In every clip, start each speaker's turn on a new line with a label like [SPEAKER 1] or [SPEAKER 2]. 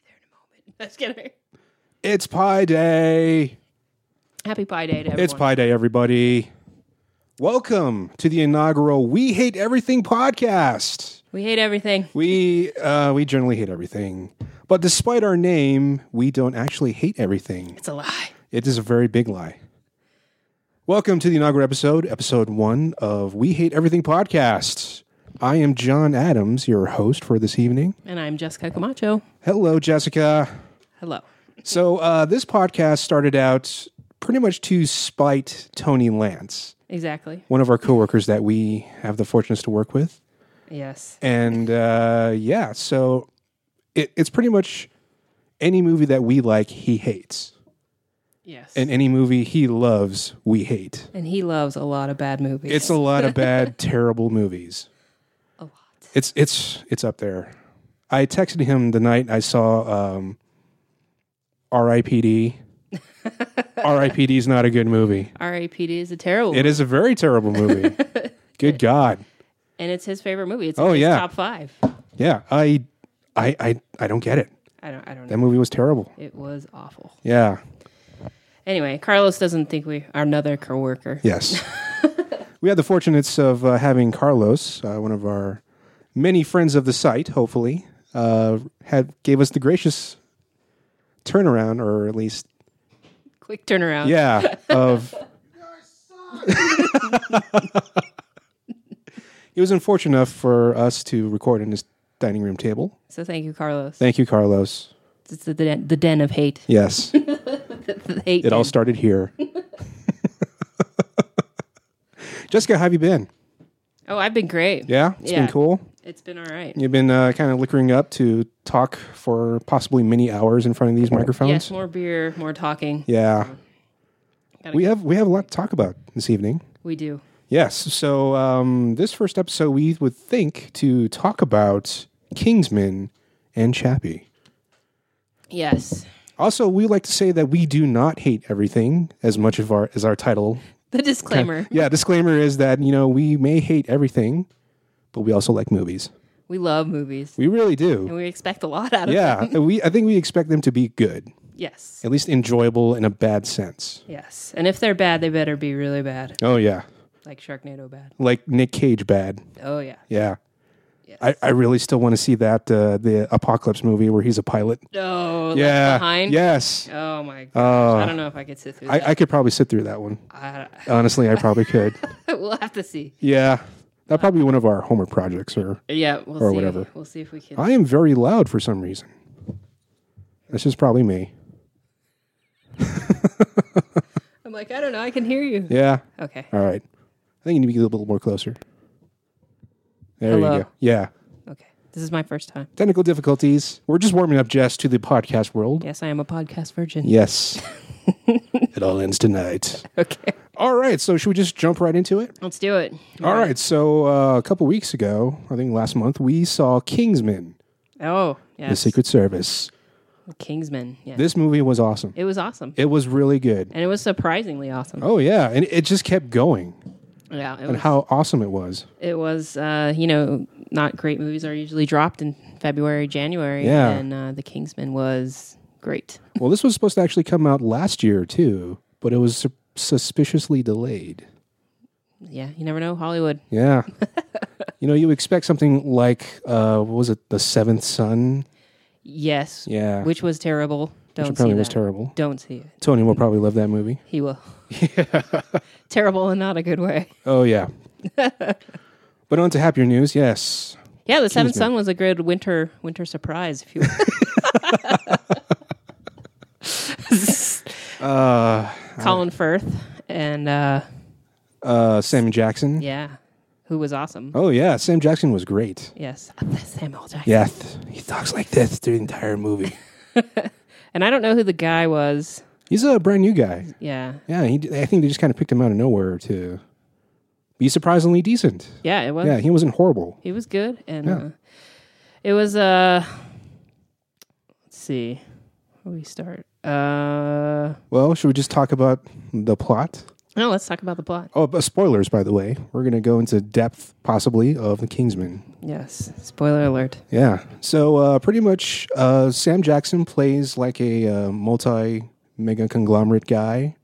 [SPEAKER 1] Just kidding.
[SPEAKER 2] It's Pie Day.
[SPEAKER 1] Happy Pie Day to everyone.
[SPEAKER 2] It's Pie Day, everybody. Welcome to the inaugural We Hate Everything podcast.
[SPEAKER 1] We hate everything.
[SPEAKER 2] We uh, we generally hate everything, but despite our name, we don't actually hate everything.
[SPEAKER 1] It's a lie.
[SPEAKER 2] It is a very big lie. Welcome to the inaugural episode, episode one of We Hate Everything podcast. I am John Adams, your host for this evening.
[SPEAKER 1] And I'm Jessica Camacho.
[SPEAKER 2] Hello, Jessica.
[SPEAKER 1] Hello.
[SPEAKER 2] So uh, this podcast started out pretty much to spite Tony Lance,
[SPEAKER 1] Exactly.
[SPEAKER 2] one of our coworkers that we have the fortunes to work with,
[SPEAKER 1] Yes.
[SPEAKER 2] and uh, yeah, so it, it's pretty much any movie that we like, he hates,
[SPEAKER 1] Yes.
[SPEAKER 2] and
[SPEAKER 1] And,
[SPEAKER 2] any movie he loves, we hate.
[SPEAKER 1] he loves a lot of bad movies.
[SPEAKER 2] It's a lot of bad, terrible movies.
[SPEAKER 1] A lot.
[SPEAKER 2] It's it's it's up there. I texted him the night I saw um, R.I.P.D. R.I.P.D. is not a good movie.
[SPEAKER 1] R.A.P.D. is a terrible
[SPEAKER 2] It is a very terrible movie. good God.
[SPEAKER 1] And it's his favorite movie. It's
[SPEAKER 2] Oh,
[SPEAKER 1] in his
[SPEAKER 2] yeah.
[SPEAKER 1] top five.
[SPEAKER 2] Yeah, I, I, I, I don't get it.
[SPEAKER 1] I don't, I don't know.
[SPEAKER 2] That movie was terrible.
[SPEAKER 1] It was awful.
[SPEAKER 2] Yeah.
[SPEAKER 1] Anyway, Carlos doesn't think we are another coworker.
[SPEAKER 2] Yes. we had the fortunates of uh, having Carlos, uh, one of our many friends of the site, hopefully, uh, had gave us the gracious turnaround, or at least
[SPEAKER 1] Quick turnaround.
[SPEAKER 2] yeah, of. he was unfortunate enough for us to record in his dining room table.
[SPEAKER 1] So thank you, Carlos.
[SPEAKER 2] Thank you, Carlos.
[SPEAKER 1] it's the den, the den of hate.
[SPEAKER 2] Yes.
[SPEAKER 1] The hate
[SPEAKER 2] It all
[SPEAKER 1] den.
[SPEAKER 2] started here. Jessica, how have you been?
[SPEAKER 1] oh, I've been great.
[SPEAKER 2] Yeah, it's
[SPEAKER 1] Yeah.
[SPEAKER 2] been cool.
[SPEAKER 1] It's been all right.
[SPEAKER 2] You've been uh, kind of liquoring up to talk for possibly many hours in front of these microphones.
[SPEAKER 1] Yes, more beer, more talking.
[SPEAKER 2] yeah,
[SPEAKER 1] Gotta-
[SPEAKER 2] we have we have a lot to talk about this evening.
[SPEAKER 1] we do.
[SPEAKER 2] Yes, so um, this first episode we would think to talk about Kingsman and Chappie.
[SPEAKER 1] Yes.
[SPEAKER 2] Also, we like to say that we do not hate everything as much of our as our title
[SPEAKER 1] The disclaimer.
[SPEAKER 2] yeah, disclaimer is that, you know, we may hate everything, but we also like movies.
[SPEAKER 1] We love movies.
[SPEAKER 2] We really do.
[SPEAKER 1] and we expect a lot out of them.
[SPEAKER 2] Yeah, and we I think we expect them to be good,
[SPEAKER 1] Yes.
[SPEAKER 2] at least enjoyable in a bad sense.
[SPEAKER 1] Yes. And if they're bad, they better be really bad.
[SPEAKER 2] Oh yeah.
[SPEAKER 1] Like Sharknado bad.
[SPEAKER 2] Like Nick Cage bad.
[SPEAKER 1] Oh yeah.
[SPEAKER 2] Yeah.
[SPEAKER 1] Yes.
[SPEAKER 2] I, I really still want to see that uh, the apocalypse movie where he's a pilot.
[SPEAKER 1] No. Left
[SPEAKER 2] yeah.
[SPEAKER 1] Behind.
[SPEAKER 2] Yes.
[SPEAKER 1] Oh my gosh.
[SPEAKER 2] Oh.
[SPEAKER 1] I don't know if I could sit through that.
[SPEAKER 2] I, I could probably sit through that one.
[SPEAKER 1] I,
[SPEAKER 2] Honestly, I probably could.
[SPEAKER 1] we'll have to see.
[SPEAKER 2] Yeah. That'd probably be one of our Homer projects or
[SPEAKER 1] Yeah. We'll
[SPEAKER 2] Or
[SPEAKER 1] see.
[SPEAKER 2] whatever.
[SPEAKER 1] We'll see if we can.
[SPEAKER 2] I am very loud for some reason. This is probably me.
[SPEAKER 1] I'm like, I don't know. I can hear you.
[SPEAKER 2] Yeah.
[SPEAKER 1] Okay.
[SPEAKER 2] All right. I think you need to be a little more closer. There
[SPEAKER 1] Hello.
[SPEAKER 2] you go. Yeah.
[SPEAKER 1] Okay. This is my first time.
[SPEAKER 2] Technical difficulties. We're just warming up, Jess, to the podcast world.
[SPEAKER 1] Yes, I am a podcast virgin.
[SPEAKER 2] Yes. it all ends tonight.
[SPEAKER 1] Okay.
[SPEAKER 2] All right. So, should we just jump right into it?
[SPEAKER 1] Let's do it.
[SPEAKER 2] All right. So, uh, a couple weeks ago, I think last month, we saw Kingsman,
[SPEAKER 1] Oh,
[SPEAKER 2] The
[SPEAKER 1] yes.
[SPEAKER 2] Secret Service.
[SPEAKER 1] Kingsman. Yeah.
[SPEAKER 2] This movie was awesome.
[SPEAKER 1] it was awesome.
[SPEAKER 2] It was really good.
[SPEAKER 1] and it was surprisingly awesome.
[SPEAKER 2] Oh, yeah. And it just kept going
[SPEAKER 1] Yeah. It was,
[SPEAKER 2] and how awesome it was.
[SPEAKER 1] it was uh, you know, not great movies are usually dropped in February, January.
[SPEAKER 2] Yeah.
[SPEAKER 1] And uh, The Kingsman was great.
[SPEAKER 2] Well, this was supposed to actually come out last year too, but it was su- suspiciously delayed.
[SPEAKER 1] Yeah. You never know. Hollywood.
[SPEAKER 2] Yeah. you know, you expect something like uh what was it The Seventh Son?
[SPEAKER 1] Yes.
[SPEAKER 2] Yeah.
[SPEAKER 1] Which was terrible. Don't see
[SPEAKER 2] apparently
[SPEAKER 1] that.
[SPEAKER 2] was terrible.
[SPEAKER 1] Don't see it.
[SPEAKER 2] Tony will probably love that movie.
[SPEAKER 1] He will. terrible in not a good way.
[SPEAKER 2] Oh yeah. but on to happier news. Yes.
[SPEAKER 1] Yeah, The Seventh
[SPEAKER 2] Kingsman.
[SPEAKER 1] Son was a good winter winter surprise. If you
[SPEAKER 2] Uh
[SPEAKER 1] Colin Firth and uh,
[SPEAKER 2] uh Sam Jackson.
[SPEAKER 1] yeah, who was awesome.
[SPEAKER 2] Oh yeah, Sam Jackson was great.
[SPEAKER 1] Yes, Samuel Jackson.
[SPEAKER 2] Yeah. th- he talks like this through the entire movie.
[SPEAKER 1] And I don't know who the guy was.
[SPEAKER 2] He's a brand new guy.
[SPEAKER 1] Yeah.
[SPEAKER 2] Yeah, he, d- I think they just kind of picked him out of nowhere to be surprisingly decent.
[SPEAKER 1] Yeah, it was.
[SPEAKER 2] Yeah, he wasn't horrible.
[SPEAKER 1] He was good, and uh, it was. Uh, let's see, where do we start? Uh,
[SPEAKER 2] Well, should we just talk about the plot?
[SPEAKER 1] No, let's talk about the plot.
[SPEAKER 2] Oh, but spoilers, by the way. We're going to go into depth, possibly, of The Kingsman.
[SPEAKER 1] Yes. Spoiler alert.
[SPEAKER 2] Yeah. So uh, pretty much, uh, Sam Jackson plays like a uh, multi mega conglomerate guy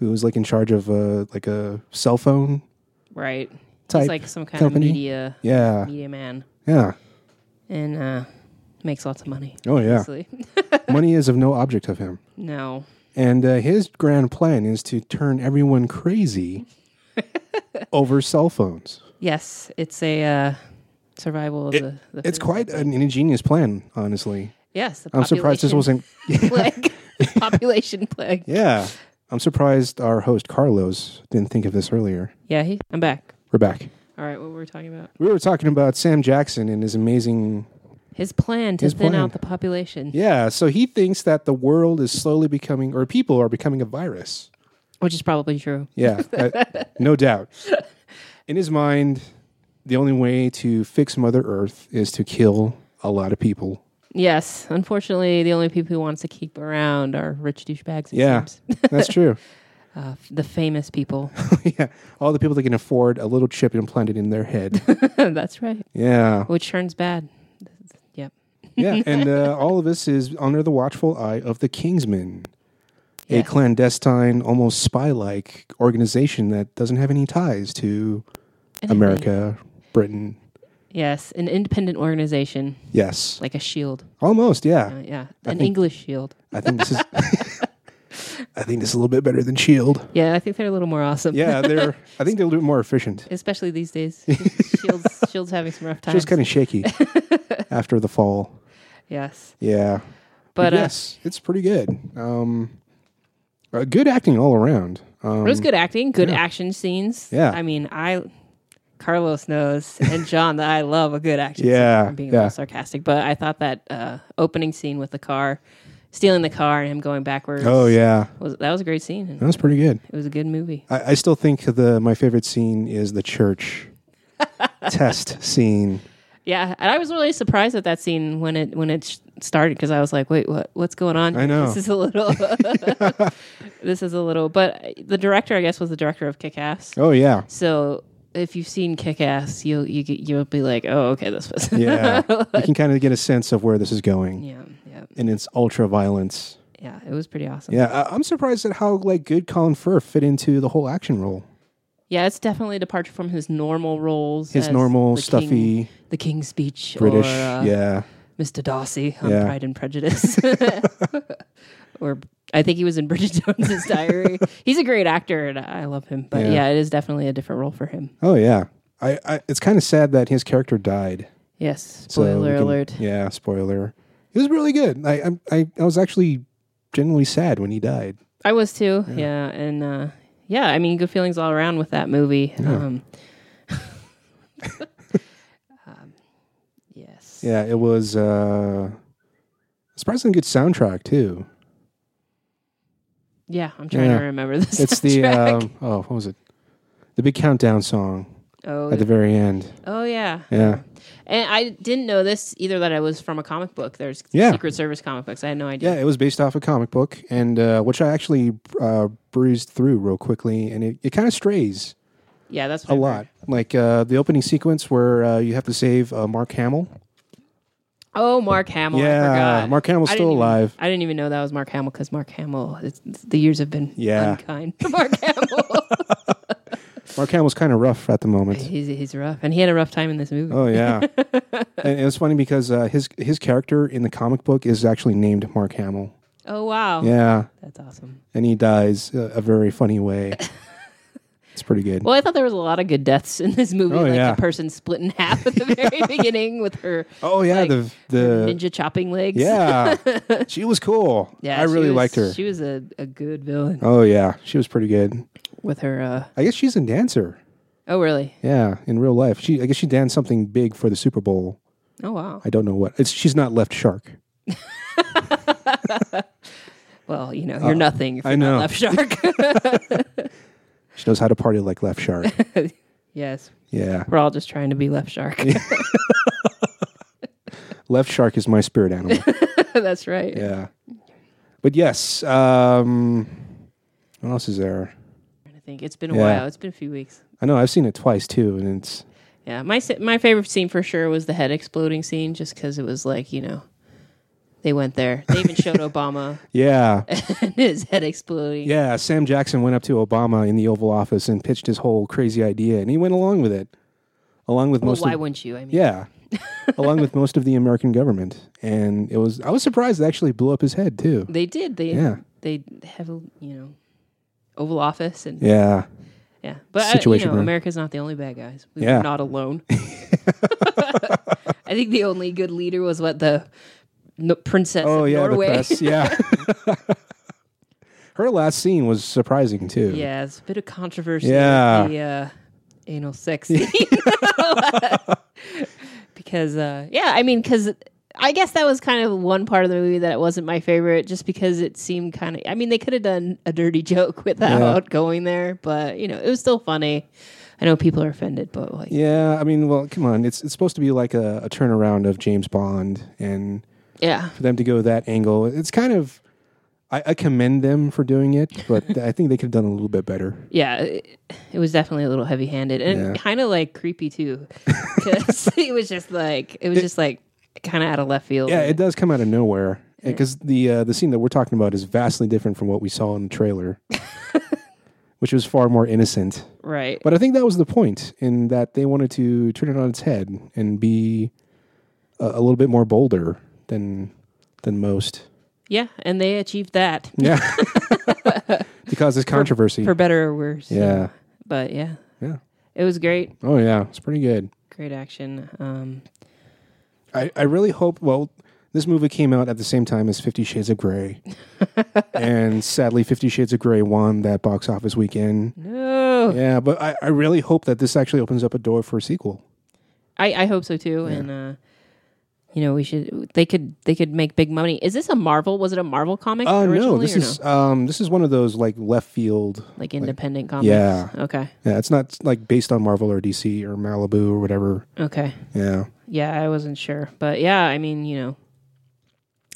[SPEAKER 2] who is like in charge of uh, like a cell phone.
[SPEAKER 1] Right.
[SPEAKER 2] Type
[SPEAKER 1] He's like some kind
[SPEAKER 2] company?
[SPEAKER 1] of media
[SPEAKER 2] Yeah.
[SPEAKER 1] media man
[SPEAKER 2] Yeah.
[SPEAKER 1] and uh makes lots of money.
[SPEAKER 2] Oh yeah.
[SPEAKER 1] Obviously.
[SPEAKER 2] Money is of no object of him.
[SPEAKER 1] no.
[SPEAKER 2] And uh, his grand plan is to turn everyone crazy over cell phones.
[SPEAKER 1] Yes, it's a uh survival of the, the
[SPEAKER 2] It's
[SPEAKER 1] fittest.
[SPEAKER 2] quite an ingenious plan, honestly.
[SPEAKER 1] Yes, the
[SPEAKER 2] I'm surprised this
[SPEAKER 1] population
[SPEAKER 2] wasn't.
[SPEAKER 1] plague. population plague.
[SPEAKER 2] Yeah. I'm surprised our host Carlos didn't think of this earlier.
[SPEAKER 1] Yeah, he, I'm back.
[SPEAKER 2] We're back.
[SPEAKER 1] All right, what were we talking about?
[SPEAKER 2] We were talking about Sam Jackson and his amazing
[SPEAKER 1] His plan to
[SPEAKER 2] His
[SPEAKER 1] thin
[SPEAKER 2] plan.
[SPEAKER 1] out the population,
[SPEAKER 2] Yeah, so he thinks that the world is slowly becoming, or people are becoming a virus.
[SPEAKER 1] which is probably true.
[SPEAKER 2] Yeah, uh, no doubt. In his mind, the only way to fix Mother Earth is to kill a lot of people.
[SPEAKER 1] Yes, unfortunately, the only people who wants to keep around are rich douchebags. it
[SPEAKER 2] Yeah,
[SPEAKER 1] seems.
[SPEAKER 2] that's true.
[SPEAKER 1] uh, the famous people.
[SPEAKER 2] yeah, all the people that can afford a little chip implanted in their head.
[SPEAKER 1] That's right.
[SPEAKER 2] Yeah,
[SPEAKER 1] Which turns bad. Yep.
[SPEAKER 2] yeah, and uh, all of this is under the watchful eye of the Kingsmen, a
[SPEAKER 1] Yeah.
[SPEAKER 2] clandestine, almost spy-like organization that doesn't have any ties to
[SPEAKER 1] Anything.
[SPEAKER 2] America, Britain.
[SPEAKER 1] Yes, an independent organization
[SPEAKER 2] Yes.
[SPEAKER 1] like a shield.
[SPEAKER 2] Almost, yeah.
[SPEAKER 1] Uh, yeah, an
[SPEAKER 2] think-
[SPEAKER 1] English shield.
[SPEAKER 2] I think this is. I think this is a little bit better than Shield.
[SPEAKER 1] Yeah, I think they're a little more awesome.
[SPEAKER 2] E Yeah, they're. I think they're a little bit more efficient.
[SPEAKER 1] especially these days. shields, shields having some rough times.
[SPEAKER 2] Shield's kind of shaky after the fall.
[SPEAKER 1] yes,
[SPEAKER 2] Yeah,
[SPEAKER 1] but uh,
[SPEAKER 2] yes, it's pretty good. Um, uh, good acting all around. Um,
[SPEAKER 1] It was good acting, good action scenes.
[SPEAKER 2] Yeah.
[SPEAKER 1] I mean, I Carlos knows and John that I love a good action
[SPEAKER 2] Yeah,
[SPEAKER 1] scene. I'm being
[SPEAKER 2] yeah.
[SPEAKER 1] a little sarcastic, but I thought that uh, opening scene with the car, stealing the car and him going backwards.
[SPEAKER 2] oh yeah,
[SPEAKER 1] Was, that was a great scene. and
[SPEAKER 2] that was pretty good.
[SPEAKER 1] It was a good movie.
[SPEAKER 2] I, I still think the my favorite scene is the church test scene.
[SPEAKER 1] Yeah, and I was really surprised at that scene when it when it sh- started because I was like, "Wait, what? What's going on?"
[SPEAKER 2] I know.
[SPEAKER 1] this is a little. this is a little, but uh, the director, I guess, was the director of Kick-Ass.
[SPEAKER 2] Oh yeah,
[SPEAKER 1] So if you've seen Kick-Ass, you'll you get- you'll be like, "Oh, okay, this was."
[SPEAKER 2] yeah. you can kind of get a sense of where this is going,
[SPEAKER 1] Yeah, yeah,
[SPEAKER 2] and it's ultra violence.
[SPEAKER 1] yeah. It was pretty awesome. Yeah,
[SPEAKER 2] Yeah, I- I'm surprised at how like good Colin Firth fit into the whole action role.
[SPEAKER 1] it's definitely a departure from his normal roles.
[SPEAKER 2] His
[SPEAKER 1] as
[SPEAKER 2] normal
[SPEAKER 1] the
[SPEAKER 2] stuffy
[SPEAKER 1] King- the King's Speech,
[SPEAKER 2] British,
[SPEAKER 1] or, uh,
[SPEAKER 2] yeah,
[SPEAKER 1] Mr. Darcy on
[SPEAKER 2] Yeah.
[SPEAKER 1] Pride and Prejudice, or I think he was in Bridget Jones's Diary. He's a great actor, and I love him. But
[SPEAKER 2] Yeah.
[SPEAKER 1] yeah, it is definitely a different role for him.
[SPEAKER 2] oh yeah. I, I it's kind of sad that his character died.
[SPEAKER 1] Yes.
[SPEAKER 2] So we
[SPEAKER 1] Spoiler
[SPEAKER 2] can-
[SPEAKER 1] alert.
[SPEAKER 2] Yeah, spoiler. It was really good. I I'm- I I was actually genuinely sad when he died.
[SPEAKER 1] I was too. Yeah, and uh, yeah, I mean, good feelings all around with that movie. Um, um, yes.
[SPEAKER 2] Yeah, it was uh surprisingly good soundtrack too.
[SPEAKER 1] Yeah, I'm trying
[SPEAKER 2] Yeah.
[SPEAKER 1] to remember this.
[SPEAKER 2] It's the
[SPEAKER 1] soundtrack.
[SPEAKER 2] um, oh what was it? The big countdown song
[SPEAKER 1] oh,
[SPEAKER 2] at the very end.
[SPEAKER 1] oh yeah.
[SPEAKER 2] Yeah,
[SPEAKER 1] And I didn't know this either that I was from a comic book. There's
[SPEAKER 2] Yeah.
[SPEAKER 1] Secret Service comic books. I had no idea.
[SPEAKER 2] Yeah, it was based off a comic book, and uh, which I actually uh, bruised through real quickly, and it, it kind of strays
[SPEAKER 1] Yeah, that's what
[SPEAKER 2] a
[SPEAKER 1] I heard.
[SPEAKER 2] lot. Like uh, the opening sequence where uh, you have to save uh, Mark Hamill.
[SPEAKER 1] Oh, Mark Hamill. I
[SPEAKER 2] yeah,
[SPEAKER 1] forgot.
[SPEAKER 2] Mark Hamill's
[SPEAKER 1] I
[SPEAKER 2] still
[SPEAKER 1] didn't even-
[SPEAKER 2] alive.
[SPEAKER 1] I didn't even know that was Mark Hamill because Mark Hamill, it's, it's- the years have been
[SPEAKER 2] Yeah.
[SPEAKER 1] unkind to Mark Hamill.
[SPEAKER 2] Mark Hamill's kind of rough at the moment.
[SPEAKER 1] he's, he's rough. And he had a rough time in this movie.
[SPEAKER 2] Oh yeah, and it was funny because uh, his his character in the comic book is actually named Mark Hamill.
[SPEAKER 1] Oh, wow.
[SPEAKER 2] Yeah,
[SPEAKER 1] That's awesome.
[SPEAKER 2] and he dies a, a very funny way. it's pretty good.
[SPEAKER 1] Well, I thought there was a lot of good deaths in this movie.
[SPEAKER 2] Oh,
[SPEAKER 1] like
[SPEAKER 2] yeah.
[SPEAKER 1] the person split in half at the very beginning with her
[SPEAKER 2] oh yeah,
[SPEAKER 1] like,
[SPEAKER 2] the
[SPEAKER 1] her
[SPEAKER 2] the
[SPEAKER 1] ninja chopping legs.
[SPEAKER 2] yeah, she was cool.
[SPEAKER 1] Yeah,
[SPEAKER 2] I
[SPEAKER 1] she
[SPEAKER 2] really
[SPEAKER 1] was-
[SPEAKER 2] liked her.
[SPEAKER 1] She was a, a good villain
[SPEAKER 2] Oh yeah, she was pretty good.
[SPEAKER 1] with her. Uh,
[SPEAKER 2] I guess she's a dancer.
[SPEAKER 1] oh, really?
[SPEAKER 2] Yeah, in real life, she I guess she danced something big for the Super Bowl.
[SPEAKER 1] Oh, wow.
[SPEAKER 2] I don't know what. It's she's not Left Shark.
[SPEAKER 1] Well, you know, you're nothing if
[SPEAKER 2] Uh, I
[SPEAKER 1] you're
[SPEAKER 2] know.
[SPEAKER 1] not Left Shark.
[SPEAKER 2] She knows how to party like Left Shark.
[SPEAKER 1] yes.
[SPEAKER 2] yeah,
[SPEAKER 1] We're all just trying to be Left Shark.
[SPEAKER 2] Left Shark is my spirit animal.
[SPEAKER 1] That's right.
[SPEAKER 2] yeah, but yes. Um, what else is there?
[SPEAKER 1] I think it's been a
[SPEAKER 2] Yeah.
[SPEAKER 1] while. It's been a few weeks.
[SPEAKER 2] I know I've seen it twice too, and it's
[SPEAKER 1] Yeah, my se- my favorite scene for sure was the head exploding scene, just because it was like you know, they went there. They even showed Obama
[SPEAKER 2] yeah,
[SPEAKER 1] and his head exploding.
[SPEAKER 2] yeah. Sam Jackson went up to Obama in the Oval Office and pitched his whole crazy idea, and he went along with it, along with
[SPEAKER 1] well,
[SPEAKER 2] most.
[SPEAKER 1] why
[SPEAKER 2] of,
[SPEAKER 1] wouldn't you? I mean,
[SPEAKER 2] yeah, along with most of the American government, and it was I was surprised it actually blew up his head too.
[SPEAKER 1] they did. They
[SPEAKER 2] Yeah.
[SPEAKER 1] they have a you know, Oval Office and yeah.
[SPEAKER 2] Yeah,
[SPEAKER 1] But uh,
[SPEAKER 2] Situation
[SPEAKER 1] you know,
[SPEAKER 2] room.
[SPEAKER 1] America's not the only bad guys. We
[SPEAKER 2] Yeah.
[SPEAKER 1] were not alone. I think the only good leader was what the. No, princess
[SPEAKER 2] Oh
[SPEAKER 1] of
[SPEAKER 2] yeah,
[SPEAKER 1] Norway.
[SPEAKER 2] the press. Yeah. Her last scene was surprising too.
[SPEAKER 1] Yeah, it's a bit of controversy.
[SPEAKER 2] Yeah.
[SPEAKER 1] with the uh, anal sex scene. because, uh, yeah, I mean, because I guess that was kind of one part of the movie that wasn't my favorite, just because it seemed kind of. I mean, they could have done a dirty joke without going there, but you know, it was still funny. I know people are offended, but like,
[SPEAKER 2] Yeah, I mean, well, come on. It's it's supposed to be like a, a turnaround of James Bond, and
[SPEAKER 1] yeah,
[SPEAKER 2] for them to go that angle, it's kind of. I, I commend them for doing it, but I think they could have done a little bit better.
[SPEAKER 1] yeah, it, it was definitely a little heavy-handed and
[SPEAKER 2] Yeah.
[SPEAKER 1] kind of like creepy too, because it was just like it was just like kind of out of left field.
[SPEAKER 2] Yeah, it does come out of nowhere because the uh, the scene that we're talking about is vastly different from what we saw in the trailer, which was far more innocent.
[SPEAKER 1] right.
[SPEAKER 2] But I think that was the point in that they wanted to turn it on its head and be a, a little bit more bolder than than most.
[SPEAKER 1] Yeah, and they achieved that
[SPEAKER 2] Yeah. to cause this controversy.
[SPEAKER 1] for better or worse.
[SPEAKER 2] yeah.
[SPEAKER 1] But yeah.
[SPEAKER 2] Yeah.
[SPEAKER 1] It was great.
[SPEAKER 2] Oh yeah, it's pretty good.
[SPEAKER 1] Great action. Um
[SPEAKER 2] I, I really hope well this movie came out at the same time as 50 Shades of Grey. and sadly 50 Shades of Grey won that box office weekend.
[SPEAKER 1] no.
[SPEAKER 2] Yeah, but I, I really hope that this actually opens up a door for a sequel.
[SPEAKER 1] I, I hope so too. And uh you know, we should they could they could make big money. Is this a Marvel? Was it a Marvel comic
[SPEAKER 2] Uh,
[SPEAKER 1] originally
[SPEAKER 2] no, this
[SPEAKER 1] or
[SPEAKER 2] is um this is one of those like left field
[SPEAKER 1] no? Like independent comics.
[SPEAKER 2] Yeah.
[SPEAKER 1] Okay.
[SPEAKER 2] Yeah, it's not like based on Marvel or DC or Malibu or whatever.
[SPEAKER 1] Okay.
[SPEAKER 2] Yeah.
[SPEAKER 1] Yeah, I wasn't sure. But yeah, I mean, you know,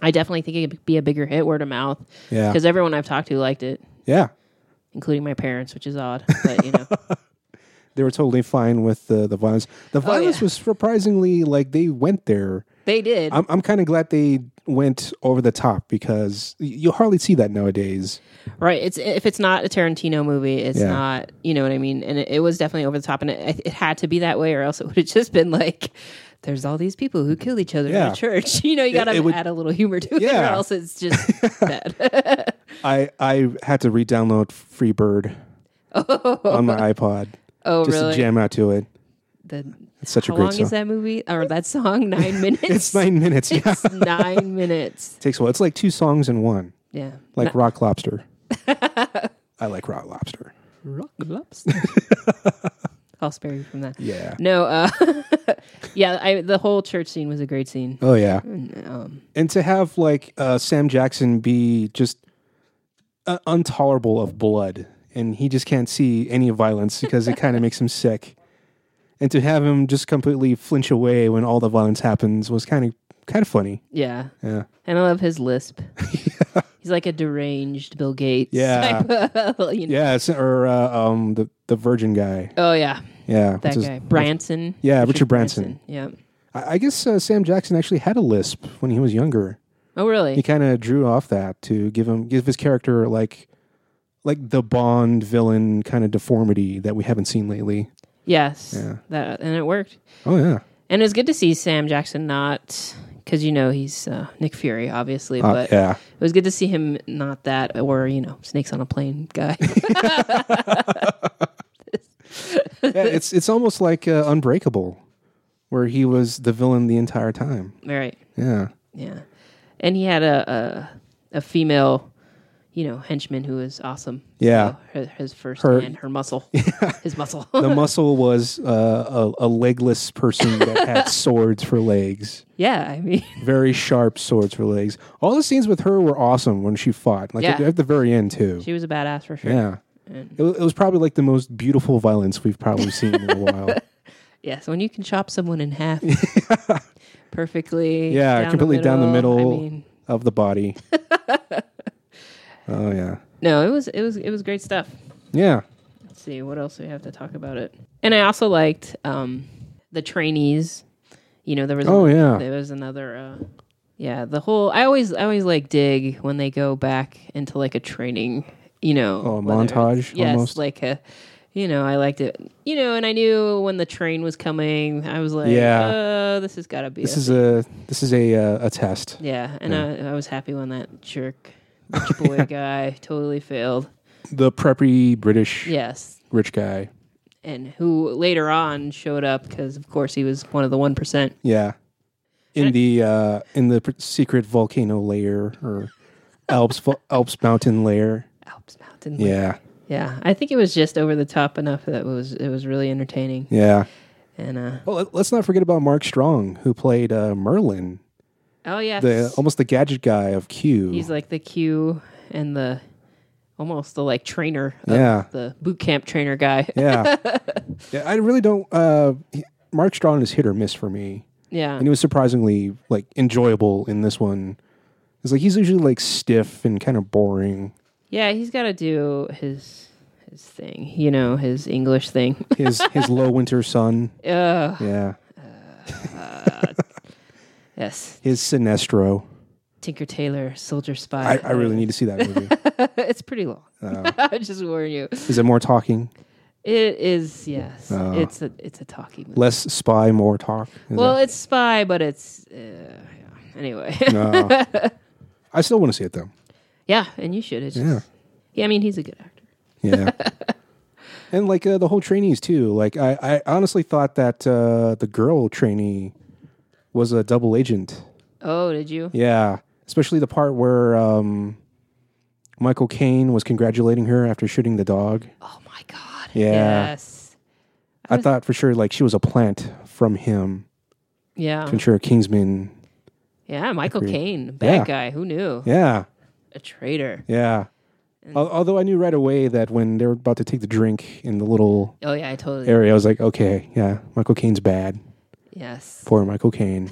[SPEAKER 1] I definitely think it could be a bigger hit word of mouth
[SPEAKER 2] Yeah.
[SPEAKER 1] because everyone I've talked to liked it,
[SPEAKER 2] Yeah.
[SPEAKER 1] including my parents, which is odd. But you know,
[SPEAKER 2] They were totally fine with the, the violence. The violence
[SPEAKER 1] Oh, yeah.
[SPEAKER 2] was surprisingly like they went there.
[SPEAKER 1] they did.
[SPEAKER 2] I'm I'm kind of glad they went over the top because y- you hardly see that nowadays.
[SPEAKER 1] Right. It's if it's not a Tarantino movie, it's
[SPEAKER 2] Yeah.
[SPEAKER 1] not. You know what I mean? And it, it was definitely over the top, and it, it had to be that way, or else it would have just been like, "There's all these people who kill each other in
[SPEAKER 2] Yeah.
[SPEAKER 1] a church." You know, you got to
[SPEAKER 2] it would-
[SPEAKER 1] add a little humor to it,
[SPEAKER 2] Yeah.
[SPEAKER 1] or else it's just bad.
[SPEAKER 2] I I had to re-download Freebird on my iPod
[SPEAKER 1] oh,
[SPEAKER 2] just
[SPEAKER 1] really?
[SPEAKER 2] to jam out to it.
[SPEAKER 1] The,
[SPEAKER 2] It's such
[SPEAKER 1] how
[SPEAKER 2] a great
[SPEAKER 1] long
[SPEAKER 2] song.
[SPEAKER 1] is that movie or that song? Nine minutes.
[SPEAKER 2] It's nine minutes. Yeah,
[SPEAKER 1] It's nine minutes.
[SPEAKER 2] takes a while. It's like two songs in one,
[SPEAKER 1] Yeah.
[SPEAKER 2] like Rock Lobster. I like Rock Lobster.
[SPEAKER 1] rock lobster. I'll spare you from that.
[SPEAKER 2] Yeah.
[SPEAKER 1] No. Uh, yeah. I, the whole church scene was a great scene.
[SPEAKER 2] Oh yeah.
[SPEAKER 1] Um,
[SPEAKER 2] and to have like uh, Sam Jackson be just uh, intolerable of blood, and he just can't see any violence because it kind of makes him sick. And to have him just completely flinch away when all the violence happens was kind of kind of funny.
[SPEAKER 1] yeah.
[SPEAKER 2] Yeah,
[SPEAKER 1] And I love his lisp. He's like a deranged Bill Gates.
[SPEAKER 2] Yeah.
[SPEAKER 1] type of, you know.
[SPEAKER 2] yeah, it's- or uh, um, the the Virgin guy.
[SPEAKER 1] Oh, yeah.
[SPEAKER 2] Yeah,
[SPEAKER 1] That
[SPEAKER 2] what's his-
[SPEAKER 1] guy. Branson.
[SPEAKER 2] Yeah, Richard Branson.
[SPEAKER 1] Yeah.
[SPEAKER 2] I, I guess uh, Sam Jackson actually had a lisp when he was younger.
[SPEAKER 1] Oh, really?
[SPEAKER 2] He kind of drew off that to give him give his character like like the Bond villain kind of deformity that we haven't seen lately.
[SPEAKER 1] yes.
[SPEAKER 2] Yeah.
[SPEAKER 1] That And it worked.
[SPEAKER 2] Oh yeah.
[SPEAKER 1] And it was good to see Sam Jackson not, because, you know, he's uh, Nick Fury, obviously.
[SPEAKER 2] Uh,
[SPEAKER 1] but
[SPEAKER 2] yeah,
[SPEAKER 1] it was good to see him not that, or, you know, Snakes on a Plane guy.
[SPEAKER 2] Yeah, it's it's almost like uh, Unbreakable, where he was the villain the entire time.
[SPEAKER 1] right.
[SPEAKER 2] Yeah,
[SPEAKER 1] Yeah. And he had a, a, a female, you know, henchman who was awesome.
[SPEAKER 2] Yeah.
[SPEAKER 1] So her, his first
[SPEAKER 2] Her-
[SPEAKER 1] man, her muscle. His muscle.
[SPEAKER 2] the muscle was uh, a, a legless person that had swords for legs,
[SPEAKER 1] Yeah, I mean,
[SPEAKER 2] very sharp swords for legs. All the scenes with her were awesome when she fought, like at,
[SPEAKER 1] Yeah.
[SPEAKER 2] at the very end too.
[SPEAKER 1] she was a badass for sure.
[SPEAKER 2] yeah, it, wa- it was probably like the most beautiful violence we've probably seen in a while.
[SPEAKER 1] Yeah, so when you can chop someone in half perfectly,
[SPEAKER 2] Yeah,
[SPEAKER 1] the
[SPEAKER 2] completely down the middle.
[SPEAKER 1] I mean,
[SPEAKER 2] of the body. oh yeah,
[SPEAKER 1] no, it was it was it was great stuff.
[SPEAKER 2] yeah.
[SPEAKER 1] Let's see what else we have to talk about it. And I also liked um, the trainees. You know, there was
[SPEAKER 2] Oh, yeah.
[SPEAKER 1] there was another uh, yeah the whole. I always I always like dig when they go back into like a training. You know,
[SPEAKER 2] Oh, a
[SPEAKER 1] whether it's-
[SPEAKER 2] montage
[SPEAKER 1] Yes,
[SPEAKER 2] almost?
[SPEAKER 1] like a. You know, I liked it. You know, and I knew when the train was coming. I was like,
[SPEAKER 2] Yeah.
[SPEAKER 1] "Oh, this has got to be."
[SPEAKER 2] This
[SPEAKER 1] a
[SPEAKER 2] is a this is a uh, a test.
[SPEAKER 1] yeah, and I, I was happy when that jerk, rich boy guy, totally failed.
[SPEAKER 2] The preppy British
[SPEAKER 1] Yes,
[SPEAKER 2] rich guy.
[SPEAKER 1] and who later on showed up because, of course, he was one of the one percent.
[SPEAKER 2] Yeah. In the uh, in the pr- secret volcano layer or Alps vo- Alps mountain layer.
[SPEAKER 1] Alps Mountain.
[SPEAKER 2] Yeah.
[SPEAKER 1] yeah. I think it was just over the top enough that it was it was really entertaining.
[SPEAKER 2] Yeah.
[SPEAKER 1] And uh,
[SPEAKER 2] Well, let- let's not forget about Mark Strong, who played uh, Merlin,
[SPEAKER 1] oh yeah,
[SPEAKER 2] the almost the gadget guy of Q.
[SPEAKER 1] he's like the Q and the almost the like trainer. Of
[SPEAKER 2] Yeah.
[SPEAKER 1] the boot camp trainer guy.
[SPEAKER 2] yeah. yeah. I really don't. Uh, he- Mark Strong is hit or miss for me,
[SPEAKER 1] yeah,
[SPEAKER 2] and he was surprisingly like enjoyable in this one. It's like he's usually like stiff and kind of boring.
[SPEAKER 1] yeah. He's got to do his his thing. You know, his English thing.
[SPEAKER 2] His his low winter sun.
[SPEAKER 1] Ugh.
[SPEAKER 2] Yeah.
[SPEAKER 1] Yes,
[SPEAKER 2] His Sinestro.
[SPEAKER 1] Tinker Tailor, Soldier Spy.
[SPEAKER 2] I, I really need to see that movie.
[SPEAKER 1] it's pretty long. I just warn you.
[SPEAKER 2] Is it more talking,
[SPEAKER 1] It is yes. It's a it's a talking. Movie.
[SPEAKER 2] less spy, more talk? Is
[SPEAKER 1] Well, it's spy, but it's uh, yeah. anyway.
[SPEAKER 2] that- no. I still want to see it though.
[SPEAKER 1] yeah, and you should. It's
[SPEAKER 2] Yeah.
[SPEAKER 1] just, yeah. I mean, he's a good actor.
[SPEAKER 2] Yeah. and like uh, the whole trainees too. Like I, I honestly thought that uh, the girl trainee was a double agent.
[SPEAKER 1] Oh, did you?
[SPEAKER 2] Yeah. Especially the part where um, Michael Caine was congratulating her after shooting the dog.
[SPEAKER 1] Oh my God.
[SPEAKER 2] Yeah.
[SPEAKER 1] Yes.
[SPEAKER 2] I thought for sure like she was a plant from him.
[SPEAKER 1] Yeah.
[SPEAKER 2] I'm sure Kingsman.
[SPEAKER 1] Yeah. Michael Caine, bad
[SPEAKER 2] Yeah.
[SPEAKER 1] guy. Who knew?
[SPEAKER 2] Yeah.
[SPEAKER 1] A traitor.
[SPEAKER 2] Yeah. Al- Although I knew right away that when they were about to take the drink in the little
[SPEAKER 1] Oh yeah, I totally.
[SPEAKER 2] area, I was like, okay, yeah, Michael Caine's bad.
[SPEAKER 1] Yes.
[SPEAKER 2] Poor Michael Caine.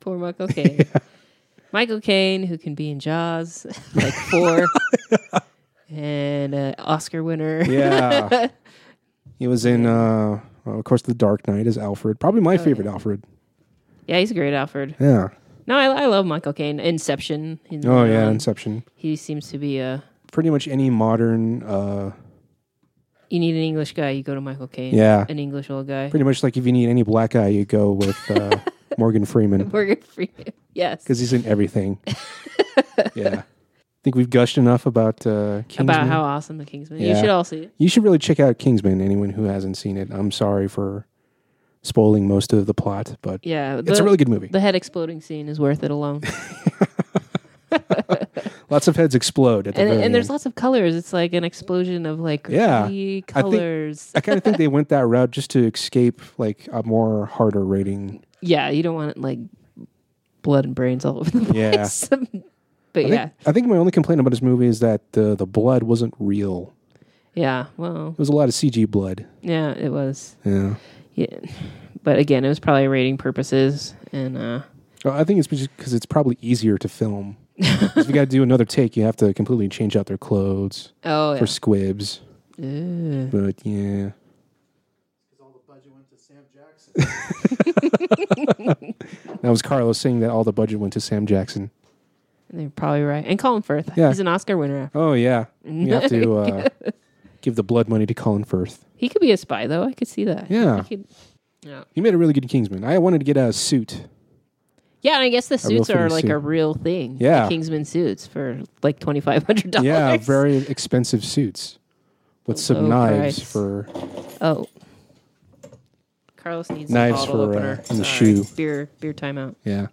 [SPEAKER 1] Poor Michael Caine. Michael Caine, who can be in Jaws, like four, and an Oscar winner.
[SPEAKER 2] Yeah. he was in, uh, well, of course, The Dark Knight as Alfred. Probably my favorite Alfred.
[SPEAKER 1] Yeah, he's a great Alfred.
[SPEAKER 2] Yeah.
[SPEAKER 1] No, I, I love Michael Caine. Inception. He's
[SPEAKER 2] Oh,
[SPEAKER 1] another
[SPEAKER 2] yeah.
[SPEAKER 1] one.
[SPEAKER 2] Inception.
[SPEAKER 1] He seems to be a.
[SPEAKER 2] Pretty much any modern, uh,
[SPEAKER 1] You need an English guy, you go to Michael Caine.
[SPEAKER 2] Yeah.
[SPEAKER 1] An English old guy.
[SPEAKER 2] pretty much like if you need any black guy, you go with uh, Morgan Freeman
[SPEAKER 1] Morgan Freeman. Yes.
[SPEAKER 2] because he's in everything. yeah. I think we've gushed enough about uh, Kingsman.
[SPEAKER 1] About how awesome the Kingsman. You
[SPEAKER 2] Yeah.
[SPEAKER 1] should all see it.
[SPEAKER 2] you should really check out Kingsman, anyone who hasn't seen it. I'm sorry for spoiling most of the plot, but
[SPEAKER 1] Yeah. The,
[SPEAKER 2] it's a really good movie.
[SPEAKER 1] the head exploding scene is worth it alone.
[SPEAKER 2] Lots of heads explode at the
[SPEAKER 1] and
[SPEAKER 2] very
[SPEAKER 1] and there's
[SPEAKER 2] end.
[SPEAKER 1] lots of colors. It's like an explosion of like
[SPEAKER 2] Yeah.
[SPEAKER 1] pretty
[SPEAKER 2] I think-
[SPEAKER 1] colors.
[SPEAKER 2] I kind of think they went that route just to escape like a more harder rating.
[SPEAKER 1] yeah, you don't want like blood and brains all over the
[SPEAKER 2] Yeah.
[SPEAKER 1] place. but
[SPEAKER 2] I think,
[SPEAKER 1] yeah.
[SPEAKER 2] I think my only complaint about this movie is that uh, the the blood wasn't real.
[SPEAKER 1] Yeah. Well,
[SPEAKER 2] It was a lot of CG blood.
[SPEAKER 1] yeah, it was.
[SPEAKER 2] Yeah.
[SPEAKER 1] Yeah. But again, it was probably rating purposes and uh
[SPEAKER 2] Well, Oh, I think it's because it's probably easier to film. 'Cause if you got to do another take, you have to completely change out their clothes
[SPEAKER 1] oh yeah.
[SPEAKER 2] for squibs.
[SPEAKER 1] Ugh.
[SPEAKER 2] But yeah,
[SPEAKER 3] because all the budget went to Sam Jackson.
[SPEAKER 2] that was Carlos saying that all the budget went to Sam Jackson.
[SPEAKER 1] They're probably right. And Colin Firth.
[SPEAKER 2] Yeah.
[SPEAKER 1] He's an Oscar winner.
[SPEAKER 2] Oh yeah, you have to uh, give the blood money to Colin Firth.
[SPEAKER 1] He could be a spy though. I could see that.
[SPEAKER 2] Yeah.
[SPEAKER 1] He could- yeah.
[SPEAKER 2] He made a really good Kingsman. I wanted to get a suit.
[SPEAKER 1] Yeah, and I guess the
[SPEAKER 2] real
[SPEAKER 1] suits are
[SPEAKER 2] fitting
[SPEAKER 1] like
[SPEAKER 2] suit.
[SPEAKER 1] a real thing. The
[SPEAKER 2] Yeah.
[SPEAKER 1] Kingsman suits for like twenty five hundred dollars.
[SPEAKER 2] Yeah, very expensive suits with some
[SPEAKER 1] Low
[SPEAKER 2] knives
[SPEAKER 1] price.
[SPEAKER 2] for
[SPEAKER 1] Oh. Carlos needs
[SPEAKER 2] Knives
[SPEAKER 1] a bottle
[SPEAKER 2] for, uh,
[SPEAKER 1] opener.
[SPEAKER 2] in the
[SPEAKER 1] Sorry.
[SPEAKER 2] shoe.
[SPEAKER 1] Beer beer timeout.
[SPEAKER 2] yeah.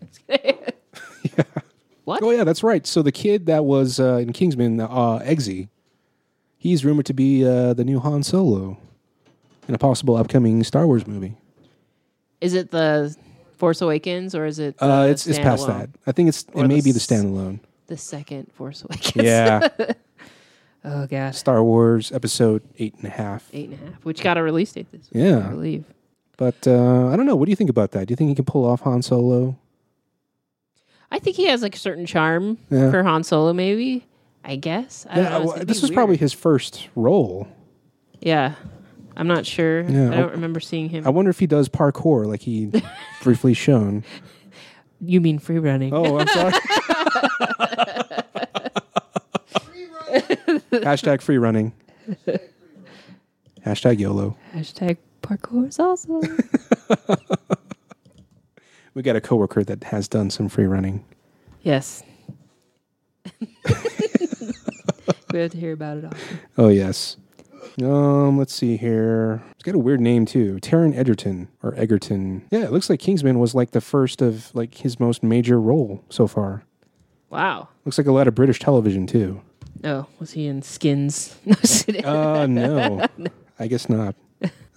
[SPEAKER 1] What?
[SPEAKER 2] Oh yeah, that's right. So the kid that was uh, in Kingsman, uh, Eggsy, he's rumored to be uh, the new Han Solo in a possible upcoming Star Wars movie.
[SPEAKER 1] Is it the Force Awakens or is it the
[SPEAKER 2] Uh, it's it's past
[SPEAKER 1] standalone?
[SPEAKER 2] that. I think it's
[SPEAKER 1] Or
[SPEAKER 2] it may
[SPEAKER 1] the
[SPEAKER 2] be the
[SPEAKER 1] s-
[SPEAKER 2] standalone.
[SPEAKER 1] The second Force Awakens.
[SPEAKER 2] Yeah,
[SPEAKER 1] Oh gosh.
[SPEAKER 2] Star Wars Episode eight and a half.
[SPEAKER 1] Eight and a half, which got a release date this week, I
[SPEAKER 2] Yeah,
[SPEAKER 1] believe.
[SPEAKER 2] but uh, I don't know. What do you think about that? Do you think he can pull off Han Solo?
[SPEAKER 1] I think he has like a certain charm
[SPEAKER 2] Yeah.
[SPEAKER 1] for Han Solo, maybe. I guess. I don't
[SPEAKER 2] Yeah,
[SPEAKER 1] know. It's
[SPEAKER 2] well,
[SPEAKER 1] gonna
[SPEAKER 2] this
[SPEAKER 1] be
[SPEAKER 2] was probably
[SPEAKER 1] weird.
[SPEAKER 2] his first role.
[SPEAKER 1] Yeah. I'm not sure.
[SPEAKER 2] Yeah,
[SPEAKER 1] I
[SPEAKER 2] I'll-
[SPEAKER 1] don't remember seeing him.
[SPEAKER 2] I wonder if he does parkour like he briefly shown.
[SPEAKER 1] you mean free running?
[SPEAKER 2] Oh, I'm sorry. Hashtag free running. Hashtag YOLO.
[SPEAKER 1] Hashtag parkour is awesome.
[SPEAKER 2] We got a coworker that has done some free running.
[SPEAKER 1] yes. we have to hear about it all.
[SPEAKER 2] Oh yes. Um, let's see here. It's got a weird name too. Taron Egerton or Egerton. Yeah, it looks like Kingsman was like the first of like his most major role so far.
[SPEAKER 1] Wow.
[SPEAKER 2] Looks like a lot of British television too.
[SPEAKER 1] Oh, was he in Skins? No, shit.
[SPEAKER 2] Uh no. I guess not.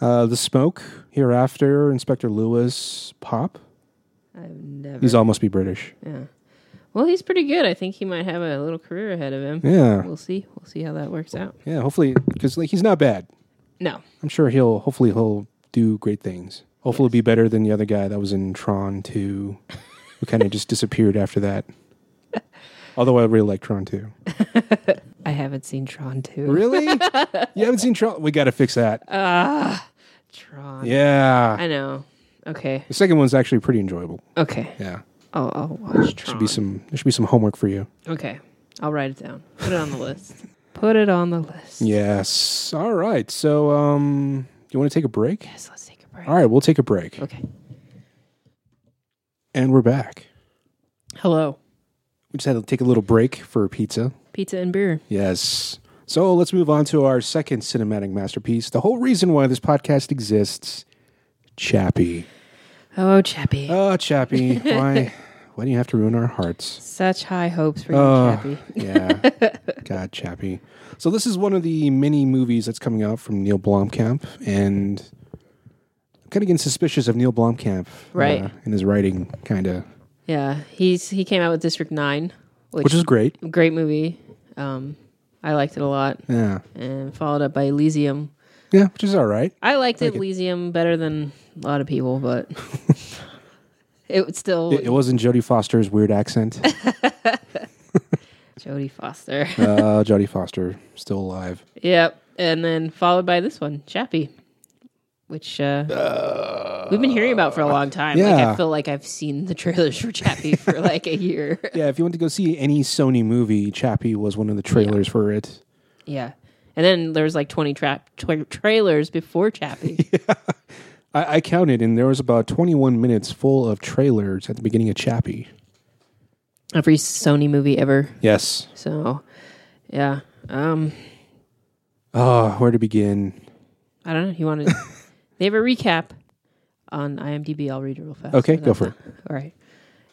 [SPEAKER 2] Uh The Smoke, Hereafter, Inspector Lewis, Pop.
[SPEAKER 1] I've never.
[SPEAKER 2] These all must be British.
[SPEAKER 1] yeah. Well, he's pretty good. I think he might have a little career ahead of him.
[SPEAKER 2] Yeah.
[SPEAKER 1] We'll see. We'll see how that works out.
[SPEAKER 2] Yeah, hopefully cuz like he's not bad.
[SPEAKER 1] No.
[SPEAKER 2] I'm sure he'll hopefully he'll do great things. Hopefully be better than the other guy that was in Tron 2 who kind of just disappeared after that. Although I really like Tron 2.
[SPEAKER 1] I haven't seen Tron 2.
[SPEAKER 2] Really? you haven't seen Tron? We got to fix that.
[SPEAKER 1] Tron.
[SPEAKER 2] yeah.
[SPEAKER 1] Oh. I know. Okay.
[SPEAKER 2] The second one's actually pretty enjoyable.
[SPEAKER 1] Okay.
[SPEAKER 2] Yeah.
[SPEAKER 1] I'll, I'll watch Tron.
[SPEAKER 2] Should be some there should be some homework for you.
[SPEAKER 1] okay. I'll write it down. Put it on the list. Put it on the list.
[SPEAKER 2] Yes. All right. So um you want to take a break?
[SPEAKER 1] Yes, let's take a break.
[SPEAKER 2] All right, we'll take a break.
[SPEAKER 1] Okay.
[SPEAKER 2] And we're back.
[SPEAKER 1] Hello.
[SPEAKER 2] We just had to take a little break for pizza.
[SPEAKER 1] Pizza and beer.
[SPEAKER 2] Yes. So let's move on to our second cinematic masterpiece. The whole reason why this podcast exists, Chappie.
[SPEAKER 1] Oh, Chappie.
[SPEAKER 2] Oh, Chappie, why, why do you have to ruin our hearts?
[SPEAKER 1] Such high hopes for you,
[SPEAKER 2] Oh,
[SPEAKER 1] Chappie.
[SPEAKER 2] yeah. God, Chappie. So this is one of the many movies that's coming out from Neil Blomkamp, and I'm kind of getting suspicious of Neil Blomkamp,
[SPEAKER 1] Right.
[SPEAKER 2] uh, in his writing, kind of,
[SPEAKER 1] Yeah. He's he came out with District 9, which,
[SPEAKER 2] which is great.
[SPEAKER 1] great movie. Um, I liked it a lot.
[SPEAKER 2] Yeah,
[SPEAKER 1] And followed up by Elysium.
[SPEAKER 2] yeah, which is all right.
[SPEAKER 1] I liked Elysium better than a lot of people, but it was still
[SPEAKER 2] It, it wasn't Jodie Foster's weird accent.
[SPEAKER 1] Jodie Foster.
[SPEAKER 2] Uh, Jodie Foster still alive.
[SPEAKER 1] yep. And then followed by this one, Chappie, which uh, we've been hearing about for a long time. Like
[SPEAKER 2] Uh, yeah.
[SPEAKER 1] I feel like I've seen the trailers for Chappie for like a year.
[SPEAKER 2] Yeah, if you want to go see any Sony movie, Chappie was one of the trailers for it.
[SPEAKER 1] yeah. And then there was like 20 tra- tra- trailers before Chappie.
[SPEAKER 2] I, I counted, and there was about 21 minutes full of trailers at the beginning of Chappie.
[SPEAKER 1] Every Sony movie ever.
[SPEAKER 2] Yes.
[SPEAKER 1] So, yeah. Um,
[SPEAKER 2] Oh, where to begin?
[SPEAKER 1] I don't know. You want to? they have a recap on IMDb. I'll read it real fast.
[SPEAKER 2] Okay, go for it.
[SPEAKER 1] All right.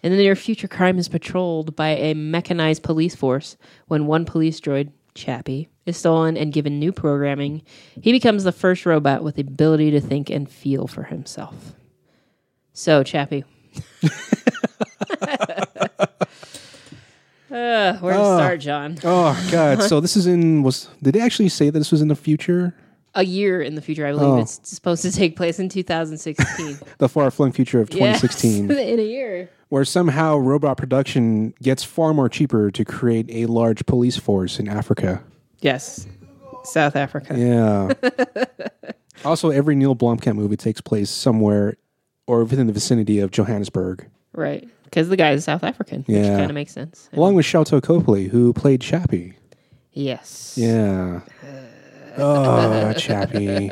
[SPEAKER 1] In the near future, crime is patrolled by a mechanized police force. When one police droid, Chappie, is stolen and given new programming, he becomes the first robot with the ability to think and feel for himself. So, Chappie. uh, where to start, John?
[SPEAKER 2] Oh God! so this is in was did they actually say that this was in the future,
[SPEAKER 1] A year in the future, I believe it's supposed to take place in 2016.
[SPEAKER 2] the far flung future of 2016,
[SPEAKER 1] Yes, in a year.
[SPEAKER 2] where somehow robot production gets far more cheaper to create a large police force in Africa?
[SPEAKER 1] Yes. South Africa.
[SPEAKER 2] Yeah. also, every Neil Blomkamp movie takes place somewhere or within the vicinity of Johannesburg.
[SPEAKER 1] Right. Because the guy is South African, which
[SPEAKER 2] Yeah.
[SPEAKER 1] kind of makes sense.
[SPEAKER 2] along with Shalto Copley, who played Chappie.
[SPEAKER 1] Yes.
[SPEAKER 2] Yeah. Oh, Chappie.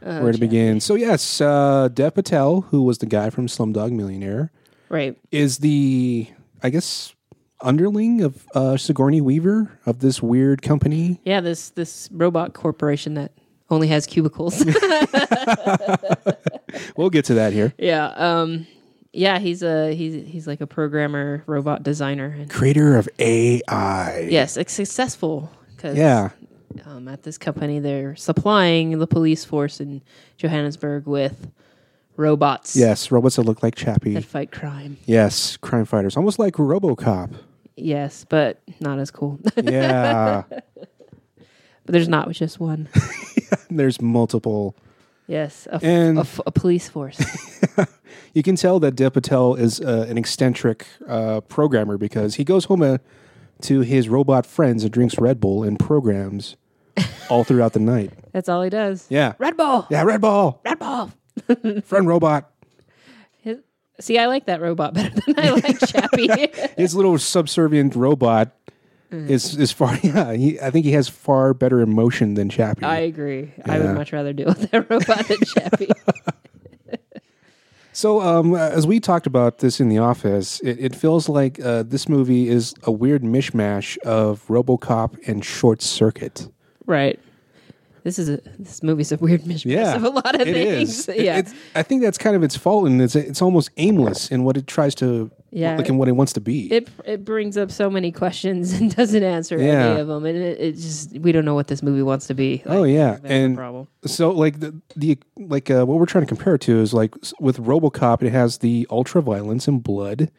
[SPEAKER 2] Where to begin? So yes, uh, Dev Patel, who was the guy from Slumdog Millionaire,
[SPEAKER 1] Right.
[SPEAKER 2] is the I guess underling of uh, Sigourney Weaver of this weird company.
[SPEAKER 1] Yeah, this this robot corporation that only has cubicles.
[SPEAKER 2] We'll get to that here.
[SPEAKER 1] yeah. Um yeah, he's a he's he's like a programmer, robot designer and
[SPEAKER 2] Creator of AI.
[SPEAKER 1] yes, it's successful cuz
[SPEAKER 2] Yeah.
[SPEAKER 1] um, at this company they're supplying the police force in Johannesburg with robots
[SPEAKER 2] Yes, robots that look like Chappie.
[SPEAKER 1] that fight crime.
[SPEAKER 2] Yes, crime fighters, almost like RoboCop.
[SPEAKER 1] Yes, but not as cool. but
[SPEAKER 2] Yeah,
[SPEAKER 1] there's not just one.
[SPEAKER 2] there's multiple.
[SPEAKER 1] Yes, a f-
[SPEAKER 2] And-
[SPEAKER 1] a f- a police force.
[SPEAKER 2] You can tell that Dev Patel is uh, an eccentric uh, programmer because he goes home uh, to his robot friends and drinks Red Bull and programs all throughout the night.
[SPEAKER 1] That's all he does.
[SPEAKER 2] Yeah.
[SPEAKER 1] Red ball.
[SPEAKER 2] Yeah, Red Ball.
[SPEAKER 1] Red ball.
[SPEAKER 2] Friend Robot.
[SPEAKER 1] His- See, I like that robot better than I like Chappie.
[SPEAKER 2] His little subservient robot is is far yeah, he I think he has far better emotion than Chappie.
[SPEAKER 1] I agree. I would
[SPEAKER 2] Yeah.
[SPEAKER 1] much rather deal with that robot than Chappie.
[SPEAKER 2] So, um, as we talked about this in the office, it, it feels like uh, this movie is a weird mishmash of RoboCop and Short Circuit.
[SPEAKER 1] right. This is a this movie's a weird mishmash of a lot of
[SPEAKER 2] it
[SPEAKER 1] things.
[SPEAKER 2] is. It-
[SPEAKER 1] yeah.
[SPEAKER 2] it's- I think that's kind of its fault, and it's it's almost aimless in what it tries to,
[SPEAKER 1] Yeah.
[SPEAKER 2] like in what it wants to be.
[SPEAKER 1] it it brings up so many questions and doesn't answer
[SPEAKER 2] Yeah.
[SPEAKER 1] any of them, and it, it just we don't know what this movie wants to be.
[SPEAKER 2] oh
[SPEAKER 1] Like,
[SPEAKER 2] yeah,
[SPEAKER 1] that's the
[SPEAKER 2] and
[SPEAKER 1] problem.
[SPEAKER 2] so like the, the like uh, what we're trying to compare it to is like s- with RoboCop, it has the ultra violence and blood,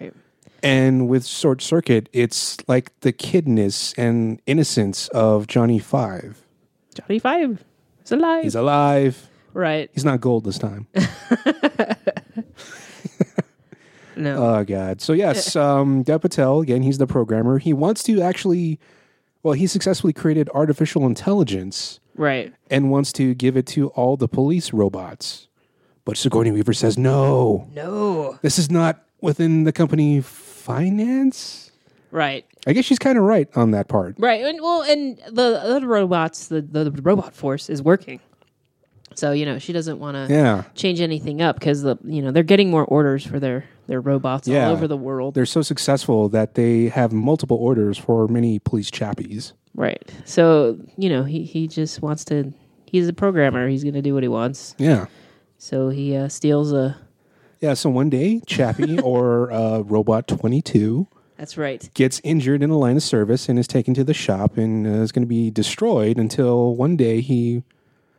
[SPEAKER 1] Right.
[SPEAKER 2] and with Short Circuit, it's like the kidness and innocence of Johnny Five.
[SPEAKER 1] Johnny Five is alive.
[SPEAKER 2] He's alive.
[SPEAKER 1] right.
[SPEAKER 2] He's not gold this time.
[SPEAKER 1] No.
[SPEAKER 2] oh God. So yes, um, Dev Patel again. He's the programmer. He wants to actually, well, he successfully created artificial intelligence
[SPEAKER 1] right.
[SPEAKER 2] and wants to give it to all the police robots. But Sigourney Weaver says no.
[SPEAKER 1] No.
[SPEAKER 2] This is not within the company finance.
[SPEAKER 1] Right.
[SPEAKER 2] I guess she's kind of right on that part.
[SPEAKER 1] Right. And well, and the other robots, the the robot force is working. So you know she doesn't want to
[SPEAKER 2] Yeah.
[SPEAKER 1] change anything up because the you know they're getting more orders for their their robots
[SPEAKER 2] Yeah.
[SPEAKER 1] all over the world.
[SPEAKER 2] They're so successful that they have multiple orders for many police chappies.
[SPEAKER 1] right. So you know he he just wants to. He's a programmer. He's going to do what he wants.
[SPEAKER 2] Yeah.
[SPEAKER 1] So he uh, steals a.
[SPEAKER 2] Yeah. So one day, Chappie or uh, Robot 22
[SPEAKER 1] That's right.
[SPEAKER 2] gets injured in the line of service and is taken to the shop and uh, is going to be destroyed until one day he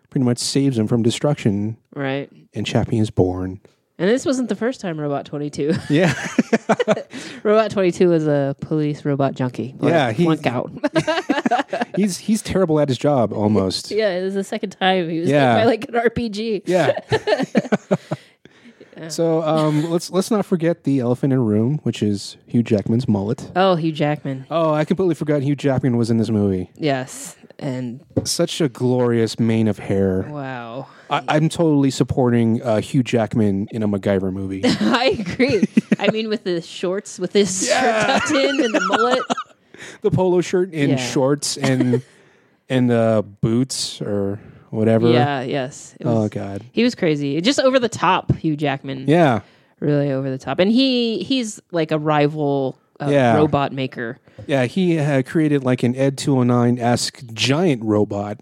[SPEAKER 2] pretty much saves him from destruction
[SPEAKER 1] Right.
[SPEAKER 2] and Chappie is born.
[SPEAKER 1] And this wasn't the first time Robot Twenty Two.
[SPEAKER 2] Yeah.
[SPEAKER 1] robot Twenty Two is a police robot junkie. Like,
[SPEAKER 2] Yeah, he-
[SPEAKER 1] flunk out.
[SPEAKER 2] he's he's terrible at his job almost.
[SPEAKER 1] yeah, it was the second time he was hit
[SPEAKER 2] Yeah.
[SPEAKER 1] by like an RPG.
[SPEAKER 2] Yeah. so um, let's let's not forget the elephant in the room, which is Hugh Jackman's mullet.
[SPEAKER 1] Oh, Hugh Jackman.
[SPEAKER 2] Oh, I completely forgot Hugh Jackman was in this movie.
[SPEAKER 1] Yes. And
[SPEAKER 2] Such a glorious mane of hair.
[SPEAKER 1] wow.
[SPEAKER 2] I, I'm totally supporting uh, Hugh Jackman in a MacGyver movie.
[SPEAKER 1] I agree. I mean, with the shorts, with this shirt tucked in and the mullet.
[SPEAKER 2] the polo shirt and
[SPEAKER 1] Yeah.
[SPEAKER 2] shorts and and uh, boots or whatever.
[SPEAKER 1] Yeah, yes. It was,
[SPEAKER 2] Oh God.
[SPEAKER 1] He was crazy. Just over the top, Hugh Jackman.
[SPEAKER 2] Yeah.
[SPEAKER 1] Really over the top. And he he's like a rival uh,
[SPEAKER 2] Yeah.
[SPEAKER 1] robot maker.
[SPEAKER 2] Yeah, he uh, created like an Ed 209 esque giant robot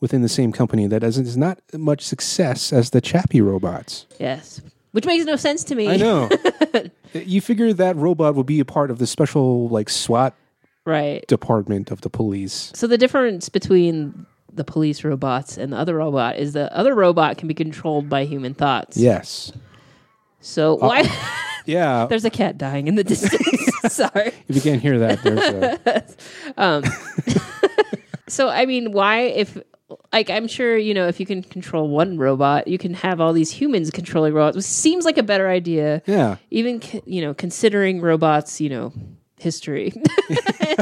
[SPEAKER 2] within the same company that is is not much success as the Chappie robots.
[SPEAKER 1] Yes. Which makes no sense to me.
[SPEAKER 2] I know. you figure that robot would be a part of the special like SWAT
[SPEAKER 1] Right.
[SPEAKER 2] department of the police.
[SPEAKER 1] So the difference between the police robots and the other robot is the other robot can be controlled by human thoughts.
[SPEAKER 2] Yes.
[SPEAKER 1] So why
[SPEAKER 2] Yeah.
[SPEAKER 1] there's a cat dying in the distance. Sorry.
[SPEAKER 2] if you can't hear that, there's a,
[SPEAKER 1] So I mean, why if like I'm sure you know if you can control one robot, you can have all these humans controlling robots, which seems like a better idea.
[SPEAKER 2] yeah.
[SPEAKER 1] Even c- you know considering robots, you know history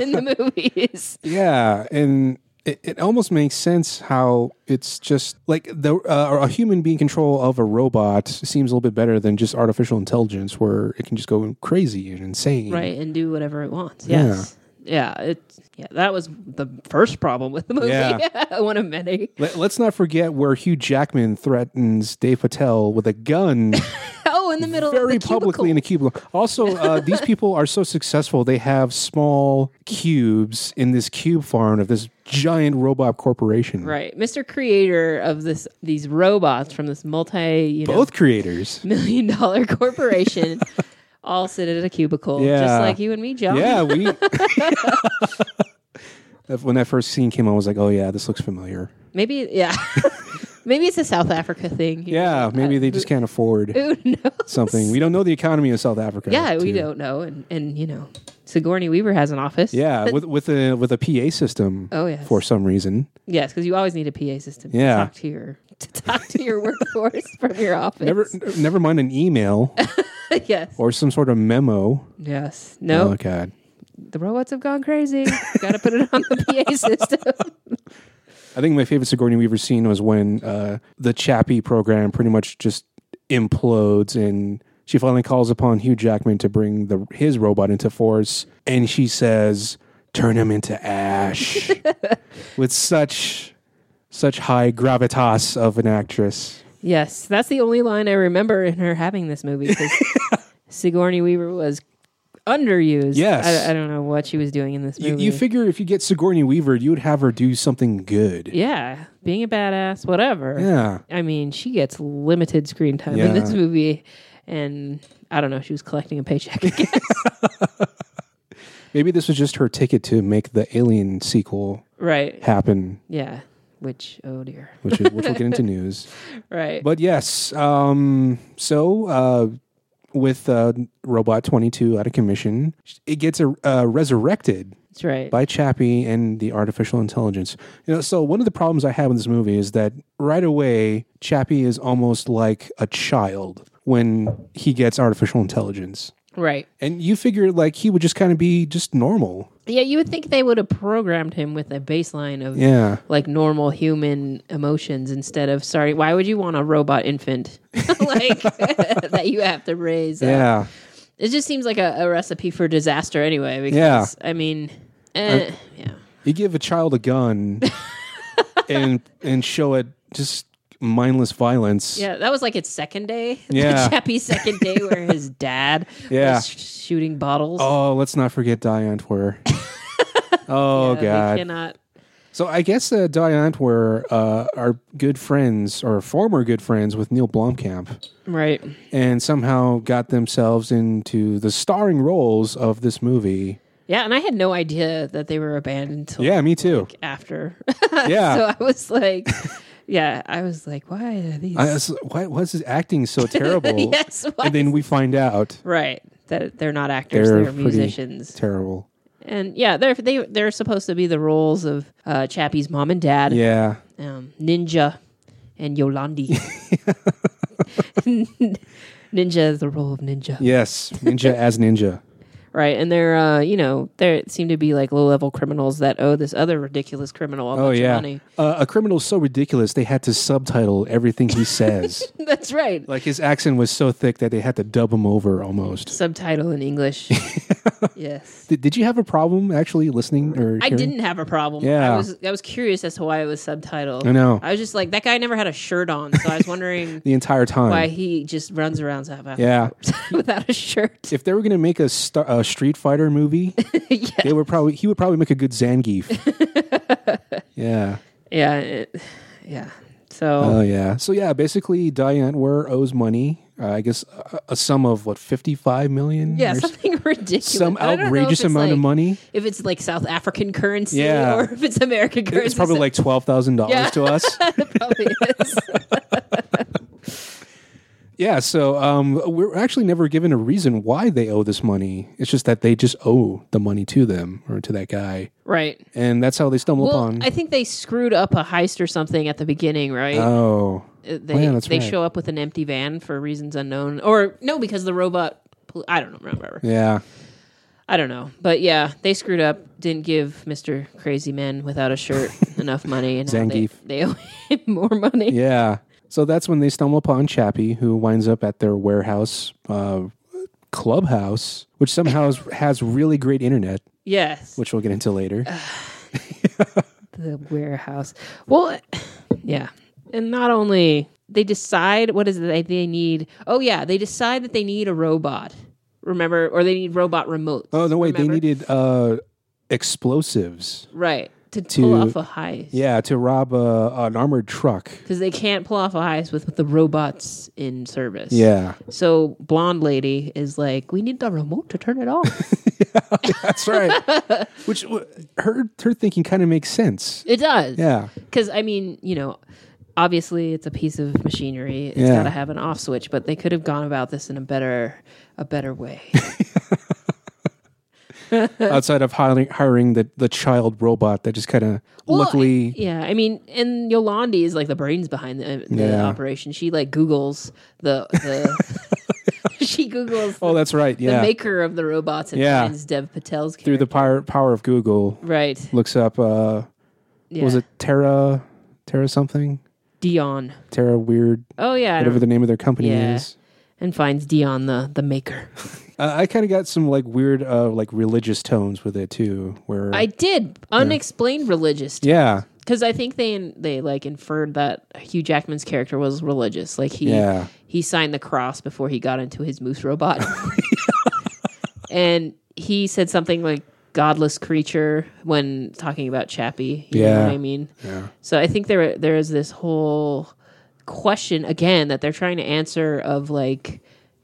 [SPEAKER 1] in the movies.
[SPEAKER 2] Yeah, and it, it almost makes sense how it's just like the uh, a human being control of a robot seems a little bit better than just artificial intelligence, where it can just go crazy and insane.
[SPEAKER 1] right and do whatever it wants yes yeah, it yeah that was the first problem with the movie
[SPEAKER 2] Yeah.
[SPEAKER 1] one of many
[SPEAKER 2] Let, us not forget where Hugh Jackman threatens Dave Patel with a gun
[SPEAKER 1] oh in the middle
[SPEAKER 2] very
[SPEAKER 1] of the
[SPEAKER 2] publicly in a cubicle. Also, uh, these people are so successful; they have small cubes in this cube farm of this giant robot corporation.
[SPEAKER 1] right mr creator of this these robots from this multi you know
[SPEAKER 2] Both creators.
[SPEAKER 1] million dollar corporation all sit at a cubicle
[SPEAKER 2] Yeah.
[SPEAKER 1] just like you and me john
[SPEAKER 2] Yeah, we. when that first scene came on, I was like, "Oh yeah, this looks familiar."
[SPEAKER 1] maybe yeah maybe it's a south africa thing you
[SPEAKER 2] Yeah, maybe they just can't afford
[SPEAKER 1] know? who knows
[SPEAKER 2] something. We don't know the economy of South Africa.
[SPEAKER 1] yeah we
[SPEAKER 2] too.
[SPEAKER 1] don't know and and you know sigourney weaver has an office
[SPEAKER 2] Yeah, with with a with a PA system.
[SPEAKER 1] Oh, yes.
[SPEAKER 2] for some reason.
[SPEAKER 1] Yes, because you always need a PA system
[SPEAKER 2] Yeah.
[SPEAKER 1] to talk to your to talk to your workforce from your office.
[SPEAKER 2] Never never mind an email
[SPEAKER 1] yes.
[SPEAKER 2] or some sort of memo.
[SPEAKER 1] yes. No.
[SPEAKER 2] Oh God.
[SPEAKER 1] The robots have gone crazy. Got to put it on the PA system.
[SPEAKER 2] I think my favorite Sigourney Weaver scene was when uh, the Chappie program pretty much just implodes, and she finally calls upon Hugh Jackman to bring the his robot into force, and she says, "Turn him into ash," with such such high gravitas of an actress.
[SPEAKER 1] Yes, that's the only line I remember in her having this movie because Sigourney Weaver was underused.
[SPEAKER 2] Yes.
[SPEAKER 1] I, I don't know what she was doing in this
[SPEAKER 2] You,
[SPEAKER 1] movie.
[SPEAKER 2] you figure if you get Sigourney Weaver, you would have her do something good.
[SPEAKER 1] yeah, being a badass, whatever.
[SPEAKER 2] yeah.
[SPEAKER 1] I mean, she gets limited screen time
[SPEAKER 2] Yeah.
[SPEAKER 1] in this movie, and I don't know. She was collecting a paycheck. I guess.
[SPEAKER 2] Maybe this was just her ticket to make the Alien sequel
[SPEAKER 1] right?
[SPEAKER 2] happen,
[SPEAKER 1] Yeah. Which oh dear.
[SPEAKER 2] which, is, which we'll get into news.
[SPEAKER 1] Right.
[SPEAKER 2] But yes, um, so uh, with uh, Robot 22 out of commission, it gets uh, uh, resurrected
[SPEAKER 1] That's right.
[SPEAKER 2] by Chappie and the artificial intelligence. You know, so one of the problems I have in this movie is that right away, Chappie is almost like a child when he gets artificial intelligence.
[SPEAKER 1] Right.
[SPEAKER 2] And you figure like he would just kind of be just normal.
[SPEAKER 1] Yeah, you would think they would have programmed him with a baseline of
[SPEAKER 2] Yeah.
[SPEAKER 1] like normal human emotions instead of sorry. Why would you want a robot infant like that you have to raise? up?
[SPEAKER 2] Yeah.
[SPEAKER 1] It just seems like a, a recipe for disaster anyway. Because I mean, eh, yeah.
[SPEAKER 2] You give a child a gun and and show it just mindless violence.
[SPEAKER 1] Yeah, that was like its second day.
[SPEAKER 2] Yeah.
[SPEAKER 1] The Chappie's second day where his dad
[SPEAKER 2] Yeah.
[SPEAKER 1] was sh- shooting bottles.
[SPEAKER 2] Oh, let's not forget Diane Antwer. oh
[SPEAKER 1] Uh,
[SPEAKER 2] God.
[SPEAKER 1] We cannot.
[SPEAKER 2] So I guess uh, Diane Antwer uh, are good friends or former good friends with Neil Blomkamp,
[SPEAKER 1] Right.
[SPEAKER 2] and somehow got themselves into the starring roles of this movie.
[SPEAKER 1] Yeah, and I had no idea that they were abandoned until
[SPEAKER 2] Yeah, me too.
[SPEAKER 1] after.
[SPEAKER 2] Yeah.
[SPEAKER 1] so I was like, yeah, I was like, why are these?
[SPEAKER 2] I was, why was his acting so terrible?
[SPEAKER 1] yes, why?
[SPEAKER 2] And then we find out
[SPEAKER 1] right. That they're not actors,
[SPEAKER 2] They're
[SPEAKER 1] they're,
[SPEAKER 2] pretty-
[SPEAKER 1] musicians.
[SPEAKER 2] terrible.
[SPEAKER 1] and yeah, they're they they're supposed to be the roles of uh, Chappie's mom and dad,
[SPEAKER 2] Yeah.
[SPEAKER 1] um, Ninja and Yolandi. ninja is the role of ninja.
[SPEAKER 2] Yes. Ninja as ninja.
[SPEAKER 1] Right. And they're, uh, you know, they seem to be like low level criminals that owe this other ridiculous criminal a
[SPEAKER 2] Oh
[SPEAKER 1] bunch
[SPEAKER 2] yeah,
[SPEAKER 1] of money.
[SPEAKER 2] Uh, a criminal so ridiculous they had to subtitle everything he says.
[SPEAKER 1] That's right.
[SPEAKER 2] like his accent was so thick that they had to dub him over almost.
[SPEAKER 1] Subtitle in English. yes.
[SPEAKER 2] Did, did you have a problem actually listening or?
[SPEAKER 1] I
[SPEAKER 2] hearing?
[SPEAKER 1] didn't have a problem.
[SPEAKER 2] Yeah.
[SPEAKER 1] I was I was curious as to why it was subtitled.
[SPEAKER 2] I know.
[SPEAKER 1] I was just like, that guy never had a shirt on. So I was wondering
[SPEAKER 2] the entire time.
[SPEAKER 1] why he just runs around South
[SPEAKER 2] Yeah.
[SPEAKER 1] without a shirt.
[SPEAKER 2] If they were going to make a, star, a Street Fighter movie,
[SPEAKER 1] yeah.
[SPEAKER 2] they would probably he would probably make a good Zangief. yeah.
[SPEAKER 1] Yeah. it- yeah. So.
[SPEAKER 2] Oh yeah. So yeah, basically Diane Ware owes money. Uh, I guess a, a sum of what fifty five million.
[SPEAKER 1] yeah,
[SPEAKER 2] or s-
[SPEAKER 1] something ridiculous.
[SPEAKER 2] some
[SPEAKER 1] I don't know if
[SPEAKER 2] outrageous
[SPEAKER 1] it's
[SPEAKER 2] amount of
[SPEAKER 1] like-
[SPEAKER 2] money.
[SPEAKER 1] If it's like South African currency
[SPEAKER 2] Yeah.
[SPEAKER 1] or if it's American currency.
[SPEAKER 2] It's probably like twelve thousand
[SPEAKER 1] Yeah.
[SPEAKER 2] dollars to us.
[SPEAKER 1] probably is.
[SPEAKER 2] Yeah, so um, we're actually never given a reason why they owe this money. It's just that they just owe the money to them or to that guy,
[SPEAKER 1] right.
[SPEAKER 2] and that's how they stumble
[SPEAKER 1] Well,
[SPEAKER 2] upon.
[SPEAKER 1] I think they screwed up a heist or something at the beginning, right?
[SPEAKER 2] oh,
[SPEAKER 1] Uh, they
[SPEAKER 2] oh, yeah, that's
[SPEAKER 1] they
[SPEAKER 2] right.
[SPEAKER 1] show up with an empty van for reasons unknown, or no, because the robot. pol- I don't know, remember.
[SPEAKER 2] yeah,
[SPEAKER 1] I don't know, but yeah, they screwed up. Didn't give Mister Crazy Man without a shirt enough money, and now they,
[SPEAKER 2] Zangief.
[SPEAKER 1] they owe him more money.
[SPEAKER 2] yeah. So that's when they stumble upon Chappie, who winds up at their warehouse uh, clubhouse, which somehow is, has really great internet,
[SPEAKER 1] Yes,
[SPEAKER 2] which we'll get into later.
[SPEAKER 1] the warehouse. Well, yeah. And not only they decide what is it that they need. Oh yeah, they decide that they need a robot. Remember, or they need robot remotes.
[SPEAKER 2] Oh no, wait,
[SPEAKER 1] remember?
[SPEAKER 2] they needed uh, explosives.
[SPEAKER 1] right to,
[SPEAKER 2] to-
[SPEAKER 1] pull off a heist.
[SPEAKER 2] Yeah, to rob uh, an armored truck.
[SPEAKER 1] because they can't pull off a heist with, with the robots in service.
[SPEAKER 2] Yeah,
[SPEAKER 1] So blonde lady is like, we need the remote to turn it off.
[SPEAKER 2] That's right. Which w- her her thinking kind of makes sense.
[SPEAKER 1] it does.
[SPEAKER 2] Yeah,
[SPEAKER 1] Because I mean, you know, obviously it's a piece of machinery. It's
[SPEAKER 2] Yeah.
[SPEAKER 1] got to have an off switch, but they could have gone about this in a better, a better way.
[SPEAKER 2] outside of hiring hiring the, the child robot that just kind of luckily
[SPEAKER 1] yeah. I mean, and Yolandi is like the brains behind the, the
[SPEAKER 2] Yeah.
[SPEAKER 1] operation. She like Googles the the. she Googles
[SPEAKER 2] Oh, that's right.
[SPEAKER 1] the
[SPEAKER 2] Yeah.
[SPEAKER 1] maker of the robots and
[SPEAKER 2] Yeah.
[SPEAKER 1] finds Dev Patel's
[SPEAKER 2] Through
[SPEAKER 1] character.
[SPEAKER 2] the power power of Google
[SPEAKER 1] right.
[SPEAKER 2] looks up uh
[SPEAKER 1] Yeah.
[SPEAKER 2] was it Terra Terra something,
[SPEAKER 1] Dion.
[SPEAKER 2] Terra Weird,
[SPEAKER 1] Oh yeah, I
[SPEAKER 2] whatever
[SPEAKER 1] don't-
[SPEAKER 2] the name of their company
[SPEAKER 1] Yeah.
[SPEAKER 2] is.
[SPEAKER 1] and finds Dion the the maker.
[SPEAKER 2] Uh, I kind of got some like weird, uh, like religious tones with it too. Where
[SPEAKER 1] I did unexplained religious
[SPEAKER 2] yeah,
[SPEAKER 1] because I think they they like inferred that Hugh Jackman's character was religious. Like he
[SPEAKER 2] Yeah.
[SPEAKER 1] he signed the cross before he got into his moose robot, and he said something like "godless creature" when talking about Chappie. You know
[SPEAKER 2] Yeah.
[SPEAKER 1] what I mean.
[SPEAKER 2] yeah,
[SPEAKER 1] So I think there there is this whole question again that they're trying to answer of like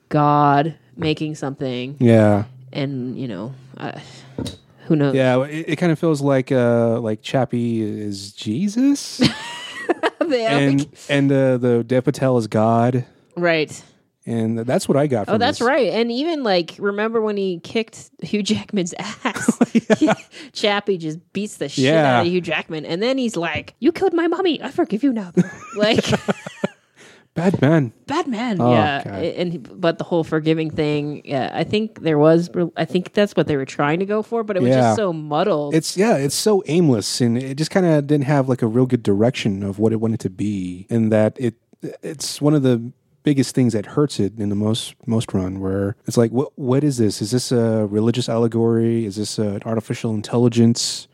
[SPEAKER 1] God making something,
[SPEAKER 2] yeah,
[SPEAKER 1] and you know, uh, who knows?
[SPEAKER 2] yeah. It, it kind of feels like uh, like Chappie is Jesus,
[SPEAKER 1] They- I don't
[SPEAKER 2] and
[SPEAKER 1] think-
[SPEAKER 2] and uh, the Dev Patel is God,
[SPEAKER 1] right.
[SPEAKER 2] and that's what I got. From
[SPEAKER 1] Oh, that's
[SPEAKER 2] this.
[SPEAKER 1] right. And even like, remember when he kicked Hugh Jackman's ass? Chappie just beats the shit
[SPEAKER 2] Oh, Yeah.
[SPEAKER 1] out of Hugh Jackman, and then he's like, "You killed my mommy. I forgive you now." like,
[SPEAKER 2] Bad man.
[SPEAKER 1] bad man.
[SPEAKER 2] Oh,
[SPEAKER 1] yeah.
[SPEAKER 2] God.
[SPEAKER 1] And he- but the whole forgiving thing. Yeah, I think there was. I think that's what they were trying to go for, but it was
[SPEAKER 2] Yeah.
[SPEAKER 1] just so muddled.
[SPEAKER 2] It's yeah, it's so aimless, and it just kind of didn't have like a real good direction of what it wanted to be, and that it it's one of the biggest things that hurts it in the most most run where it's like what what is this is this a religious allegory is this an artificial intelligence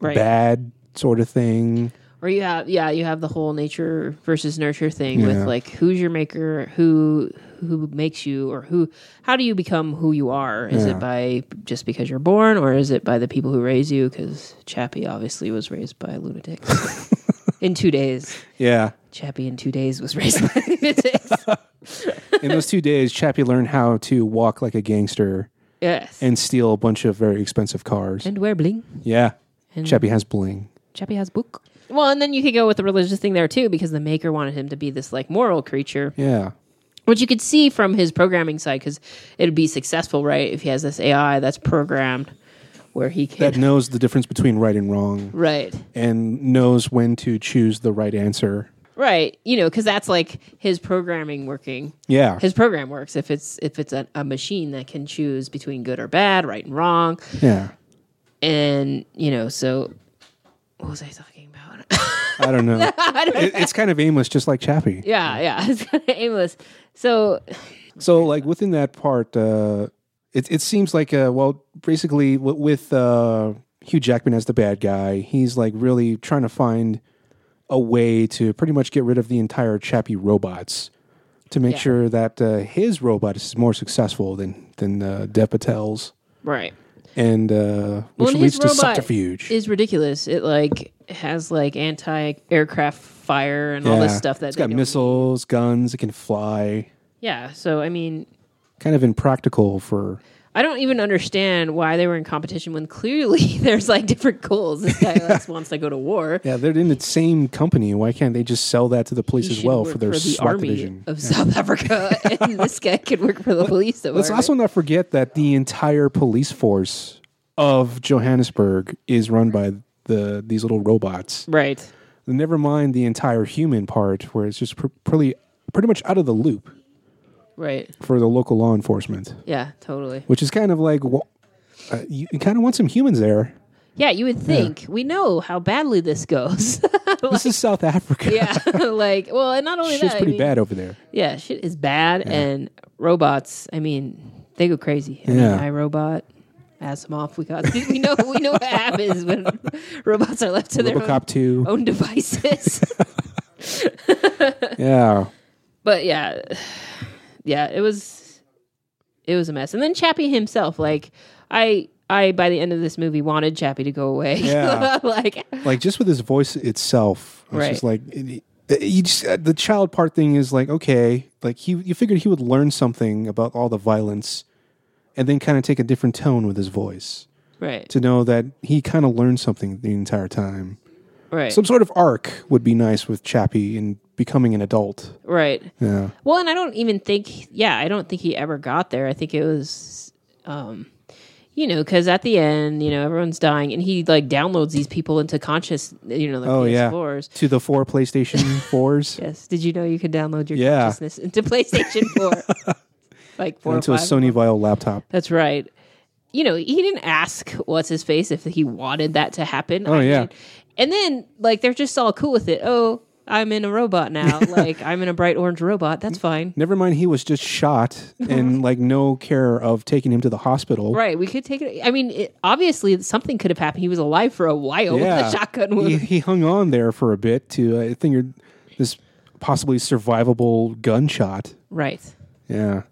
[SPEAKER 1] right.
[SPEAKER 2] bad sort of thing
[SPEAKER 1] Or you have yeah, you have the whole nature versus nurture thing
[SPEAKER 2] Yeah.
[SPEAKER 1] with like who's your maker, who who makes you or who how do you become who you are? Is
[SPEAKER 2] Yeah.
[SPEAKER 1] it by just because you're born or is it by the people who raise you cuz Chappie obviously was raised by lunatics. in 2 days.
[SPEAKER 2] yeah
[SPEAKER 1] Chappie in 2 days was raised by lunatics.
[SPEAKER 2] in those two days chappie learned how to walk like a gangster
[SPEAKER 1] Yes. And,
[SPEAKER 2] and steal a bunch of very expensive cars
[SPEAKER 1] wear bling.
[SPEAKER 2] yeah
[SPEAKER 1] And
[SPEAKER 2] chappie has bling
[SPEAKER 1] Chappie has book. Well, and then you could go with the religious thing there too because the maker wanted him to be this like moral creature.
[SPEAKER 2] yeah
[SPEAKER 1] which you could see from his programming side because it'd be successful right if he has this ai that's programmed where he can
[SPEAKER 2] that knows the difference between right and wrong
[SPEAKER 1] right
[SPEAKER 2] and knows when to choose the right answer.
[SPEAKER 1] right you know because that's like his programming working
[SPEAKER 2] Yeah.
[SPEAKER 1] his program works if it's if it's a, a machine that can choose between good or bad right and wrong
[SPEAKER 2] yeah.
[SPEAKER 1] and you know so what was i talking about
[SPEAKER 2] I don't know. It- it's kind of aimless, just like Chappie.
[SPEAKER 1] yeah yeah it's kind of aimless so
[SPEAKER 2] So, like within that part, uh, it it seems like uh, well, basically w- with uh, Hugh Jackman as the bad guy, he's like really trying to find a way to pretty much get rid of the entire Chappie robots to make
[SPEAKER 1] Yeah.
[SPEAKER 2] sure that uh, his robot is more successful than than uh, Dev Patel's,
[SPEAKER 1] right
[SPEAKER 2] and uh, which
[SPEAKER 1] Well, and
[SPEAKER 2] leads
[SPEAKER 1] his
[SPEAKER 2] to
[SPEAKER 1] robot
[SPEAKER 2] subterfuge.
[SPEAKER 1] is ridiculous. It like has like anti-aircraft fire and all
[SPEAKER 2] Yeah.
[SPEAKER 1] this stuff that
[SPEAKER 2] it's
[SPEAKER 1] they
[SPEAKER 2] got
[SPEAKER 1] don't-
[SPEAKER 2] missiles, guns, it can fly.
[SPEAKER 1] Yeah, so I mean,
[SPEAKER 2] Kind of impractical for
[SPEAKER 1] I don't even understand why they were in competition when clearly there's like different goals. This guy likes, wants to go to war.
[SPEAKER 2] yeah. They're in the same company. Why can't they just sell that to the police
[SPEAKER 1] He
[SPEAKER 2] as
[SPEAKER 1] should
[SPEAKER 2] well
[SPEAKER 1] work
[SPEAKER 2] for their
[SPEAKER 1] the
[SPEAKER 2] SWAT
[SPEAKER 1] army
[SPEAKER 2] division?
[SPEAKER 1] of South Africa, and this guy could work for the police.
[SPEAKER 2] Let's
[SPEAKER 1] department.
[SPEAKER 2] also not forget that the entire police force of Johannesburg is run by the these little robots.
[SPEAKER 1] right.
[SPEAKER 2] Never mind the entire human part, where it's just pr- pretty pretty much out of the loop
[SPEAKER 1] Right.
[SPEAKER 2] for the local law enforcement,
[SPEAKER 1] Yeah. Totally.
[SPEAKER 2] which is kind of like wh- uh, you, you kind of want some humans there.
[SPEAKER 1] Yeah. You would think we know how badly this goes.
[SPEAKER 2] This is South Africa.
[SPEAKER 1] yeah. like, well, and not only
[SPEAKER 2] Shit's
[SPEAKER 1] that, I
[SPEAKER 2] pretty
[SPEAKER 1] mean-
[SPEAKER 2] bad over there.
[SPEAKER 1] Yeah, shit is bad, and robots. I mean, they go crazy. I
[SPEAKER 2] Yeah.
[SPEAKER 1] mean, iRobot, Asimov. We got. We know. we know what happens when robots are left to their own,
[SPEAKER 2] RoboCop 2.
[SPEAKER 1] own devices. Oh.
[SPEAKER 2] Yeah.
[SPEAKER 1] but yeah, yeah, it was, it was a mess. And then Chappie himself, like I, I by the end of this movie wanted Chappie to go away.
[SPEAKER 2] Yeah.
[SPEAKER 1] like
[SPEAKER 2] Like just with his voice itself, it's just like it, it- you just, uh, the child part thing is like okay, like he you figured he would learn something about all the violence and then kind of take a different tone with his voice
[SPEAKER 1] right,
[SPEAKER 2] to know that he kind of learned something the entire time.
[SPEAKER 1] right,
[SPEAKER 2] Some sort of arc would be nice with Chappie in becoming an adult.
[SPEAKER 1] right.
[SPEAKER 2] Yeah.
[SPEAKER 1] Well, and I don't even think, yeah, I don't think he ever got there. I think it was, um, you know, because at the end, you know, everyone's dying, and he like downloads these people into conscious, you know, the
[SPEAKER 2] Oh yeah.
[SPEAKER 1] PS4s.
[SPEAKER 2] To the four PlayStation 4s
[SPEAKER 1] Yes. Did you know you could download your
[SPEAKER 2] Yeah.
[SPEAKER 1] consciousness into PlayStation Four, like four
[SPEAKER 2] onto
[SPEAKER 1] or
[SPEAKER 2] a
[SPEAKER 1] five?
[SPEAKER 2] Sony Vio laptop.
[SPEAKER 1] That's right. You know, he didn't ask what's his face if he wanted that to happen.
[SPEAKER 2] Oh, yeah.
[SPEAKER 1] And then like they're just all cool with it. Oh, I'm in a robot now. like I'm in a bright orange robot. That's fine.
[SPEAKER 2] Never mind, he was just shot and like no care of taking him to the hospital.
[SPEAKER 1] Right, we could take it. I mean, it, obviously something could have happened. He was alive for a while
[SPEAKER 2] Yeah.
[SPEAKER 1] with a shotgun wound.
[SPEAKER 2] He, he hung on there for a bit to, uh, I think, you're- this possibly survivable gunshot.
[SPEAKER 1] Right.
[SPEAKER 2] Yeah.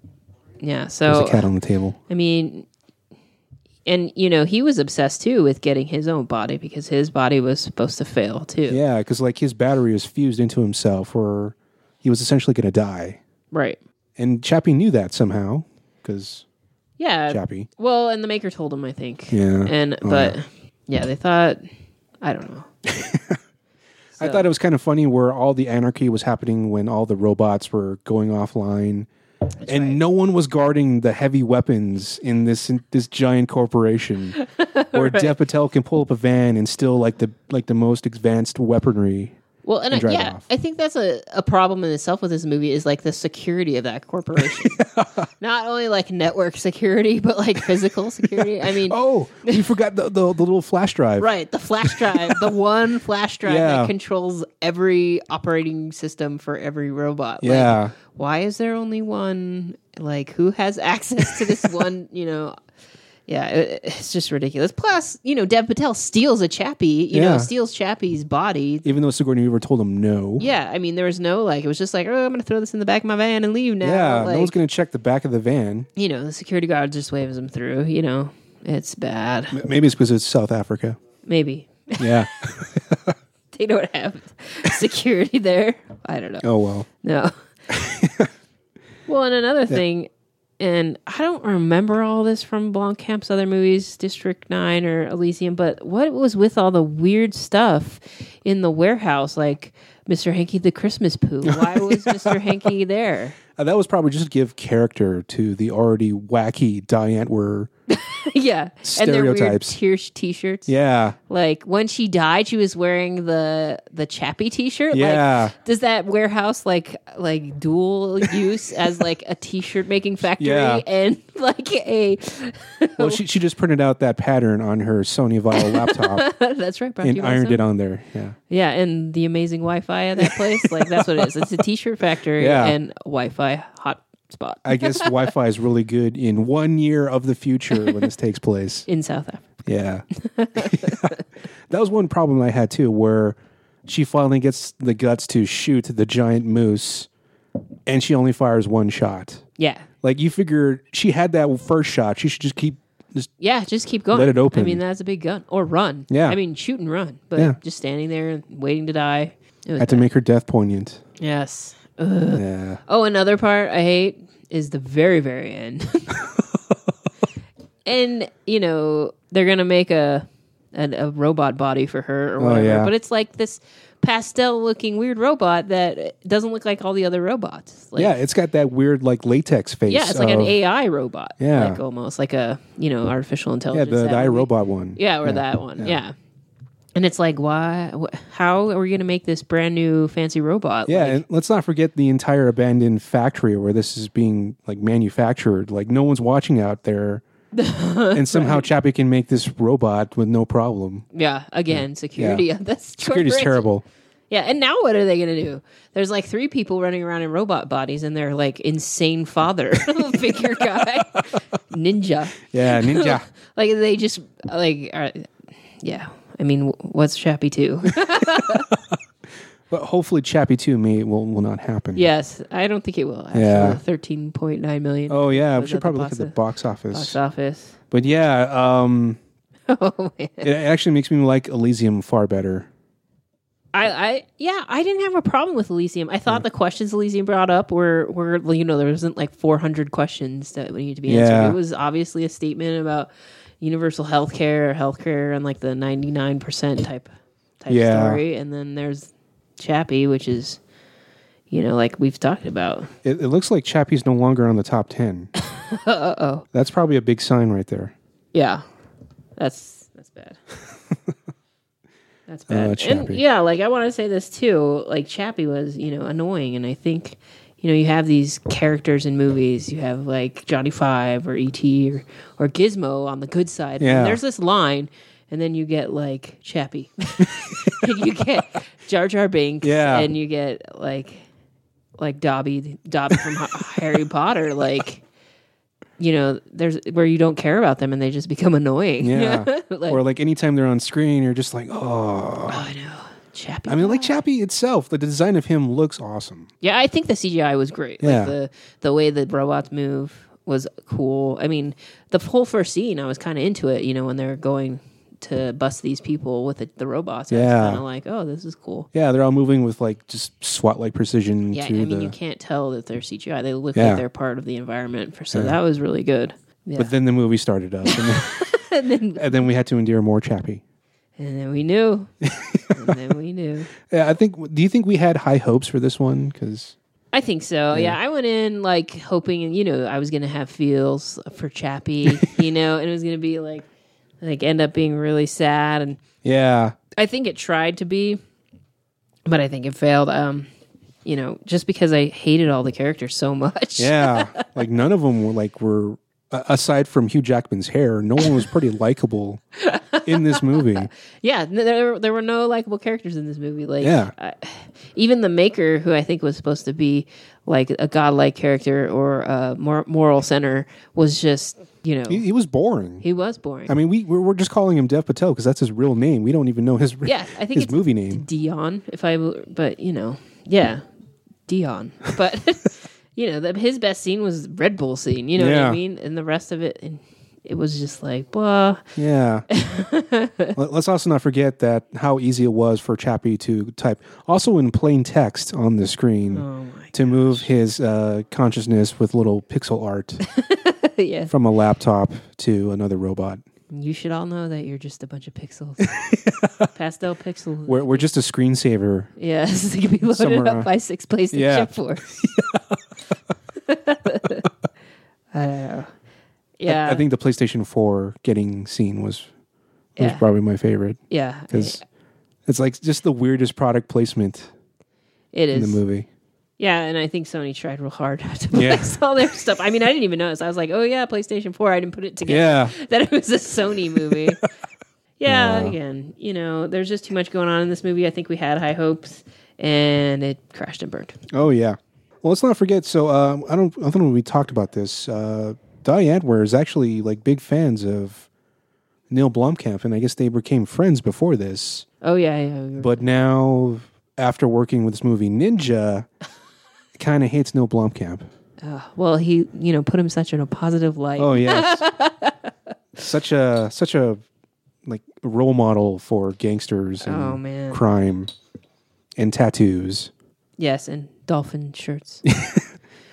[SPEAKER 1] Yeah.
[SPEAKER 2] There's
[SPEAKER 1] So
[SPEAKER 2] a cat on the table.
[SPEAKER 1] I mean, and you know, he was obsessed too with getting his own body because his body was supposed to fail too.
[SPEAKER 2] Yeah, because like his battery was fused into himself, or he was essentially going to die.
[SPEAKER 1] Right.
[SPEAKER 2] And Chappie knew that somehow, because
[SPEAKER 1] Yeah.
[SPEAKER 2] Chappie.
[SPEAKER 1] Well, and the maker told him, I think.
[SPEAKER 2] Yeah.
[SPEAKER 1] And
[SPEAKER 2] Oh,
[SPEAKER 1] but yeah. they thought I don't know.
[SPEAKER 2] I thought it was kind of funny where all the anarchy was happening when all the robots were going offline, and no one was guarding the heavy weapons in this in this giant corporation, where Dev Patel can pull up a van and still like the like the most advanced weaponry.
[SPEAKER 1] Well, and, I-
[SPEAKER 2] drive
[SPEAKER 1] yeah,
[SPEAKER 2] off.
[SPEAKER 1] I think that's a, a problem in itself with this movie is like the security of that corporation. Not only like network security, but like physical security. I mean,
[SPEAKER 2] Oh, you forgot the, the the little flash drive.
[SPEAKER 1] Right, the flash drive, the one flash drive
[SPEAKER 2] Yeah.
[SPEAKER 1] that controls every operating system for every robot. Like,
[SPEAKER 2] Yeah.
[SPEAKER 1] why is there only one? Like, who has access to this one? You know, yeah, it, it's just ridiculous. Plus, you know, Dev Patel steals a Chappie. You
[SPEAKER 2] Yeah.
[SPEAKER 1] know, steals Chappie's body.
[SPEAKER 2] Even though Sigourney Weaver told him no.
[SPEAKER 1] Yeah, I mean, there was no like. It was just like, oh, I'm gonna throw this in the back of my van and leave now.
[SPEAKER 2] Yeah,
[SPEAKER 1] like,
[SPEAKER 2] no one's going to check the back of the van.
[SPEAKER 1] you know, the security guard just waves him through. You know, it's bad.
[SPEAKER 2] Maybe it's because it's South Africa.
[SPEAKER 1] Maybe
[SPEAKER 2] Yeah.
[SPEAKER 1] they don't have security there. I don't know.
[SPEAKER 2] oh well.
[SPEAKER 1] No. well, and another thing, and I don't remember all this from Blanckamp's other movies, District Nine or Elysium, but what was with all the weird stuff in the warehouse, like Mr. Hanky the Christmas poo? Why was Mr. Hanky there?
[SPEAKER 2] Uh, that was probably just to give character to the already wacky Diane were.
[SPEAKER 1] yeah, and their weird
[SPEAKER 2] Stereotypes.
[SPEAKER 1] tier- t-shirts.
[SPEAKER 2] Yeah.
[SPEAKER 1] Like when she died, she was wearing the the Chappie T-shirt.
[SPEAKER 2] Yeah.
[SPEAKER 1] Like, does that warehouse like like dual use as like a T-shirt making factory
[SPEAKER 2] Yeah.
[SPEAKER 1] and like a?
[SPEAKER 2] Well, she, she just printed out that pattern on her Sony Vio laptop
[SPEAKER 1] that's right. brought to
[SPEAKER 2] and
[SPEAKER 1] you by
[SPEAKER 2] ironed
[SPEAKER 1] Sony.
[SPEAKER 2] it on there. Yeah.
[SPEAKER 1] Yeah, and the amazing Wi-Fi at that place. like that's what it is. It's a T-shirt factory
[SPEAKER 2] Yeah.
[SPEAKER 1] and Wi-Fi hotspot
[SPEAKER 2] I guess Wi Fi is really good in one year of the future when this takes place.
[SPEAKER 1] in South Africa.
[SPEAKER 2] Yeah. that was one problem I had too, where she finally gets the guts to shoot the giant moose and she only fires one shot.
[SPEAKER 1] Yeah,
[SPEAKER 2] Like you figure she had that first shot. She should just keep just
[SPEAKER 1] yeah. Just keep going.
[SPEAKER 2] Let it open.
[SPEAKER 1] I mean, that's a big gun or run.
[SPEAKER 2] Yeah.
[SPEAKER 1] I mean, shoot and run, but
[SPEAKER 2] Yeah.
[SPEAKER 1] just standing there and waiting to die. It was
[SPEAKER 2] had to make her death poignant.
[SPEAKER 1] yes.
[SPEAKER 2] Yeah.
[SPEAKER 1] Oh, another part I hate is the very, very end. and you know they're gonna make a a, a robot body for her or whatever,
[SPEAKER 2] Oh, yeah.
[SPEAKER 1] but it's like this pastel-looking weird robot that doesn't look like all the other robots. Like,
[SPEAKER 2] Yeah, it's got that weird like latex face.
[SPEAKER 1] yeah, it's like an
[SPEAKER 2] of-
[SPEAKER 1] AI robot.
[SPEAKER 2] Yeah.
[SPEAKER 1] like almost like a you know artificial
[SPEAKER 2] Yeah,
[SPEAKER 1] intelligence.
[SPEAKER 2] the, the
[SPEAKER 1] that would be-
[SPEAKER 2] iRobot one.
[SPEAKER 1] yeah, or that one. Yeah. And it's like, why? Wh- how are we going to make this brand new fancy robot?
[SPEAKER 2] Yeah,
[SPEAKER 1] Like,
[SPEAKER 2] and let's not forget the entire abandoned factory where this is being like manufactured. Like no one's watching out there. and somehow Chappie can make this robot with no problem.
[SPEAKER 1] yeah. Again, security. That's
[SPEAKER 2] Security's
[SPEAKER 1] corporate.
[SPEAKER 2] terrible.
[SPEAKER 1] Yeah, and now what are they going to do? There's like three people running around in robot bodies, and they're like insane father figure guy, ninja.
[SPEAKER 2] Yeah, ninja.
[SPEAKER 1] Like they just like, are, yeah. I mean, wh- what's Chappie too?
[SPEAKER 2] but hopefully Chappie 2 may will will not happen.
[SPEAKER 1] yes, I don't think it will. Actually,
[SPEAKER 2] Yeah.
[SPEAKER 1] thirteen point nine million
[SPEAKER 2] Oh yeah, we
[SPEAKER 1] Was
[SPEAKER 2] should
[SPEAKER 1] that the
[SPEAKER 2] probably look
[SPEAKER 1] box
[SPEAKER 2] at the
[SPEAKER 1] of-
[SPEAKER 2] box office.
[SPEAKER 1] box office.
[SPEAKER 2] But yeah, um
[SPEAKER 1] Oh man.
[SPEAKER 2] it actually makes me like Elysium far better.
[SPEAKER 1] I, I yeah, I didn't have a problem with Elysium. I thought the questions Elysium brought up were were you know there wasn't like 400 questions that would need to be answered.
[SPEAKER 2] Yeah.
[SPEAKER 1] It was obviously a statement about universal health care or health care and like the 99% type type
[SPEAKER 2] Yeah.
[SPEAKER 1] story and then there's Chappie which is you know like we've talked about.
[SPEAKER 2] It, it looks like Chappie's no longer on the top 10. Uh oh. That's probably a big sign right there.
[SPEAKER 1] Yeah. That's that's bad. that's bad.
[SPEAKER 2] Uh,
[SPEAKER 1] and
[SPEAKER 2] Chappie.
[SPEAKER 1] yeah, like I want to say this too. Like Chappie was, you know, annoying and I think you know, you have these characters in movies. You have E like Johnny Five or E.T. or, or Gizmo on the good side.
[SPEAKER 2] Yeah.
[SPEAKER 1] And there's this line and then you get like Chappie, and you get Jar Jar Binks,
[SPEAKER 2] Yeah.
[SPEAKER 1] and you get like like Dobby, Dobby from Ha- Harry Potter, like. You know, there's where you don't care about them and they just become annoying.
[SPEAKER 2] Yeah.
[SPEAKER 1] like, oh,
[SPEAKER 2] or like anytime they're on screen, you're just like, oh.
[SPEAKER 1] I know. Chappie.
[SPEAKER 2] I mean, like Chappie itself, the design of him looks awesome.
[SPEAKER 1] Yeah, I think the CGI was great.
[SPEAKER 2] Yeah.
[SPEAKER 1] Like the the way the robots move was cool. I mean, the whole first scene, I was kind of into it. You know, when they're going to bust these people with the, the robots, I was
[SPEAKER 2] Yeah.
[SPEAKER 1] kind of like, oh, this is cool.
[SPEAKER 2] Yeah, they're all moving with like just SWAT like precision
[SPEAKER 1] Yeah, I
[SPEAKER 2] to
[SPEAKER 1] mean,
[SPEAKER 2] the.
[SPEAKER 1] you can't tell that they're CGI. They look
[SPEAKER 2] Yeah.
[SPEAKER 1] like they're part of the environment. For so that was really good. Yeah,
[SPEAKER 2] But then the movie started up, and then,
[SPEAKER 1] and, then,
[SPEAKER 2] and then we had to endure more Chappie.
[SPEAKER 1] and then we knew. and then we knew.
[SPEAKER 2] Yeah, I think. Do you think we had high hopes for this one? Because
[SPEAKER 1] I think so. Yeah. I went in like hoping, you know, I was gonna have feels for Chappie, you know, and it was gonna be like, like end up being really sad, and
[SPEAKER 2] yeah,
[SPEAKER 1] I think it tried to be, but I think it failed. Um, you know, just because I hated all the characters so much.
[SPEAKER 2] yeah, like none of them were like were a- aside from Hugh Jackman's hair. No one was pretty likable in this movie.
[SPEAKER 1] Yeah, n- there there were no likable characters in this movie. Like,
[SPEAKER 2] Yeah.
[SPEAKER 1] I- even the maker, who I think was supposed to be like a godlike character or a mor- moral center, was just you know
[SPEAKER 2] He,
[SPEAKER 1] he,
[SPEAKER 2] he was boring.
[SPEAKER 1] was boring.
[SPEAKER 2] I mean, we we're, we're just calling him Dev Patel because that's his real name. We don't even know his re-
[SPEAKER 1] Yeah, I think
[SPEAKER 2] his
[SPEAKER 1] it's
[SPEAKER 2] movie name.
[SPEAKER 1] Dion, if I, will- but you know, yeah, Dion. But you know, the, his best scene was Red Bull scene. You know what
[SPEAKER 2] Yeah.
[SPEAKER 1] I mean? And the rest of it, and it was just like, blah.
[SPEAKER 2] Yeah. Let- Let's also not forget that how easy it was for Chappie to type, also in plain text on the screen,
[SPEAKER 1] Oh
[SPEAKER 2] to move his uh, consciousness with little pixel art
[SPEAKER 1] yeah,
[SPEAKER 2] from a laptop to another robot.
[SPEAKER 1] you should all know that you're just a bunch of pixels, pastel pixels.
[SPEAKER 2] We're, we're just a screensaver.
[SPEAKER 1] yeah, this could be loaded
[SPEAKER 2] Somewhere, uh,
[SPEAKER 1] up by six places
[SPEAKER 2] yeah.
[SPEAKER 1] except for. I don't know. Yeah,
[SPEAKER 2] I think the PlayStation 4 getting scene was, was
[SPEAKER 1] Yeah.
[SPEAKER 2] probably my favorite
[SPEAKER 1] yeah,
[SPEAKER 2] because it's like just the weirdest product placement
[SPEAKER 1] it
[SPEAKER 2] in the
[SPEAKER 1] is.
[SPEAKER 2] movie.
[SPEAKER 1] Yeah, and I think Sony tried real hard to
[SPEAKER 2] Yeah.
[SPEAKER 1] place all their stuff. I mean, I didn't even notice. I was like, oh yeah, PlayStation 4. I didn't put it together
[SPEAKER 2] Yeah.
[SPEAKER 1] that it was a Sony movie. yeah, again, you know, there's just too much going on in this movie. I think we had high hopes and it crashed and burned.
[SPEAKER 2] Oh yeah. Well, let's not forget. So um, I don't. I don't know if we talked about this. Uh, Di Antwer is actually like big fans of Neil Blomkamp, and I guess they became friends before this.
[SPEAKER 1] Oh yeah, yeah. we were-
[SPEAKER 2] But now, after working with this movie Ninja, kind of hates Neil Blomkamp.
[SPEAKER 1] uh, well, he, you know, put him such in a positive light.
[SPEAKER 2] Oh yes, such a such a like role model for gangsters and
[SPEAKER 1] Oh, man.
[SPEAKER 2] crime and tattoos.
[SPEAKER 1] Yes, and dolphin shirts.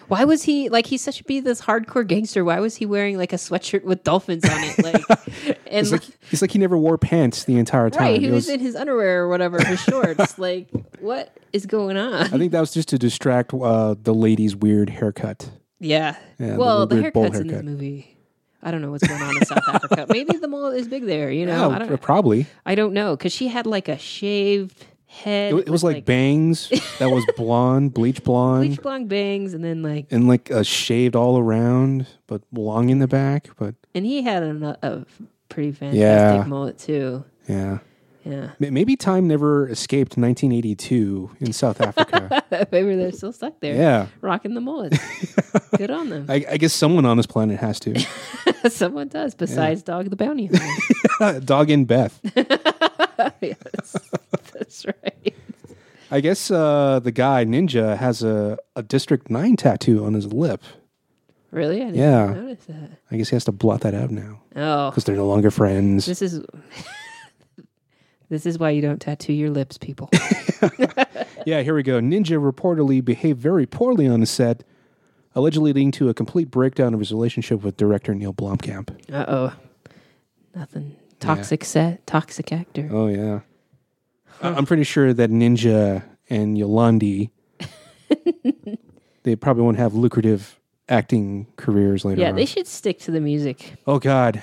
[SPEAKER 1] Why was he like he's such be this hardcore gangster? Why was he wearing like a sweatshirt with dolphins on it? Like, and
[SPEAKER 2] It's like he's like he never wore pants the entire time.
[SPEAKER 1] Right, Uh, he
[SPEAKER 2] It
[SPEAKER 1] was, in his underwear or whatever, his shorts. like, what is going on?
[SPEAKER 2] I think that was just to distract uh, the lady's weird haircut.
[SPEAKER 1] Yeah.
[SPEAKER 2] Yeah,
[SPEAKER 1] well,
[SPEAKER 2] the
[SPEAKER 1] the,
[SPEAKER 2] weird bowl
[SPEAKER 1] haircuts in this
[SPEAKER 2] haircut.
[SPEAKER 1] movie. I don't know what's going on in South Africa. Maybe the mole is big there. You know, Oh, I
[SPEAKER 2] yeah,
[SPEAKER 1] don't.
[SPEAKER 2] probably.
[SPEAKER 1] I don't know because she had like a shaved head.
[SPEAKER 2] It, wa- it was
[SPEAKER 1] with,
[SPEAKER 2] like, bangs that was blonde, bleach blonde,
[SPEAKER 1] bleach blonde bangs, and then like,
[SPEAKER 2] and like uh, shaved all around, but long in the back. But
[SPEAKER 1] and he had a, a pretty fantastic
[SPEAKER 2] Yeah.
[SPEAKER 1] mullet too.
[SPEAKER 2] yeah,
[SPEAKER 1] Yeah,
[SPEAKER 2] M- maybe time never escaped 1982 in South Africa.
[SPEAKER 1] maybe they're still stuck there.
[SPEAKER 2] yeah,
[SPEAKER 1] rocking the mullets. Good on them.
[SPEAKER 2] I, I guess someone on this planet has to.
[SPEAKER 1] Someone does besides Dog the Bounty Hunter.
[SPEAKER 2] Dog and Beth.
[SPEAKER 1] yes, that's right.
[SPEAKER 2] I guess uh, the guy Ninja has a, a District Nine tattoo on his lip.
[SPEAKER 1] Really? I didn't
[SPEAKER 2] Yeah.
[SPEAKER 1] notice that.
[SPEAKER 2] I guess he has to blot that out now
[SPEAKER 1] Oh,
[SPEAKER 2] because they're no longer friends.
[SPEAKER 1] this is this is why you don't tattoo your lips, people.
[SPEAKER 2] Yeah, here we go. Ninja reportedly behaved very poorly on the set, allegedly leading to a complete breakdown of his relationship with director Neil Blomkamp.
[SPEAKER 1] uh oh, nothing. Toxic set, toxic actor.
[SPEAKER 2] Oh yeah, I- I'm pretty sure that Ninja and Yolandi, they probably won't have lucrative acting careers later.
[SPEAKER 1] yeah,
[SPEAKER 2] on.
[SPEAKER 1] they should stick to the music.
[SPEAKER 2] oh God,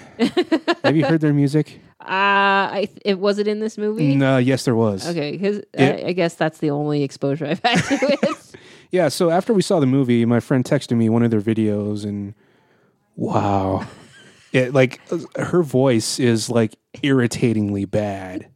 [SPEAKER 2] have you heard their music?
[SPEAKER 1] Uh, I th- it was it in this movie.
[SPEAKER 2] No, yes, there was.
[SPEAKER 1] Okay, because
[SPEAKER 2] It-
[SPEAKER 1] I, I guess that's the only exposure I've had to it.
[SPEAKER 2] Yeah, so after we saw the movie, my friend texted me one of their videos, and wow, It, like her voice is like irritatingly bad.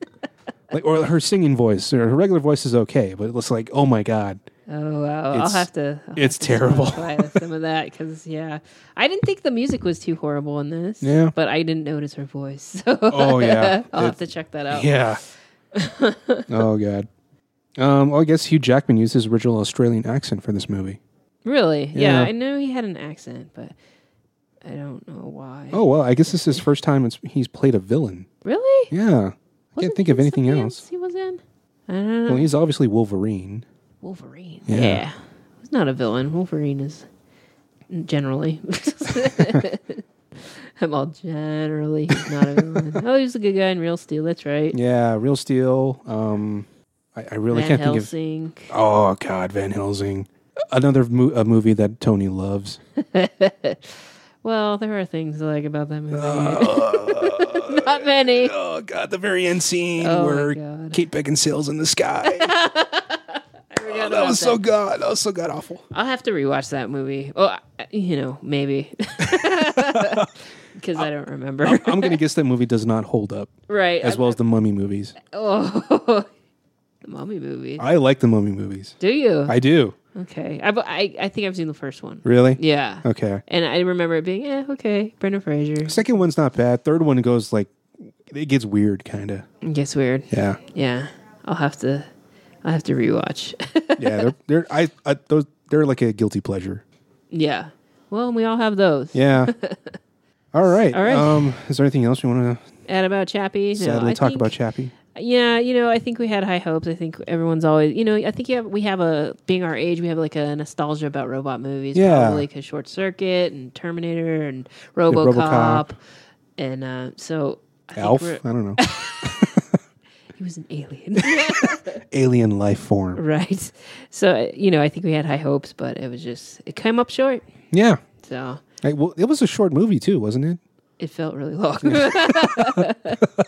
[SPEAKER 2] like or her singing voice, or her regular voice is okay, but it's like, oh my god.
[SPEAKER 1] Oh wow! I'll
[SPEAKER 2] It's-
[SPEAKER 1] have to. I'll
[SPEAKER 2] it's
[SPEAKER 1] have to
[SPEAKER 2] terrible.
[SPEAKER 1] modify some of that because yeah, I didn't think the music was too horrible in this.
[SPEAKER 2] Yeah.
[SPEAKER 1] but I didn't notice her voice. So
[SPEAKER 2] Oh, yeah.
[SPEAKER 1] I'll have to
[SPEAKER 2] It-
[SPEAKER 1] check that out.
[SPEAKER 2] Yeah. oh god. Um, well, I guess Hugh Jackman used his original Australian accent for this movie.
[SPEAKER 1] Really? Yeah.
[SPEAKER 2] Yeah.
[SPEAKER 1] I know he had an accent, but I don't know why.
[SPEAKER 2] Oh well, I guess this is his first time it's, he's played a villain.
[SPEAKER 1] really?
[SPEAKER 2] Yeah, I
[SPEAKER 1] Wasn't
[SPEAKER 2] can't think
[SPEAKER 1] he
[SPEAKER 2] of anything
[SPEAKER 1] something
[SPEAKER 2] else.
[SPEAKER 1] He was in. I don't know.
[SPEAKER 2] Well, he's obviously Wolverine.
[SPEAKER 1] Wolverine.
[SPEAKER 2] Yeah.
[SPEAKER 1] Yeah. he's not a villain. Wolverine is generally. I'm all generally he's not a villain. Oh, he was a good guy in Real Steel. That's right.
[SPEAKER 2] Yeah, Real Steel. Um, I, I really
[SPEAKER 1] Van
[SPEAKER 2] can't think
[SPEAKER 1] Helsing.
[SPEAKER 2] of. Oh God, Van Helsing, another mo- a movie that Tony loves.
[SPEAKER 1] Well, there are things I like about that movie.
[SPEAKER 2] Uh.
[SPEAKER 1] Not many.
[SPEAKER 2] Oh God, the very end scene
[SPEAKER 1] Oh, my
[SPEAKER 2] where
[SPEAKER 1] God.
[SPEAKER 2] Kate Beckinsale's in the sky.
[SPEAKER 1] I forgot
[SPEAKER 2] Oh, that
[SPEAKER 1] about
[SPEAKER 2] was so god. That was so god awful.
[SPEAKER 1] I'll have to rewatch that movie. Oh, I- you know, maybe because I don't remember.
[SPEAKER 2] I'm gonna guess that movie does not hold up
[SPEAKER 1] right.
[SPEAKER 2] as
[SPEAKER 1] I-
[SPEAKER 2] well as the Mummy movies.
[SPEAKER 1] Oh, the Mummy movie.
[SPEAKER 2] I like the Mummy movies.
[SPEAKER 1] Do you?
[SPEAKER 2] I do.
[SPEAKER 1] okay. I've, I I think I've seen the first one.
[SPEAKER 2] Really?
[SPEAKER 1] Yeah.
[SPEAKER 2] Okay.
[SPEAKER 1] And I remember it being, eh, okay, Brendan Fraser.
[SPEAKER 2] Second one's not bad. Third one goes like it gets weird, kind of.
[SPEAKER 1] It gets weird.
[SPEAKER 2] Yeah,
[SPEAKER 1] Yeah. I'll have to I'll have to rewatch.
[SPEAKER 2] yeah. They're they're I, I those they're like a guilty pleasure.
[SPEAKER 1] yeah. Well, we all have those.
[SPEAKER 2] Yeah. All right.
[SPEAKER 1] All right.
[SPEAKER 2] Um, is there anything else we want to
[SPEAKER 1] At about Chappie. No,
[SPEAKER 2] sadly
[SPEAKER 1] I
[SPEAKER 2] talk
[SPEAKER 1] think-
[SPEAKER 2] about Chappie?
[SPEAKER 1] Yeah, you know, I think we had high hopes. I think everyone's always, you know, I think you have, we have a being our age, we have like a nostalgia about robot movies,
[SPEAKER 2] Yeah.
[SPEAKER 1] probably because Short Circuit and Terminator and
[SPEAKER 2] RoboCop.
[SPEAKER 1] RoboCop, and uh, so I think
[SPEAKER 2] Alf? I
[SPEAKER 1] we're-
[SPEAKER 2] don't know.
[SPEAKER 1] he was an alien.
[SPEAKER 2] Alien life form.
[SPEAKER 1] Right. So, uh, you know, I think we had high hopes, but it was just, it came up short.
[SPEAKER 2] Yeah.
[SPEAKER 1] So
[SPEAKER 2] Hey, well, it was a short movie too, wasn't it?
[SPEAKER 1] it felt really long.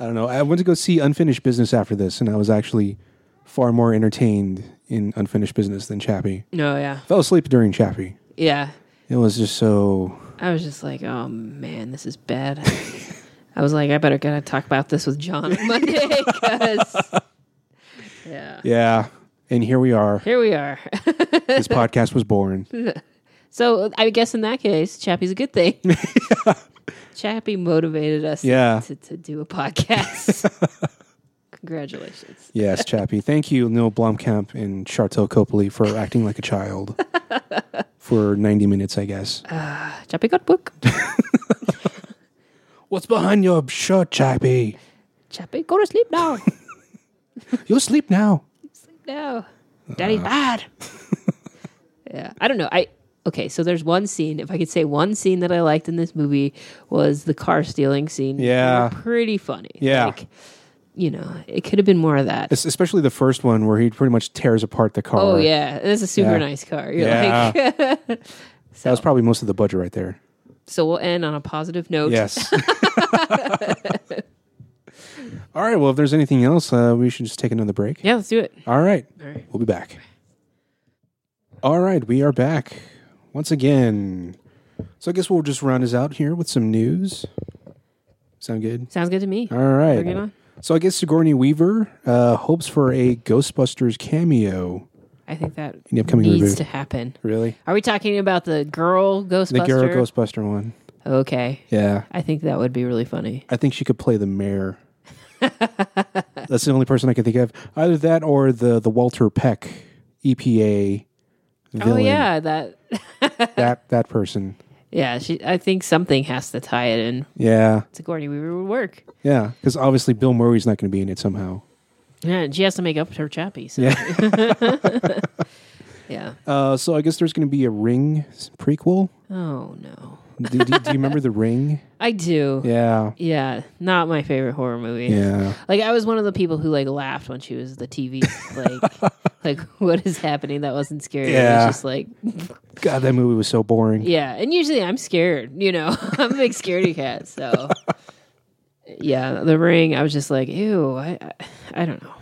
[SPEAKER 2] I don't know. I went to go see Unfinished Business after this, and I was actually far more entertained in Unfinished Business than Chappie.
[SPEAKER 1] no, yeah.
[SPEAKER 2] Fell asleep during Chappie.
[SPEAKER 1] Yeah.
[SPEAKER 2] It was just so.
[SPEAKER 1] I was just like, oh man, this is bad. I was like, I better gotta talk about this with John on Monday 'cause- yeah.
[SPEAKER 2] Yeah. And here we are.
[SPEAKER 1] Here we are.
[SPEAKER 2] This podcast was born.
[SPEAKER 1] so I guess in that case, Chappie's a good thing. Chappie motivated us
[SPEAKER 2] Yeah.
[SPEAKER 1] to, to do a podcast. Congratulations.
[SPEAKER 2] Yes, Chappie. Thank you, Neil Blomkamp and Chartel Copley, for acting like a child for 90 minutes, I guess.
[SPEAKER 1] Chappie got book.
[SPEAKER 2] What's behind your shirt, Chappie?
[SPEAKER 1] Chappie, go to sleep now.
[SPEAKER 2] You'll sleep now.
[SPEAKER 1] No. Daddy's bad. yeah. I don't know. I okay, so there's one scene, if I could say one scene that I liked in this movie was the car stealing scene.
[SPEAKER 2] Yeah.
[SPEAKER 1] Pretty funny.
[SPEAKER 2] Yeah.
[SPEAKER 1] Like, you know, it could have been more of that.
[SPEAKER 2] Es- Especially the first one where he pretty much tears apart the car.
[SPEAKER 1] oh yeah. That's a super
[SPEAKER 2] Yeah.
[SPEAKER 1] nice car. You're
[SPEAKER 2] Yeah.
[SPEAKER 1] like
[SPEAKER 2] That was probably most of the budget right there.
[SPEAKER 1] So we'll end on a positive note.
[SPEAKER 2] Yes. All right. Well, if there's anything else, uh, we should just take another break.
[SPEAKER 1] Yeah, let's do it.
[SPEAKER 2] All right.
[SPEAKER 1] All right.
[SPEAKER 2] We'll be back. All right, we are back once again. So I guess we'll just round us out here with some news. Sound good?
[SPEAKER 1] Sounds good to me.
[SPEAKER 2] All right.
[SPEAKER 1] Bring it on.
[SPEAKER 2] So I guess Sigourney Weaver uh, hopes for a Ghostbusters cameo
[SPEAKER 1] I think that
[SPEAKER 2] in the upcoming
[SPEAKER 1] needs
[SPEAKER 2] reboot.
[SPEAKER 1] to happen.
[SPEAKER 2] Really?
[SPEAKER 1] Are we talking about the girl Ghostbuster?
[SPEAKER 2] The Girl Ghostbuster one.
[SPEAKER 1] Okay.
[SPEAKER 2] Yeah.
[SPEAKER 1] I think that would be really funny.
[SPEAKER 2] I think she could play the mayor. That's the only person I can think of. Either that or the the Walter Peck EPA villain.
[SPEAKER 1] Oh yeah, that
[SPEAKER 2] That that person.
[SPEAKER 1] Yeah, she. I think something has to tie it in.
[SPEAKER 2] Yeah.
[SPEAKER 1] Sigourney Weaver would work.
[SPEAKER 2] Yeah, because obviously Bill Murray's not going to be in it somehow.
[SPEAKER 1] Yeah, and she has to make up her chappy. So. Yeah.
[SPEAKER 2] Uh, so I guess there's going to be a Ring s- prequel.
[SPEAKER 1] Oh no,
[SPEAKER 2] Do, do, do you remember the Ring?
[SPEAKER 1] I do. Yeah.
[SPEAKER 2] Yeah,
[SPEAKER 1] not my favorite horror movie.
[SPEAKER 2] yeah.
[SPEAKER 1] Like I was one of the people who like laughed when she was the TV. Like, like what is happening? That wasn't scary. It
[SPEAKER 2] Yeah.
[SPEAKER 1] was just like,
[SPEAKER 2] God, that movie was so boring.
[SPEAKER 1] yeah. And usually I'm scared. You know, I'm a big scaredy cat. So. Yeah, The Ring. I was just like, ew. I, I, I don't know.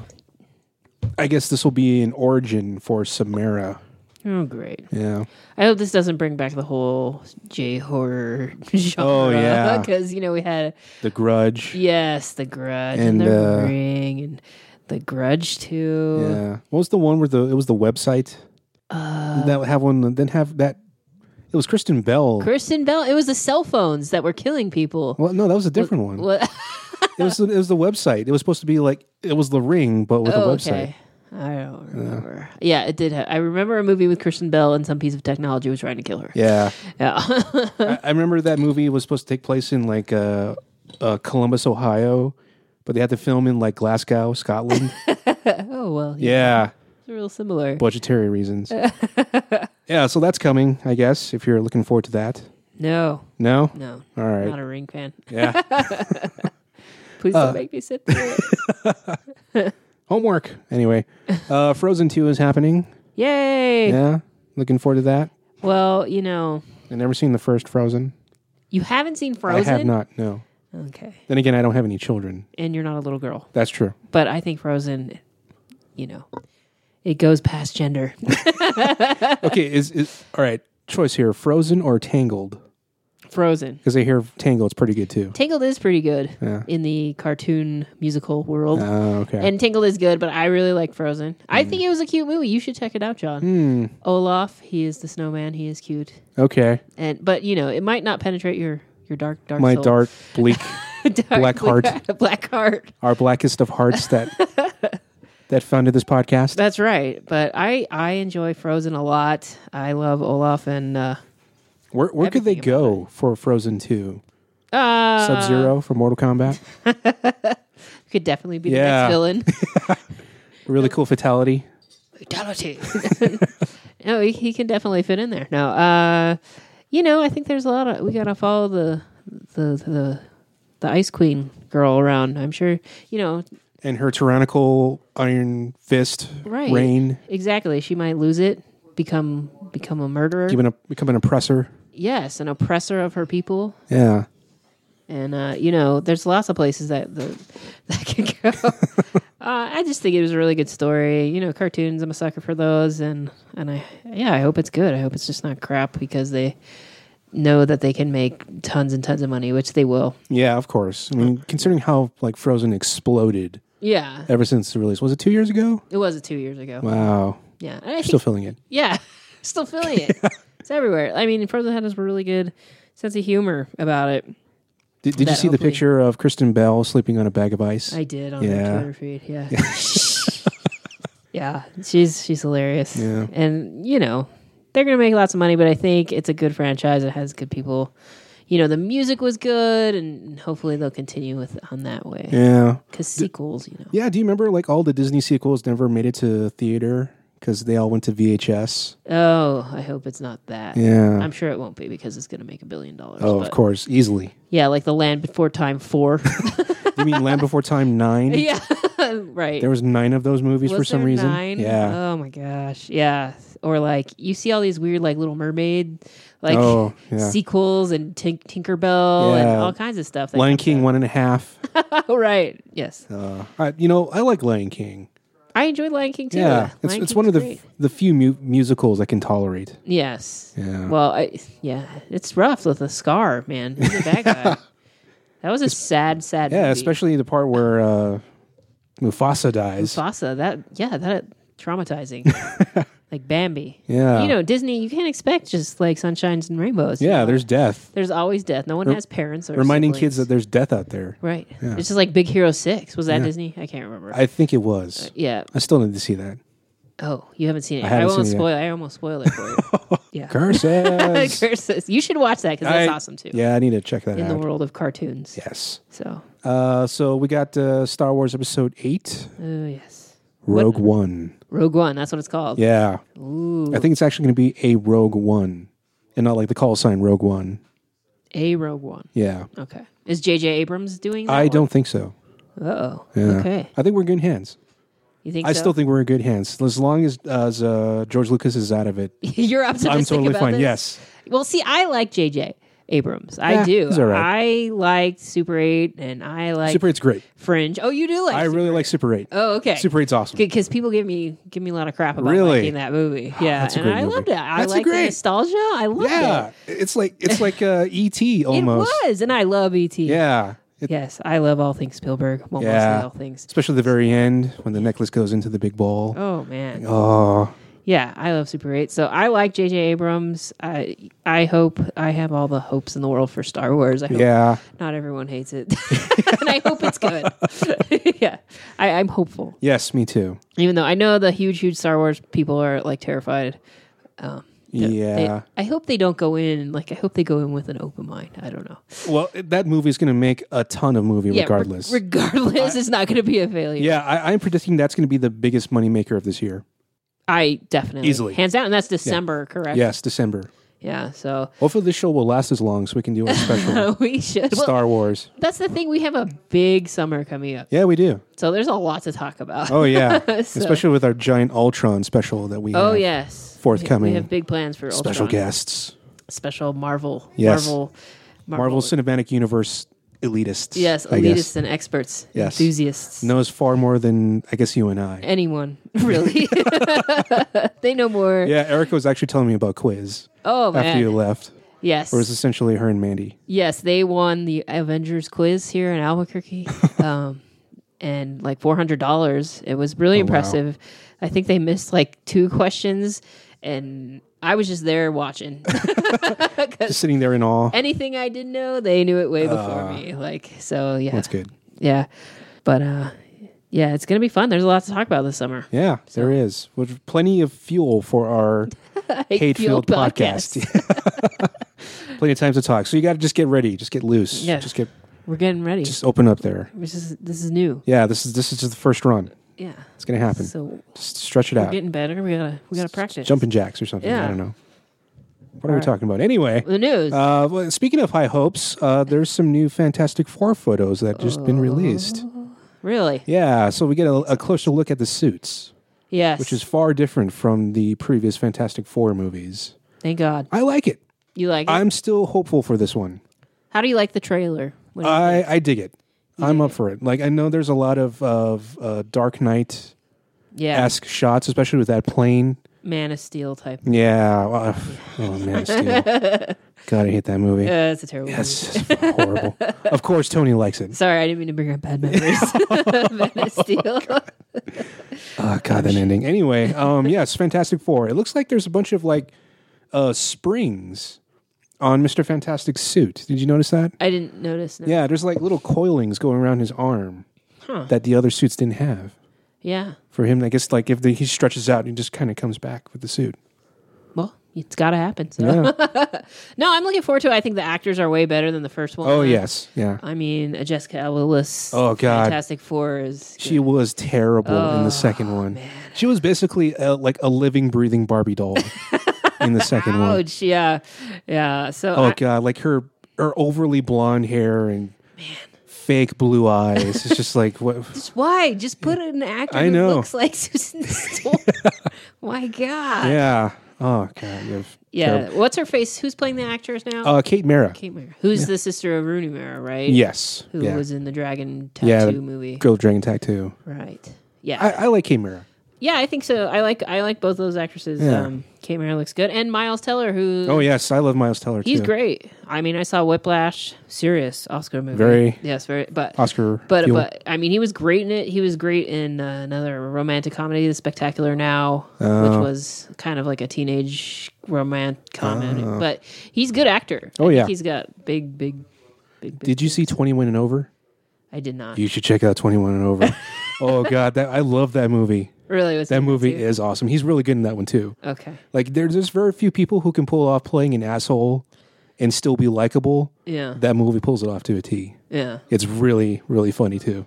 [SPEAKER 2] I guess this will be an origin for Samara.
[SPEAKER 1] Oh, great.
[SPEAKER 2] Yeah.
[SPEAKER 1] I hope this doesn't bring back the whole J horror genre.
[SPEAKER 2] Oh, yeah.
[SPEAKER 1] Because, you know, we had,
[SPEAKER 2] The Grudge.
[SPEAKER 1] yes, The Grudge and,
[SPEAKER 2] And,
[SPEAKER 1] The
[SPEAKER 2] uh,
[SPEAKER 1] Ring and The Grudge too.
[SPEAKER 2] Yeah. What was the one where the it was the website? Uh, that would have one then have that it was Kristen Bell.
[SPEAKER 1] Kristen Bell, it was the cell phones that were killing people.
[SPEAKER 2] well, no, that was a different one.
[SPEAKER 1] What?
[SPEAKER 2] It was it was the website. It was supposed to be like it was the ring but with
[SPEAKER 1] Oh,
[SPEAKER 2] a website.
[SPEAKER 1] okay. I don't remember. Yeah, it did. Ha- I remember a movie with Kristen Bell and some piece of technology was trying to kill her.
[SPEAKER 2] Yeah.
[SPEAKER 1] Yeah.
[SPEAKER 2] I, I remember that movie was supposed to take place in like uh, uh, Columbus, Ohio, but they had to film in like Glasgow, Scotland.
[SPEAKER 1] oh, well. Yeah.
[SPEAKER 2] yeah.
[SPEAKER 1] It's real similar.
[SPEAKER 2] Budgetary reasons. yeah, so that's coming, I guess, if you're looking forward to that.
[SPEAKER 1] No,
[SPEAKER 2] No?
[SPEAKER 1] no.
[SPEAKER 2] All right.
[SPEAKER 1] Not a ring fan.
[SPEAKER 2] yeah.
[SPEAKER 1] Please
[SPEAKER 2] Uh,
[SPEAKER 1] don't make me sit through it.
[SPEAKER 2] Homework. Anyway, uh, Frozen 2 is happening.
[SPEAKER 1] Yay.
[SPEAKER 2] Yeah. Looking forward to that.
[SPEAKER 1] Well, you know,
[SPEAKER 2] I've never seen the first Frozen.
[SPEAKER 1] you haven't seen Frozen.
[SPEAKER 2] I have not, no.
[SPEAKER 1] Okay.
[SPEAKER 2] Then again, I don't have any children.
[SPEAKER 1] And you're not a little girl.
[SPEAKER 2] That's true.
[SPEAKER 1] But I think Frozen, you know, it goes past gender.
[SPEAKER 2] Okay, is, is all right. Choice here Frozen or Tangled?
[SPEAKER 1] Frozen.
[SPEAKER 2] Because I hear Tangled's pretty good too.
[SPEAKER 1] Tangled is pretty good
[SPEAKER 2] Yeah.
[SPEAKER 1] in the cartoon musical world.
[SPEAKER 2] Oh, okay.
[SPEAKER 1] And Tingle is good, but I really like Frozen. I
[SPEAKER 2] Mm.
[SPEAKER 1] think it was a cute movie. You should check it out, John.
[SPEAKER 2] Hmm.
[SPEAKER 1] Olaf, he is the snowman. He is cute,
[SPEAKER 2] Okay.
[SPEAKER 1] and but you know it might not penetrate your your dark dark
[SPEAKER 2] My
[SPEAKER 1] soul.
[SPEAKER 2] dark, bleak,
[SPEAKER 1] Dark
[SPEAKER 2] black heart.
[SPEAKER 1] black heart.
[SPEAKER 2] our blackest of hearts that that founded this podcast.
[SPEAKER 1] That's right. But I I enjoy Frozen a lot. I love Olaf and uh,
[SPEAKER 2] Where where could they
[SPEAKER 1] Everything about
[SPEAKER 2] go for Frozen Two?
[SPEAKER 1] uh
[SPEAKER 2] Sub Zero for Mortal Kombat.
[SPEAKER 1] could definitely be the
[SPEAKER 2] Yeah.
[SPEAKER 1] next villain.
[SPEAKER 2] Really cool fatality.
[SPEAKER 1] Fatality. no, he, he can definitely fit in there. No, uh, you know, I think there's a lot of we gotta follow the the the the Ice Queen girl around. I'm sure you know
[SPEAKER 2] And her tyrannical iron fist
[SPEAKER 1] Right.
[SPEAKER 2] reign,
[SPEAKER 1] exactly. She might lose it, become become a murderer.
[SPEAKER 2] even a, become an oppressor.
[SPEAKER 1] yes, an oppressor of her people.
[SPEAKER 2] Yeah.
[SPEAKER 1] And uh, you know, there's lots of places that the, that could go. uh, I just think it was a really good story. You know, cartoons. I'm a sucker for those, and and I yeah, I hope it's good. I hope it's just not crap because they know that they can make tons and tons of money, which they will.
[SPEAKER 2] Yeah, of course. I mean, considering how like Frozen exploded
[SPEAKER 1] Yeah,
[SPEAKER 2] ever since the release. Was it two years ago?
[SPEAKER 1] it was two years ago.
[SPEAKER 2] Wow.
[SPEAKER 1] Yeah, and I
[SPEAKER 2] Still
[SPEAKER 1] think,
[SPEAKER 2] feeling it.
[SPEAKER 1] yeah, still feeling it. it's everywhere. I mean, Frozen had us a really good sense of humor about it.
[SPEAKER 2] Did, did you
[SPEAKER 1] That
[SPEAKER 2] see the
[SPEAKER 1] hopefully-
[SPEAKER 2] picture of Kristen Bell sleeping on a bag of ice?
[SPEAKER 1] I did on
[SPEAKER 2] Yeah.
[SPEAKER 1] her Twitter feed. Yeah. yeah. She's she's hilarious.
[SPEAKER 2] Yeah.
[SPEAKER 1] And you know, they're gonna make lots of money, but I think it's a good franchise. It has good people. You know, the music was good and hopefully they'll continue with on that way.
[SPEAKER 2] yeah.
[SPEAKER 1] Because sequels, you know.
[SPEAKER 2] Yeah, do you remember like all the Disney sequels never made it to theater because they all went to VHS?
[SPEAKER 1] Oh, I hope it's not that.
[SPEAKER 2] Yeah.
[SPEAKER 1] I'm sure it won't be because it's gonna make a billion dollars.
[SPEAKER 2] oh, of
[SPEAKER 1] but-
[SPEAKER 2] course, easily.
[SPEAKER 1] Yeah, like the Land Before Time Four.
[SPEAKER 2] You mean Land Before Time Nine?
[SPEAKER 1] yeah. right.
[SPEAKER 2] There was nine of those movies
[SPEAKER 1] Was
[SPEAKER 2] for some
[SPEAKER 1] there
[SPEAKER 2] reason.
[SPEAKER 1] Nine?
[SPEAKER 2] Yeah.
[SPEAKER 1] Oh my gosh. Yeah. Or like you see all these weird like Little Mermaid, like
[SPEAKER 2] Oh, yeah.
[SPEAKER 1] sequels and Tink- Tinkerbell and
[SPEAKER 2] Yeah.
[SPEAKER 1] all kinds of stuff. that
[SPEAKER 2] Lion
[SPEAKER 1] comes
[SPEAKER 2] King one and a half.
[SPEAKER 1] out. Oh right. Yes.
[SPEAKER 2] Uh, I, you know, I like Lion King.
[SPEAKER 1] I enjoyed Lion King too.
[SPEAKER 2] Yeah,
[SPEAKER 1] Lion
[SPEAKER 2] it's it's
[SPEAKER 1] King's
[SPEAKER 2] one of the
[SPEAKER 1] great.
[SPEAKER 2] the few mu- musicals I can tolerate.
[SPEAKER 1] yes.
[SPEAKER 2] Yeah.
[SPEAKER 1] Well, I, yeah, it's rough with the scar, man. He's a bad guy. that was a sad, sad.
[SPEAKER 2] Yeah,
[SPEAKER 1] movie.
[SPEAKER 2] especially the part where uh, Mufasa dies.
[SPEAKER 1] Mufasa. That yeah, that traumatizing. like Bambi.
[SPEAKER 2] Yeah.
[SPEAKER 1] You know Disney. You can't expect just like sunshines and rainbows.
[SPEAKER 2] yeah, there's death.
[SPEAKER 1] There's always death. No one has parents or
[SPEAKER 2] Reminding
[SPEAKER 1] siblings.
[SPEAKER 2] kids that there's death out there.
[SPEAKER 1] right. It's just like Big Hero Six. Was that Disney? I can't remember.
[SPEAKER 2] I think it was.
[SPEAKER 1] yeah.
[SPEAKER 2] I still need to see that.
[SPEAKER 1] Oh, you haven't seen it. I,
[SPEAKER 2] haven't
[SPEAKER 1] won't
[SPEAKER 2] seen it yet.
[SPEAKER 1] spoil. I almost spoiled it for you. yeah.
[SPEAKER 2] Curses.
[SPEAKER 1] Curses. You should watch that because that's
[SPEAKER 2] I-
[SPEAKER 1] awesome too.
[SPEAKER 2] Yeah, I need to check that
[SPEAKER 1] In
[SPEAKER 2] out.
[SPEAKER 1] the world of cartoons.
[SPEAKER 2] Yes.
[SPEAKER 1] So,
[SPEAKER 2] Uh, so we got uh, Star Wars Episode Eight,
[SPEAKER 1] oh yes,
[SPEAKER 2] Rogue One.
[SPEAKER 1] Rogue One. That's what it's called.
[SPEAKER 2] Yeah,
[SPEAKER 1] Ooh,
[SPEAKER 2] I think it's actually going to be a Rogue One, and not like the call sign Rogue One.
[SPEAKER 1] a Rogue One.
[SPEAKER 2] Yeah,
[SPEAKER 1] Okay. Is J.J. Abrams doing? That
[SPEAKER 2] I don't think so.
[SPEAKER 1] Oh.
[SPEAKER 2] Yeah.
[SPEAKER 1] Okay.
[SPEAKER 2] I think we're in good hands.
[SPEAKER 1] You think?
[SPEAKER 2] I
[SPEAKER 1] so?
[SPEAKER 2] still think we're in good hands as long as as uh, George Lucas is out of it.
[SPEAKER 1] you're optimistic.
[SPEAKER 2] I'm totally
[SPEAKER 1] about
[SPEAKER 2] fine.
[SPEAKER 1] this?
[SPEAKER 2] Yes.
[SPEAKER 1] Well, see, I like JJ. Abrams.
[SPEAKER 2] Yeah,
[SPEAKER 1] I do.
[SPEAKER 2] it's all
[SPEAKER 1] I liked Super 8 and I like
[SPEAKER 2] Super 8's great.
[SPEAKER 1] Fringe. Oh, you do like
[SPEAKER 2] I
[SPEAKER 1] Super-
[SPEAKER 2] really like Super 8.
[SPEAKER 1] Oh, okay.
[SPEAKER 2] Super 8's awesome.
[SPEAKER 1] because people give me give me a lot of crap about
[SPEAKER 2] Really?
[SPEAKER 1] liking that movie. Yeah,
[SPEAKER 2] That's a
[SPEAKER 1] and
[SPEAKER 2] great
[SPEAKER 1] I
[SPEAKER 2] movie.
[SPEAKER 1] loved it. I
[SPEAKER 2] That's a
[SPEAKER 1] liked
[SPEAKER 2] great-
[SPEAKER 1] the nostalgia. I loved
[SPEAKER 2] yeah.
[SPEAKER 1] it.
[SPEAKER 2] It's like it's like uh, E.T. almost.
[SPEAKER 1] It was, and I love ET.
[SPEAKER 2] Yeah. It-
[SPEAKER 1] Yes, I love all things Spielberg. Well,
[SPEAKER 2] Yeah.
[SPEAKER 1] mostly all things.
[SPEAKER 2] Especially the very end when the necklace goes into the big ball.
[SPEAKER 1] Oh man,
[SPEAKER 2] Oh,
[SPEAKER 1] yeah, I love Super Eight. So I like J.J. Abrams. I I hope I have all the hopes in the world for Star Wars. I hope
[SPEAKER 2] yeah.
[SPEAKER 1] not everyone hates it, and I hope it's good. yeah, I, I'm hopeful.
[SPEAKER 2] Yes, me too.
[SPEAKER 1] even though I know the huge, huge Star Wars people are like terrified. Um, they-
[SPEAKER 2] Yeah.
[SPEAKER 1] I hope they don't go in like I hope they go in with an open mind. I don't know.
[SPEAKER 2] Well, that movie's going to make a ton of movie
[SPEAKER 1] Yeah, re-
[SPEAKER 2] regardless.
[SPEAKER 1] regardless, it's not going to be a failure.
[SPEAKER 2] yeah, I, I'm predicting that's going to be the biggest moneymaker of this year.
[SPEAKER 1] I definitely
[SPEAKER 2] Easily.
[SPEAKER 1] hands down. And that's December, correct?
[SPEAKER 2] Yes, December.
[SPEAKER 1] yeah. So
[SPEAKER 2] Hopefully, this show will last as long so we can do our special
[SPEAKER 1] we should. Well,
[SPEAKER 2] Star Wars.
[SPEAKER 1] that's the thing. We have a big summer coming up,
[SPEAKER 2] Yeah, we do.
[SPEAKER 1] so there's a lot to talk about.
[SPEAKER 2] Oh yeah,
[SPEAKER 1] So-
[SPEAKER 2] especially with our giant Ultron special that we.
[SPEAKER 1] Oh,
[SPEAKER 2] have.
[SPEAKER 1] yes,
[SPEAKER 2] Forthcoming.
[SPEAKER 1] We have big plans for
[SPEAKER 2] Special
[SPEAKER 1] Ultron.
[SPEAKER 2] guests,
[SPEAKER 1] special Marvel,
[SPEAKER 2] Yes.
[SPEAKER 1] Marvel,
[SPEAKER 2] Marvel Cinematic Universe elitists.
[SPEAKER 1] Yes,
[SPEAKER 2] I guess.
[SPEAKER 1] elitists and experts,
[SPEAKER 2] Yes.
[SPEAKER 1] enthusiasts.
[SPEAKER 2] knows far more than I guess you and I.
[SPEAKER 1] anyone really they know more
[SPEAKER 2] Yeah, Erica was actually telling me about Quiz
[SPEAKER 1] oh
[SPEAKER 2] after
[SPEAKER 1] man
[SPEAKER 2] you left.
[SPEAKER 1] yes
[SPEAKER 2] It was essentially her and Mandy.
[SPEAKER 1] yes they won the avengers quiz here in albuquerque um and like $400 it was
[SPEAKER 2] Oh,
[SPEAKER 1] really impressive i think they missed like two questions and i was just there watching 'Cause
[SPEAKER 2] Just sitting there in awe.
[SPEAKER 1] anything i didn't know they knew it way before me like so yeah
[SPEAKER 2] Uh. That's good.
[SPEAKER 1] yeah but uh yeah it's gonna be fun there's a lot to talk about this summer
[SPEAKER 2] Yeah, there is. With plenty of fuel for our hate
[SPEAKER 1] Hate-fueled
[SPEAKER 2] field podcast. plenty of time to talk. So you got to just get ready. Just get loose.
[SPEAKER 1] Yeah.
[SPEAKER 2] Just get
[SPEAKER 1] we're getting ready
[SPEAKER 2] just open up there.
[SPEAKER 1] this is this is new
[SPEAKER 2] Yeah, this is this is just the first run.
[SPEAKER 1] yeah
[SPEAKER 2] It's gonna happen.
[SPEAKER 1] So
[SPEAKER 2] just stretch it
[SPEAKER 1] we're
[SPEAKER 2] out.
[SPEAKER 1] getting better. We gotta we gotta practice.
[SPEAKER 2] Jumping jacks or something. I
[SPEAKER 1] Yeah.
[SPEAKER 2] don't know. What are we
[SPEAKER 1] Alright.
[SPEAKER 2] talking about? Anyway.
[SPEAKER 1] the news.
[SPEAKER 2] Uh, well, speaking of high hopes, uh, there's some new Fantastic Four photos that have just
[SPEAKER 1] Oh.
[SPEAKER 2] been released.
[SPEAKER 1] really?
[SPEAKER 2] Yeah, so we get a, a closer look at the suits,
[SPEAKER 1] Yes.
[SPEAKER 2] which is far different from the previous Fantastic Four movies.
[SPEAKER 1] thank God.
[SPEAKER 2] I like it.
[SPEAKER 1] You like it?
[SPEAKER 2] I'm still hopeful for this one.
[SPEAKER 1] How do you like the trailer? What do you
[SPEAKER 2] I, I dig it. I'm up for it. Like I know there's a lot of of uh, Dark Knight
[SPEAKER 1] yeah.
[SPEAKER 2] esque shots, especially with that plane.
[SPEAKER 1] Man of Steel type.
[SPEAKER 2] Yeah. uh, oh man, of Steel. God, I hate that movie.
[SPEAKER 1] Uh, it's a terrible.
[SPEAKER 2] That's just horrible. Of course, Tony likes it.
[SPEAKER 1] Movie. Sorry, I didn't mean to bring up bad memories. Man of Steel.
[SPEAKER 2] Oh god, that ending. Anyway, um yes, Fantastic Four. It looks like there's a bunch of like uh springs on Mr. Fantastic's suit. Did you notice that?
[SPEAKER 1] I didn't notice. No.
[SPEAKER 2] Yeah, there's like little coilings going around his arm
[SPEAKER 1] Huh.
[SPEAKER 2] that the other suits didn't have.
[SPEAKER 1] Yeah.
[SPEAKER 2] For him, I guess like if the, he stretches out, he just kind of comes back with the suit.
[SPEAKER 1] Well, it's gotta happen. So.
[SPEAKER 2] Yeah.
[SPEAKER 1] No, I'm looking forward to. it. I think the actors are way better than the first one.
[SPEAKER 2] oh yes, yeah.
[SPEAKER 1] I mean, uh, Jessica Alba Willis.
[SPEAKER 2] Oh, God.
[SPEAKER 1] Fantastic Four is.
[SPEAKER 2] She was terrible in the second
[SPEAKER 1] Oh,
[SPEAKER 2] one. She was basically uh like a living, breathing Barbie doll in the second one.
[SPEAKER 1] Ouch. Yeah. Yeah. So.
[SPEAKER 2] Oh
[SPEAKER 1] I-
[SPEAKER 2] god, like her her overly blonde hair and fake blue eyes. It's just like what
[SPEAKER 1] Just Why? Just put an actor
[SPEAKER 2] I
[SPEAKER 1] who
[SPEAKER 2] know.
[SPEAKER 1] looks like Susan Storm. My God.
[SPEAKER 2] Yeah. Oh god. you have
[SPEAKER 1] Yeah.
[SPEAKER 2] terrible-
[SPEAKER 1] What's her face? Who's playing the actress now?
[SPEAKER 2] Uh Kate Mara.
[SPEAKER 1] Kate Mara. Who's the sister of Rooney Mara, right?
[SPEAKER 2] Yes.
[SPEAKER 1] Who
[SPEAKER 2] yeah.
[SPEAKER 1] was in the Dragon Tattoo
[SPEAKER 2] Yeah.
[SPEAKER 1] movie?
[SPEAKER 2] Girl with Dragon Tattoo.
[SPEAKER 1] Right. Yeah.
[SPEAKER 2] I, I like Kate Mara.
[SPEAKER 1] yeah, I think so. I like I like both those actresses.
[SPEAKER 2] Yeah.
[SPEAKER 1] Um, Kate Mara looks good, and Miles Teller, who
[SPEAKER 2] Oh yes, I love Miles Teller
[SPEAKER 1] he's
[SPEAKER 2] too.
[SPEAKER 1] great. I mean, I saw Whiplash, serious Oscar movie.
[SPEAKER 2] Very.
[SPEAKER 1] yes, very. But
[SPEAKER 2] Oscar.
[SPEAKER 1] But
[SPEAKER 2] Fuel.
[SPEAKER 1] but I mean, he was great in it. He was great in uh, another romantic comedy, The Spectacular Now,
[SPEAKER 2] Oh.
[SPEAKER 1] which was kind of like a teenage romantic comedy. But he's a good actor.
[SPEAKER 2] Oh,
[SPEAKER 1] I think
[SPEAKER 2] yeah.
[SPEAKER 1] he's got big, big, big, big.
[SPEAKER 2] Did you see Twenty One and Over?
[SPEAKER 1] I did not
[SPEAKER 2] You should check out Twenty One and Over. oh god, that I love that movie.
[SPEAKER 1] really was
[SPEAKER 2] That movie
[SPEAKER 1] too?
[SPEAKER 2] is awesome. He's really good in that one too.
[SPEAKER 1] okay.
[SPEAKER 2] Like there's just very few people who can pull off playing an asshole and still be likable.
[SPEAKER 1] Yeah,
[SPEAKER 2] That movie pulls it off to a T.
[SPEAKER 1] yeah,
[SPEAKER 2] It's really, really funny too.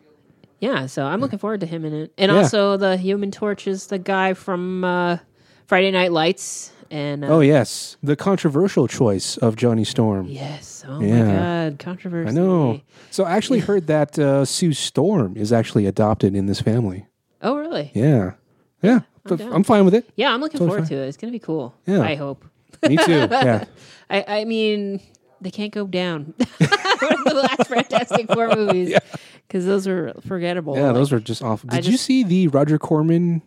[SPEAKER 1] yeah. So I'm looking forward to him in it, and
[SPEAKER 2] Yeah.
[SPEAKER 1] also the Human Torch is the guy from uh, Friday Night Lights, and uh,
[SPEAKER 2] Oh yes, the controversial choice of Johnny Storm.
[SPEAKER 1] yes, oh
[SPEAKER 2] Yeah.
[SPEAKER 1] my god, controversy.
[SPEAKER 2] I know. So I actually heard that uh, Sue Storm is actually adopted in this family.
[SPEAKER 1] Oh really?
[SPEAKER 2] Yeah, yeah. But
[SPEAKER 1] down.
[SPEAKER 2] I'm fine with it.
[SPEAKER 1] Yeah, I'm looking
[SPEAKER 2] Totally
[SPEAKER 1] forward
[SPEAKER 2] fine.
[SPEAKER 1] to it. It's gonna be cool.
[SPEAKER 2] Yeah.
[SPEAKER 1] I hope.
[SPEAKER 2] Me too. Yeah.
[SPEAKER 1] I, I mean, they can't go down. One of the last Fantastic Four movies because those were forgettable.
[SPEAKER 2] Yeah,
[SPEAKER 1] Like,
[SPEAKER 2] those were just awful.
[SPEAKER 1] I
[SPEAKER 2] Did you
[SPEAKER 1] just-
[SPEAKER 2] see the Roger Corman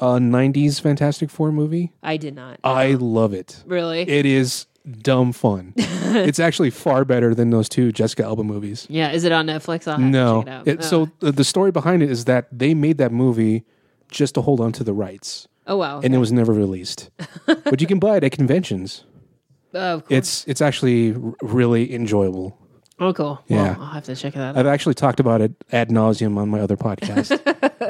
[SPEAKER 2] uh, 90s Fantastic Four movie?
[SPEAKER 1] I did not
[SPEAKER 2] I love it.
[SPEAKER 1] really.
[SPEAKER 2] It is dumb fun. it's actually far better than those two Jessica Alba movies.
[SPEAKER 1] yeah, is it on Netflix? I'll have to
[SPEAKER 2] No.
[SPEAKER 1] check it out.
[SPEAKER 2] It- Uh.
[SPEAKER 1] oh.
[SPEAKER 2] So th- the story behind it is that they made that movie just to hold on to the rights,
[SPEAKER 1] oh wow,
[SPEAKER 2] and it was never released. but you can buy it at conventions.
[SPEAKER 1] oh, of course.
[SPEAKER 2] It's it's actually r- really enjoyable.
[SPEAKER 1] oh cool.
[SPEAKER 2] Yeah.
[SPEAKER 1] well, I'll have to check that out.
[SPEAKER 2] I've actually talked about it ad nauseum on my other podcast.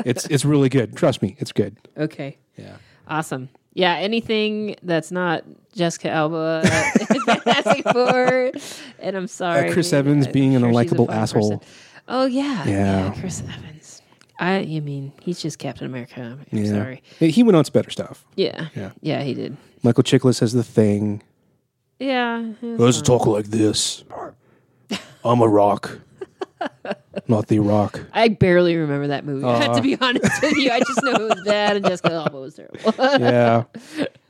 [SPEAKER 2] it's it's really good. Trust me, it's good.
[SPEAKER 1] Okay,
[SPEAKER 2] Yeah.
[SPEAKER 1] awesome. Yeah, anything that's not Jessica Alba, uh, Fantastic Four, and I'm sorry,
[SPEAKER 2] Uh, Chris Evans being an
[SPEAKER 1] she's a
[SPEAKER 2] unlikable
[SPEAKER 1] fun
[SPEAKER 2] asshole.
[SPEAKER 1] person. Oh yeah,
[SPEAKER 2] Yeah.
[SPEAKER 1] yeah, Chris Evans. I, I mean, he's just Captain America. I'm
[SPEAKER 2] Yeah.
[SPEAKER 1] sorry.
[SPEAKER 2] He- He went on to better stuff.
[SPEAKER 1] Yeah.
[SPEAKER 2] Yeah.
[SPEAKER 1] Yeah, he did.
[SPEAKER 2] Michael Chiklis has the thing.
[SPEAKER 1] Yeah. it was
[SPEAKER 2] Let's
[SPEAKER 1] fine.
[SPEAKER 2] talk like this. I'm a rock, not the rock.
[SPEAKER 1] I barely remember that movie.
[SPEAKER 2] Aw.
[SPEAKER 1] to be honest with you, I just know it was bad and Jessica Alba was terrible.
[SPEAKER 2] Yeah.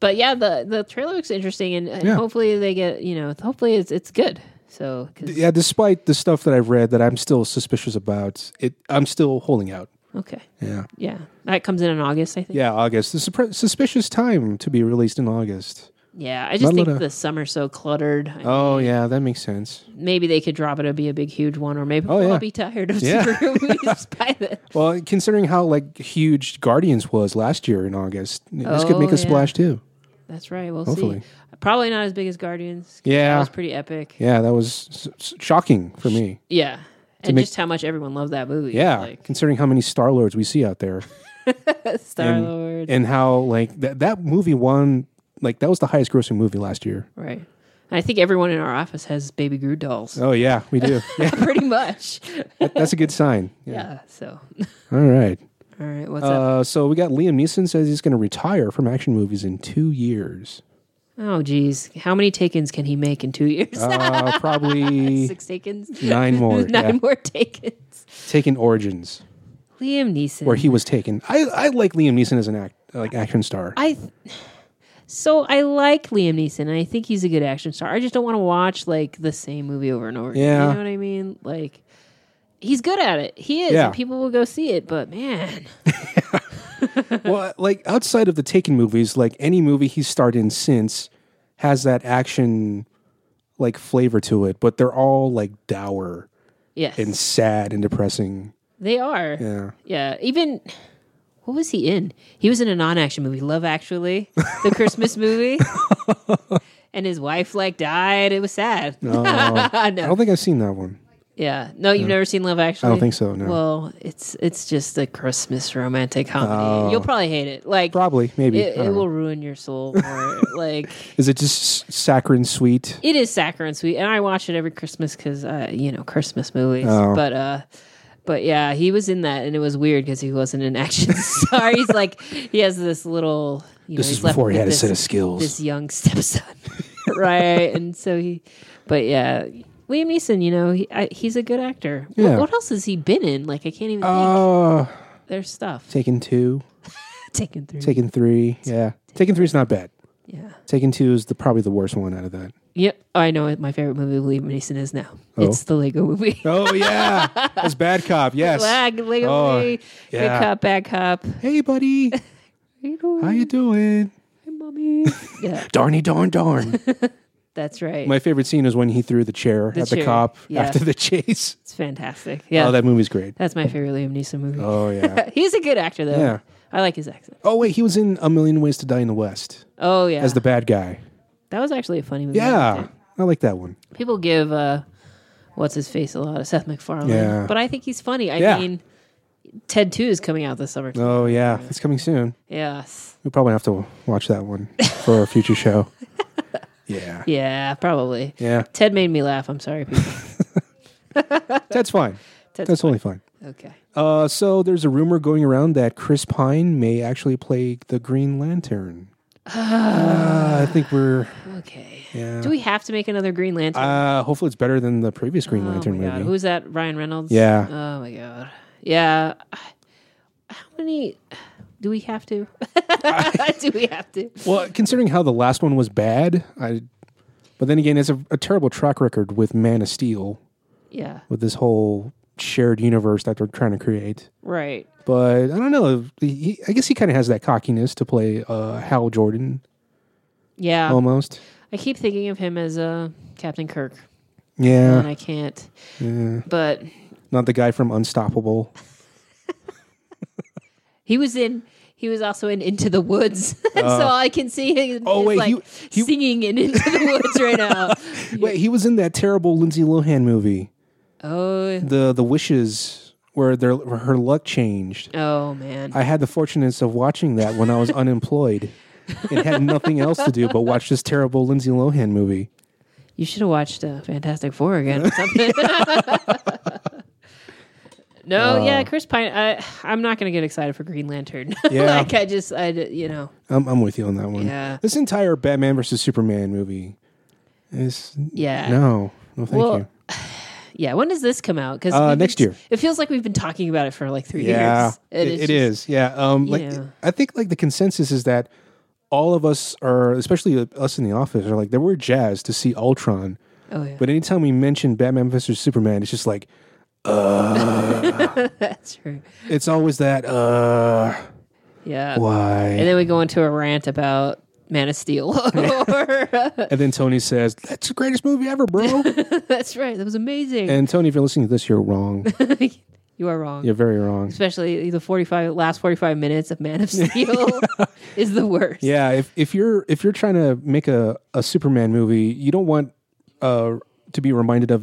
[SPEAKER 1] but yeah, the the trailer looks interesting, and, and
[SPEAKER 2] Yeah.
[SPEAKER 1] hopefully they get you know, hopefully it's it's good. So 'cause-
[SPEAKER 2] yeah, despite the stuff that I've read that I'm still suspicious about, it I'm still holding out.
[SPEAKER 1] okay,
[SPEAKER 2] Yeah.
[SPEAKER 1] yeah, that comes in in August, I think.
[SPEAKER 2] Yeah, August. The supr- suspicious time to be released in August.
[SPEAKER 1] Yeah, I just
[SPEAKER 2] Not a lot
[SPEAKER 1] think
[SPEAKER 2] of-
[SPEAKER 1] the summer's so cluttered. I-
[SPEAKER 2] Oh, yeah, that makes sense.
[SPEAKER 1] Maybe they could drop it and be a big, huge one, or maybe
[SPEAKER 2] Oh,
[SPEAKER 1] we'll
[SPEAKER 2] yeah.
[SPEAKER 1] all be tired of
[SPEAKER 2] Yeah.
[SPEAKER 1] superhero movies by then.
[SPEAKER 2] Well, considering how like huge Guardians was last year in August, this could
[SPEAKER 1] Oh,
[SPEAKER 2] make a
[SPEAKER 1] yeah.
[SPEAKER 2] splash too.
[SPEAKER 1] That's right. We'll
[SPEAKER 2] Hopefully.
[SPEAKER 1] see. Probably not as big as Guardians.
[SPEAKER 2] Yeah.
[SPEAKER 1] that was pretty epic.
[SPEAKER 2] Yeah, that was s- s- shocking for me.
[SPEAKER 1] Yeah. And
[SPEAKER 2] make-
[SPEAKER 1] just how much everyone loved that movie.
[SPEAKER 2] Yeah,
[SPEAKER 1] Like
[SPEAKER 2] considering how many Star Lords we see out there,
[SPEAKER 1] Star Lord.
[SPEAKER 2] and how like that that movie won like that was the highest grossing movie last year.
[SPEAKER 1] Right. And I think everyone in our office has baby Groot dolls.
[SPEAKER 2] Oh yeah, we do. yeah,
[SPEAKER 1] Pretty much.
[SPEAKER 2] that- that's a good sign. Yeah.
[SPEAKER 1] Yeah. So
[SPEAKER 2] All right.
[SPEAKER 1] all right, what's up?
[SPEAKER 2] Uh, so we got Liam Neeson says he's going to retire from action movies in two years.
[SPEAKER 1] Oh geez. How many takens can he make in two years?
[SPEAKER 2] Uh, probably
[SPEAKER 1] Six takens?
[SPEAKER 2] nine more.
[SPEAKER 1] Nine
[SPEAKER 2] yeah.
[SPEAKER 1] more takens.
[SPEAKER 2] Taken Origins,
[SPEAKER 1] Liam Neeson.
[SPEAKER 2] where he was taken. I, I like Liam Neeson as an act like action star.
[SPEAKER 1] I th- so I like Liam Neeson and I think he's a good action star. I just don't want to watch like the same movie over and over. again.
[SPEAKER 2] Yeah.
[SPEAKER 1] You know what I mean? Like he's good at it. He is.
[SPEAKER 2] Yeah.
[SPEAKER 1] And people will go see it, but man.
[SPEAKER 2] well, like outside of the Taken movies, like any movie he's starred in since has that action like flavor to it, but they're all like dour
[SPEAKER 1] Yes.
[SPEAKER 2] and sad and depressing.
[SPEAKER 1] they are.
[SPEAKER 2] Yeah.
[SPEAKER 1] Yeah, even what was he in? He was in a non-action movie, Love Actually, the Christmas movie, and his wife like died. It was sad.
[SPEAKER 2] I
[SPEAKER 1] no,
[SPEAKER 2] don't think I've seen that one.
[SPEAKER 1] yeah, no, you've never seen Love Actually.
[SPEAKER 2] I don't think so, no.
[SPEAKER 1] Well, it's it's just a Christmas romantic comedy. You'll probably hate it. Like
[SPEAKER 2] Oh. Probably, uh. maybe. I
[SPEAKER 1] it,
[SPEAKER 2] don't
[SPEAKER 1] it
[SPEAKER 2] know.
[SPEAKER 1] will ruin your soul. Or, like
[SPEAKER 2] Is it just s- saccharine sweet?
[SPEAKER 1] it is saccharine sweet, and I watch it every Christmas because uh, you know Christmas movies.
[SPEAKER 2] Oh.
[SPEAKER 1] But uh, but yeah, he was in that, and it was weird because he wasn't an action star. He's like he has this little. You
[SPEAKER 2] This
[SPEAKER 1] know,
[SPEAKER 2] is
[SPEAKER 1] he's left
[SPEAKER 2] before he
[SPEAKER 1] with
[SPEAKER 2] had a
[SPEAKER 1] this,
[SPEAKER 2] set of skills.
[SPEAKER 1] This young stepson, right? and so he, but yeah, Liam Neeson. You know, he I, he's a good actor. What-
[SPEAKER 2] Yeah.
[SPEAKER 1] What, else has he been in? Like I can't even think.
[SPEAKER 2] Uh,
[SPEAKER 1] There's stuff
[SPEAKER 2] Taken two,
[SPEAKER 1] taken through.
[SPEAKER 2] Taken three. Yeah, Taken three is not bad.
[SPEAKER 1] yeah.
[SPEAKER 2] Taken two is the probably the worst one out of that.
[SPEAKER 1] Yep. I know what my favorite movie of Liam Neeson is now. It's the Lego movie.
[SPEAKER 2] Oh yeah, that's bad cop. Yes.
[SPEAKER 1] Lag, Lego
[SPEAKER 2] Oh,
[SPEAKER 1] movie.
[SPEAKER 2] yeah.
[SPEAKER 1] Good cop, bad cop.
[SPEAKER 2] Hey buddy,
[SPEAKER 1] Hey, doing?
[SPEAKER 2] how you doing?
[SPEAKER 1] Hey, mommy. yeah,
[SPEAKER 2] Darny darn darn.
[SPEAKER 1] that's right.
[SPEAKER 2] My favorite scene is when he threw the chair at the
[SPEAKER 1] chair,
[SPEAKER 2] cop
[SPEAKER 1] yeah.
[SPEAKER 2] after the chase.
[SPEAKER 1] it's fantastic. Yeah,
[SPEAKER 2] Oh, that movie's great.
[SPEAKER 1] that's my favorite Liam Neeson movie. Uh,
[SPEAKER 2] Oh yeah.
[SPEAKER 1] He's a good actor though.
[SPEAKER 2] Yeah.
[SPEAKER 1] I like his accent.
[SPEAKER 2] oh wait, he was in A Million Ways to Die in the West
[SPEAKER 1] Oh yeah,
[SPEAKER 2] as the bad guy.
[SPEAKER 1] that was actually a funny movie. I
[SPEAKER 2] Yeah,
[SPEAKER 1] liked
[SPEAKER 2] I like that one.
[SPEAKER 1] it. people give uh, what's his face a lot of Seth MacFarlane,
[SPEAKER 2] Yeah.
[SPEAKER 1] but I think he's funny. I
[SPEAKER 2] Yeah.
[SPEAKER 1] mean, Ted Two is coming out this summer.
[SPEAKER 2] Oh yeah, it's coming soon.
[SPEAKER 1] Yes,
[SPEAKER 2] We probably have to watch that one for our future show. Yeah.
[SPEAKER 1] yeah, probably.
[SPEAKER 2] Yeah.
[SPEAKER 1] Ted made me laugh. I'm sorry, people.
[SPEAKER 2] That's fine.
[SPEAKER 1] Ted's
[SPEAKER 2] That's only fine.
[SPEAKER 1] okay.
[SPEAKER 2] Uh, so there's a rumor going around that Chris Pine may actually play the Green Lantern. Uh, I think we're
[SPEAKER 1] Okay.
[SPEAKER 2] yeah.
[SPEAKER 1] Do we have to make another Green Lantern?
[SPEAKER 2] uh, hopefully it's better than the previous Green
[SPEAKER 1] Oh
[SPEAKER 2] Lantern
[SPEAKER 1] my God.
[SPEAKER 2] movie.
[SPEAKER 1] Who's that? Ryan Reynolds?
[SPEAKER 2] Yeah.
[SPEAKER 1] Oh my god. Yeah. How many do we have to? do we have to?
[SPEAKER 2] Well, considering how the last one was bad, I but But then again, it's a, a terrible track record with Man of Steel,
[SPEAKER 1] Yeah.
[SPEAKER 2] with this whole shared universe that they're trying to create.
[SPEAKER 1] Right.
[SPEAKER 2] But I don't know. He- he- I guess he kind of has that cockiness to play uh, Hal Jordan
[SPEAKER 1] Yeah.
[SPEAKER 2] almost.
[SPEAKER 1] I keep thinking of him as uh, Captain Kirk, and
[SPEAKER 2] Yeah,
[SPEAKER 1] I can't.
[SPEAKER 2] Uh, yeah.
[SPEAKER 1] But
[SPEAKER 2] Not the guy from Unstoppable.
[SPEAKER 1] he was in. He was also in Into the Woods, so all I can see is,
[SPEAKER 2] Uh. oh,
[SPEAKER 1] is,
[SPEAKER 2] wait,
[SPEAKER 1] like
[SPEAKER 2] he- he-
[SPEAKER 1] singing in Into the Woods right now.
[SPEAKER 2] Wait, he was in that terrible Lindsay Lohan movie,
[SPEAKER 1] Oh,
[SPEAKER 2] the The Wishes, where their where her luck changed.
[SPEAKER 1] oh man.
[SPEAKER 2] I had the fortunates of watching that when I was unemployed and had nothing else to do but watch this terrible Lindsay Lohan movie.
[SPEAKER 1] You should have watched uh, Fantastic Four again or something. no, yeah, Chris Pine. I, I'm not going to get excited for Green Lantern.
[SPEAKER 2] Yeah.
[SPEAKER 1] like I just, I, d- you know,
[SPEAKER 2] I'm, I'm with you on that one.
[SPEAKER 1] Yeah.
[SPEAKER 2] This entire Batman versus Superman movie is
[SPEAKER 1] yeah,
[SPEAKER 2] no, no, thank
[SPEAKER 1] Well,
[SPEAKER 2] you.
[SPEAKER 1] yeah. When does this come out? Because
[SPEAKER 2] Uh, next year.
[SPEAKER 1] It feels like we've been talking about it for like three
[SPEAKER 2] Yeah,
[SPEAKER 1] years.
[SPEAKER 2] it,
[SPEAKER 1] is
[SPEAKER 2] it
[SPEAKER 1] just-
[SPEAKER 2] is. Yeah, um, like
[SPEAKER 1] Yeah.
[SPEAKER 2] I think like the consensus is that all of us are, especially us in the office, are like they were jazzed to see Ultron,
[SPEAKER 1] Oh yeah,
[SPEAKER 2] but anytime we mention Batman versus Superman, it's just like
[SPEAKER 1] that's true.
[SPEAKER 2] it's always that uh,
[SPEAKER 1] Yeah,
[SPEAKER 2] why.
[SPEAKER 1] and then we go into a rant about Man of Steel. Or-
[SPEAKER 2] And then Tony says, "That's the greatest movie ever, bro."
[SPEAKER 1] that's right. That was amazing.
[SPEAKER 2] and Tony, if you're listening to this, you're wrong.
[SPEAKER 1] you are wrong.
[SPEAKER 2] You're very wrong.
[SPEAKER 1] Especially the 45 last 45 minutes of Man of Steel is the worst.
[SPEAKER 2] Yeah, if, if you're if you're trying to make a, a Superman movie, you don't want uh, to be reminded of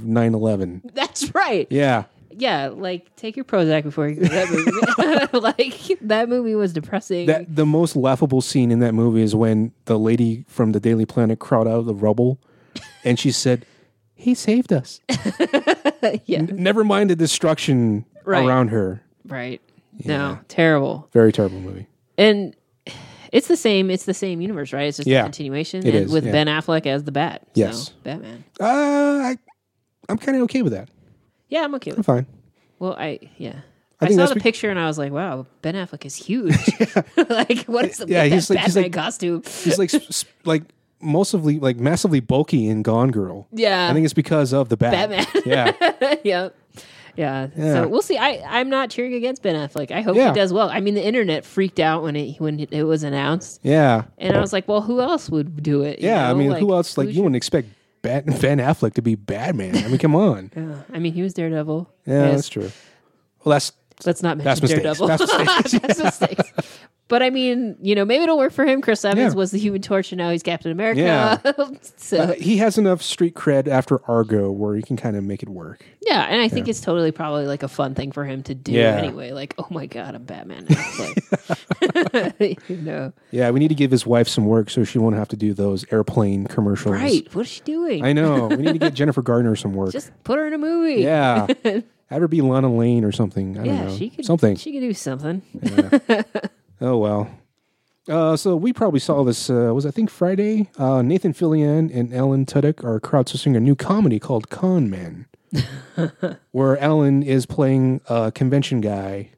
[SPEAKER 2] 9/11.
[SPEAKER 1] That's right. Yeah.
[SPEAKER 2] Yeah,
[SPEAKER 1] like take your Prozac before you go to that movie. like that movie was depressing.
[SPEAKER 2] that the most laughable scene in that movie is when the lady from the Daily Planet crawled out of the rubble, and she said, "He saved us."
[SPEAKER 1] yeah,
[SPEAKER 2] Never mind the destruction
[SPEAKER 1] Right.
[SPEAKER 2] around her.
[SPEAKER 1] right. No, terrible.
[SPEAKER 2] Very terrible movie.
[SPEAKER 1] And it's the same. It's the same universe, right? It's just
[SPEAKER 2] Yeah.
[SPEAKER 1] a continuation,
[SPEAKER 2] It
[SPEAKER 1] and
[SPEAKER 2] is,
[SPEAKER 1] with
[SPEAKER 2] yeah.
[SPEAKER 1] Ben Affleck as the Bat.
[SPEAKER 2] Yes.
[SPEAKER 1] so, Batman.
[SPEAKER 2] Uh, I, I'm kind of okay with that.
[SPEAKER 1] Yeah, I'm okay
[SPEAKER 2] I'm
[SPEAKER 1] with.
[SPEAKER 2] fine.
[SPEAKER 1] Well, I yeah.
[SPEAKER 2] I
[SPEAKER 1] I,
[SPEAKER 2] think
[SPEAKER 1] saw
[SPEAKER 2] that's
[SPEAKER 1] the
[SPEAKER 2] be-
[SPEAKER 1] picture and I was like, "Wow, Ben Affleck is huge! like, what is the
[SPEAKER 2] Yeah,
[SPEAKER 1] yeah,
[SPEAKER 2] he's like-
[SPEAKER 1] Batman
[SPEAKER 2] he's like-
[SPEAKER 1] costume?
[SPEAKER 2] He's like sp- sp- like mostly like massively bulky in Gone Girl.
[SPEAKER 1] Yeah,
[SPEAKER 2] I think it's because of the bat.
[SPEAKER 1] Batman.
[SPEAKER 2] yeah,
[SPEAKER 1] yep. Yeah.
[SPEAKER 2] Yeah.
[SPEAKER 1] So we'll see. I I'm not cheering against Ben Affleck. I hope
[SPEAKER 2] Yeah.
[SPEAKER 1] he does well. I mean, the internet freaked out when it when it was announced,
[SPEAKER 2] yeah,
[SPEAKER 1] and I was like, well, who else would do it? you
[SPEAKER 2] yeah. I
[SPEAKER 1] know?
[SPEAKER 2] mean, who else? Like, you
[SPEAKER 1] should-
[SPEAKER 2] wouldn't expect bat- Ben Affleck to be Batman. I mean, come on. Yeah,
[SPEAKER 1] I mean, he was Daredevil.
[SPEAKER 2] that's true. Well, that's
[SPEAKER 1] Let's not
[SPEAKER 2] That's
[SPEAKER 1] mention
[SPEAKER 2] mistakes.
[SPEAKER 1] Daredevil.
[SPEAKER 2] That's mistakes.
[SPEAKER 1] That's mistakes. But I mean, you know, maybe it'll work for him. Chris Evans
[SPEAKER 2] Yeah.
[SPEAKER 1] was the Human Torch, and now he's Captain America.
[SPEAKER 2] Yeah.
[SPEAKER 1] so
[SPEAKER 2] uh, he has enough street cred after Argo where he can kind of make it work.
[SPEAKER 1] yeah, and I think it's totally probably like a fun thing for him to do
[SPEAKER 2] Yeah.
[SPEAKER 1] anyway. Like, oh my god, I'm Batman. Affleck. you know,
[SPEAKER 2] Yeah, we need to give his wife some work so she won't have to do those airplane commercials.
[SPEAKER 1] right? What is she doing?
[SPEAKER 2] I know. We need to get Jennifer Gardner some work.
[SPEAKER 1] Just put her in a movie.
[SPEAKER 2] yeah. Have her be Lana Lane or something. I don't
[SPEAKER 1] Yeah,
[SPEAKER 2] know.
[SPEAKER 1] she could
[SPEAKER 2] something.
[SPEAKER 1] She could do something.
[SPEAKER 2] Oh well. Uh, so we probably saw this. Uh, was I think Friday? Uh, Nathan Fillion and Alan Tudyk are crowdsourcing a new comedy called Con Man, where Alan is playing a convention guy.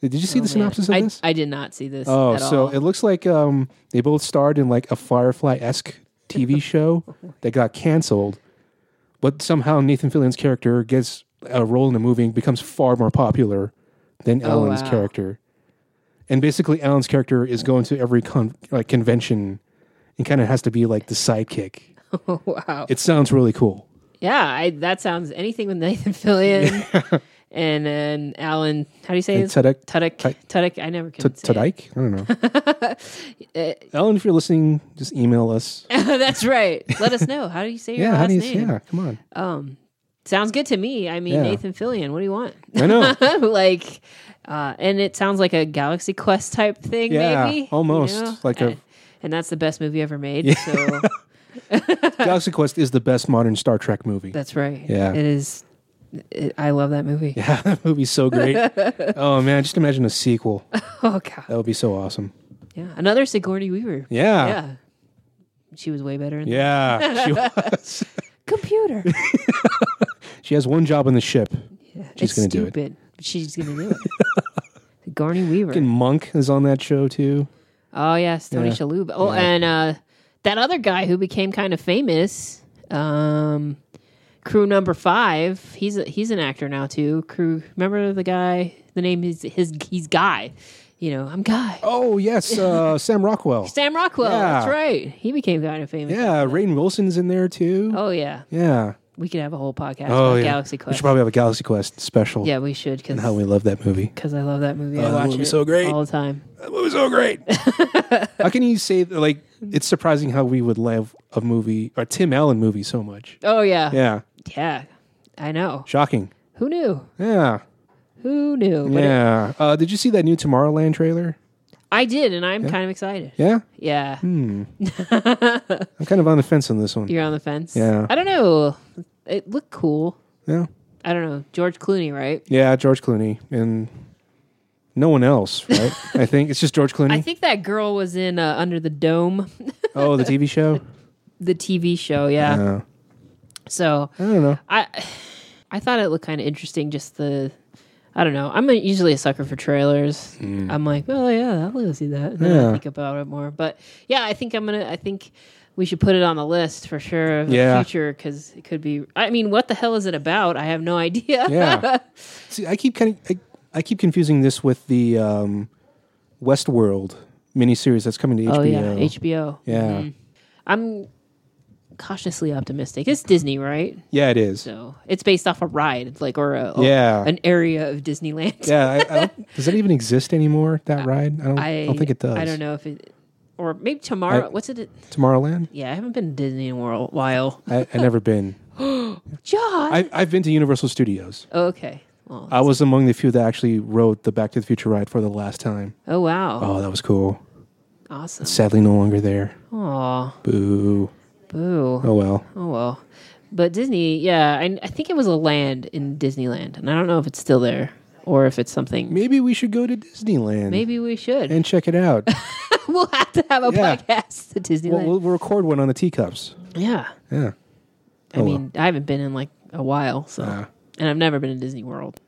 [SPEAKER 2] Did you see the synopsis of
[SPEAKER 1] Oh, I,
[SPEAKER 2] this?
[SPEAKER 1] I did not see this.
[SPEAKER 2] oh,
[SPEAKER 1] at all.
[SPEAKER 2] so it looks like um, they both starred in like a Firefly esque TV show that got canceled, but somehow Nathan Fillion's character gets a role in the movie and becomes far more popular than Alan's
[SPEAKER 1] Oh, wow.
[SPEAKER 2] character. And basically, Alan's character is going to every con- like convention and kind of has to be like the sidekick.
[SPEAKER 1] wow.
[SPEAKER 2] It sounds really cool.
[SPEAKER 1] yeah, I, that sounds anything with Nathan Fillion and then Alan. How do you say
[SPEAKER 2] And
[SPEAKER 1] his
[SPEAKER 2] Tudyk,
[SPEAKER 1] Tudyk.
[SPEAKER 2] Ty-
[SPEAKER 1] Tudyk. I never can say. it.
[SPEAKER 2] Tudyk? I don't know. Alan, if you're listening, just email us.
[SPEAKER 1] That's right. Let us know. How do you say your
[SPEAKER 2] Yeah, how
[SPEAKER 1] last
[SPEAKER 2] do you?
[SPEAKER 1] name?
[SPEAKER 2] Yeah, come on.
[SPEAKER 1] Sounds good to me. I mean,
[SPEAKER 2] Yeah.
[SPEAKER 1] Nathan Fillion. What do you want?
[SPEAKER 2] I know.
[SPEAKER 1] like, uh, and it sounds like a Galaxy Quest type thing.
[SPEAKER 2] Yeah,
[SPEAKER 1] maybe
[SPEAKER 2] almost. Like a-
[SPEAKER 1] and, and that's the best movie ever made. So
[SPEAKER 2] Galaxy Quest is the best modern Star Trek movie.
[SPEAKER 1] that's right.
[SPEAKER 2] Yeah.
[SPEAKER 1] it is. It, I love that movie.
[SPEAKER 2] Yeah, that movie's so great. oh man, just imagine a sequel. That
[SPEAKER 1] Oh god.
[SPEAKER 2] would be so awesome.
[SPEAKER 1] Yeah, another Sigourney Weaver.
[SPEAKER 2] Yeah.
[SPEAKER 1] Yeah, she was way better. In yeah,
[SPEAKER 2] Yeah. She, was.
[SPEAKER 1] computer.
[SPEAKER 2] she has one job on the ship. She's
[SPEAKER 1] It's
[SPEAKER 2] gonna do it.
[SPEAKER 1] stupid. She's gonna do it. Sigourney Weaver.
[SPEAKER 2] And Monk is on that show too.
[SPEAKER 1] Oh yes, Tony
[SPEAKER 2] Yeah.
[SPEAKER 1] Shalhoub. Oh, and uh, that other guy who became kind of famous, um, crew number five. He's a, he's an actor now too. Crew, remember the guy? The name is his. He's Guy. You know, I'm Guy.
[SPEAKER 2] Oh yes, uh, Sam Rockwell.
[SPEAKER 1] Sam Rockwell. That's
[SPEAKER 2] Yeah.
[SPEAKER 1] right. He became kind of famous.
[SPEAKER 2] Yeah, Rain Wilson's in there too.
[SPEAKER 1] Oh yeah,
[SPEAKER 2] Yeah.
[SPEAKER 1] we could have a whole podcast
[SPEAKER 2] Oh
[SPEAKER 1] about
[SPEAKER 2] yeah.
[SPEAKER 1] Galaxy
[SPEAKER 2] We
[SPEAKER 1] Quest.
[SPEAKER 2] should probably have a Galaxy Quest special.
[SPEAKER 1] yeah, we should
[SPEAKER 2] And how
[SPEAKER 1] because
[SPEAKER 2] we love that movie.
[SPEAKER 1] I love that movie.
[SPEAKER 2] Oh,
[SPEAKER 1] I
[SPEAKER 2] that
[SPEAKER 1] watch
[SPEAKER 2] movie's
[SPEAKER 1] it
[SPEAKER 2] so great.
[SPEAKER 1] all the time.
[SPEAKER 2] That movie's so great. how can you say that, like it's surprising how we would love a movie or Tim Allen movie so much?
[SPEAKER 1] Oh yeah. yeah,
[SPEAKER 2] Yeah.
[SPEAKER 1] I know.
[SPEAKER 2] Shocking.
[SPEAKER 1] Who knew?
[SPEAKER 2] Yeah.
[SPEAKER 1] Who knew? But it-
[SPEAKER 2] yeah. uh, did you see that new Tomorrowland trailer?
[SPEAKER 1] I did, and I'm kind of excited.
[SPEAKER 2] Yeah. Hmm.
[SPEAKER 1] Yeah,
[SPEAKER 2] I'm kind of on the fence on this one.
[SPEAKER 1] you're on the fence.
[SPEAKER 2] Yeah.
[SPEAKER 1] I don't know. It looked cool.
[SPEAKER 2] Yeah.
[SPEAKER 1] I don't know. George Clooney, right?
[SPEAKER 2] Yeah, George Clooney and no one else, right? I think it's just George Clooney.
[SPEAKER 1] I think that girl was in uh, Under the Dome,
[SPEAKER 2] oh, the TV show.
[SPEAKER 1] the TV show. Yeah.
[SPEAKER 2] Uh,
[SPEAKER 1] So
[SPEAKER 2] I don't know.
[SPEAKER 1] I, I thought it looked kind of interesting. Just the, I don't know. I'm a, usually a sucker for trailers. I'm like, oh yeah, I'll go see that. And then
[SPEAKER 2] Mm. Yeah.
[SPEAKER 1] I think about it more. But yeah, I think I'm gonna. I think we should put it on the list for sure of
[SPEAKER 2] Yeah.
[SPEAKER 1] the future because it could be. I mean, what the hell is it about? I have no idea.
[SPEAKER 2] Yeah. See, I keep kind of I, I keep confusing this with the um, Westworld miniseries that's coming to HBO.
[SPEAKER 1] oh yeah, HBO.
[SPEAKER 2] yeah.
[SPEAKER 1] Mm-hmm. I'm cautiously optimistic. It's Disney, right?
[SPEAKER 2] Yeah, it is.
[SPEAKER 1] So it's based off a ride, like or a,
[SPEAKER 2] Yeah.
[SPEAKER 1] an area of Disneyland.
[SPEAKER 2] Yeah, I, I don't, does that even exist anymore? That ride? I don't. I, don't think it does.
[SPEAKER 1] I don't know if it, or maybe tomorrow.
[SPEAKER 2] I-
[SPEAKER 1] what's it?
[SPEAKER 2] Tomorrowland.
[SPEAKER 1] Yeah, I haven't been to Disney in a while- while.
[SPEAKER 2] I, I never been.
[SPEAKER 1] John.
[SPEAKER 2] I, I've been to Universal Studios.
[SPEAKER 1] oh, okay. Well,
[SPEAKER 2] I was among the few that actually rode the Back to the Future ride for the last time.
[SPEAKER 1] oh wow,
[SPEAKER 2] Oh, that was cool.
[SPEAKER 1] awesome.
[SPEAKER 2] Sadly, no longer there.
[SPEAKER 1] Aw,
[SPEAKER 2] Boo.
[SPEAKER 1] boo.
[SPEAKER 2] Oh well.
[SPEAKER 1] Oh well, but Disney. Yeah, I, I think it was a land in Disneyland, and I don't know if it's still there or if it's something.
[SPEAKER 2] Maybe we should go to Disneyland.
[SPEAKER 1] Maybe we should.
[SPEAKER 2] And check it out.
[SPEAKER 1] we'll have to have a
[SPEAKER 2] Yeah.
[SPEAKER 1] podcast to Disneyland.
[SPEAKER 2] we'll, we'll we'll record one on the teacups.
[SPEAKER 1] yeah.
[SPEAKER 2] Yeah.
[SPEAKER 1] I
[SPEAKER 2] Oh, well.
[SPEAKER 1] mean, I haven't been in like a while, so and I've never been to Disney World.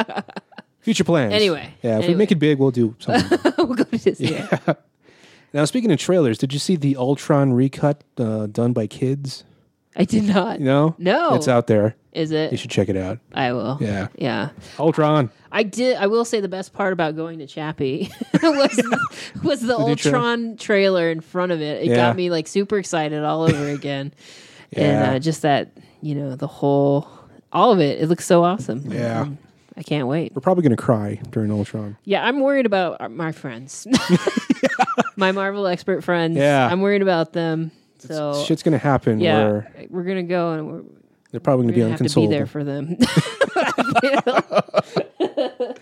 [SPEAKER 2] Future plans.
[SPEAKER 1] Anyway.
[SPEAKER 2] Yeah. If we
[SPEAKER 1] Anyway.
[SPEAKER 2] make it big, we'll do something.
[SPEAKER 1] we'll go to Disney.
[SPEAKER 2] now, speaking of trailers, did you see the Ultron recut uh, done by kids?
[SPEAKER 1] I did not.
[SPEAKER 2] You know?
[SPEAKER 1] No.
[SPEAKER 2] It's out there.
[SPEAKER 1] Is
[SPEAKER 2] You
[SPEAKER 1] it?
[SPEAKER 2] should check it out.
[SPEAKER 1] I will.
[SPEAKER 2] Yeah.
[SPEAKER 1] Yeah.
[SPEAKER 2] Ultron.
[SPEAKER 1] I did. I will say the best part about going to Chappie was was the
[SPEAKER 2] new trailer?
[SPEAKER 1] Ultron trailer in front of it. It
[SPEAKER 2] Yeah.
[SPEAKER 1] got me like super excited all over again,
[SPEAKER 2] Yeah.
[SPEAKER 1] and uh, just that you know the whole all of it. It looks so awesome.
[SPEAKER 2] Yeah.
[SPEAKER 1] Um, I can't wait.
[SPEAKER 2] We're probably going to cry during Ultron.
[SPEAKER 1] Yeah, I'm worried about our- my friends, my Marvel expert friends.
[SPEAKER 2] Yeah.
[SPEAKER 1] I'm worried about them. So
[SPEAKER 2] Shit's going to happen
[SPEAKER 1] Oh. yeah,
[SPEAKER 2] where
[SPEAKER 1] we're gonna go and we're,
[SPEAKER 2] they're probably going
[SPEAKER 1] we're
[SPEAKER 2] to
[SPEAKER 1] gonna have
[SPEAKER 2] be
[SPEAKER 1] to be there
[SPEAKER 2] unconsolable.
[SPEAKER 1] for them. yeah.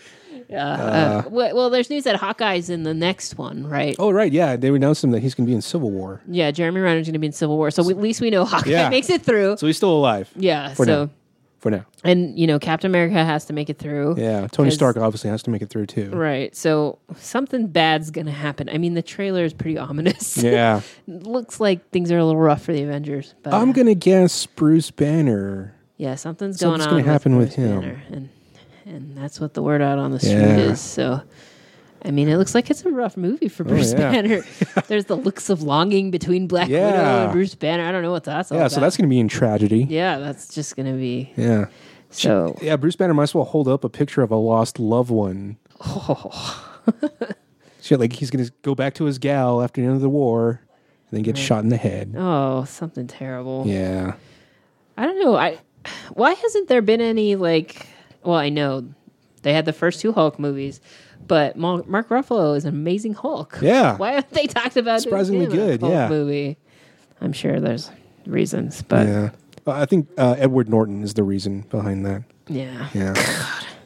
[SPEAKER 1] Uh, well, well, there's news that Hawkeye's in the next one, right?
[SPEAKER 2] Oh, right. Yeah. They announced him that he's going to be in Civil War.
[SPEAKER 1] Yeah, Jeremy Renner's going to be in Civil War, so we- at least we know Hawkeye
[SPEAKER 2] Yeah.
[SPEAKER 1] makes it through.
[SPEAKER 2] So he's still alive
[SPEAKER 1] Yeah.
[SPEAKER 2] For
[SPEAKER 1] so
[SPEAKER 2] now. for now.
[SPEAKER 1] and you know Captain America has to make it through.
[SPEAKER 2] Yeah. Tony
[SPEAKER 1] 'Cause-
[SPEAKER 2] Stark obviously has to make it through, too.
[SPEAKER 1] Right. So something bad's going to happen. I mean, the trailer is pretty ominous.
[SPEAKER 2] Yeah.
[SPEAKER 1] Looks like things are a little rough for the Avengers, but
[SPEAKER 2] I'm going to guess Bruce Banner.
[SPEAKER 1] yeah, something's going
[SPEAKER 2] something's
[SPEAKER 1] on.
[SPEAKER 2] gonna happen with
[SPEAKER 1] Bruce
[SPEAKER 2] him.
[SPEAKER 1] Banner, and and that's what the word out on the street
[SPEAKER 2] Yeah.
[SPEAKER 1] is. So. I mean, it looks like it's a rough movie for Bruce
[SPEAKER 2] Oh, yeah.
[SPEAKER 1] Banner. There's the looks of longing between Black Widow
[SPEAKER 2] Yeah.
[SPEAKER 1] and Bruce Banner. I don't know what that's all
[SPEAKER 2] Yeah. So
[SPEAKER 1] about.
[SPEAKER 2] that's going to be in tragedy.
[SPEAKER 1] yeah, that's just gonna be
[SPEAKER 2] Yeah.
[SPEAKER 1] So
[SPEAKER 2] Yeah, Bruce Banner might as well hold up a picture of a lost loved one. Shit, like he's gonna go back to his gal after the end of the war, and then get shot in the head.
[SPEAKER 1] oh, something terrible.
[SPEAKER 2] Yeah,
[SPEAKER 1] I don't know. I why hasn't there been any like? Well, I know they had the first two Hulk movies, but Ma- Mark Ruffalo is an amazing Hulk.
[SPEAKER 2] Yeah.
[SPEAKER 1] Why haven't they talked about doing
[SPEAKER 2] Ah. Surprisingly
[SPEAKER 1] him in a
[SPEAKER 2] good,
[SPEAKER 1] Hulk
[SPEAKER 2] yeah.
[SPEAKER 1] movie? I'm sure there's reasons, but yeah,
[SPEAKER 2] yeah. Uh, I think uh, Edward Norton is the reason behind that. Yeah,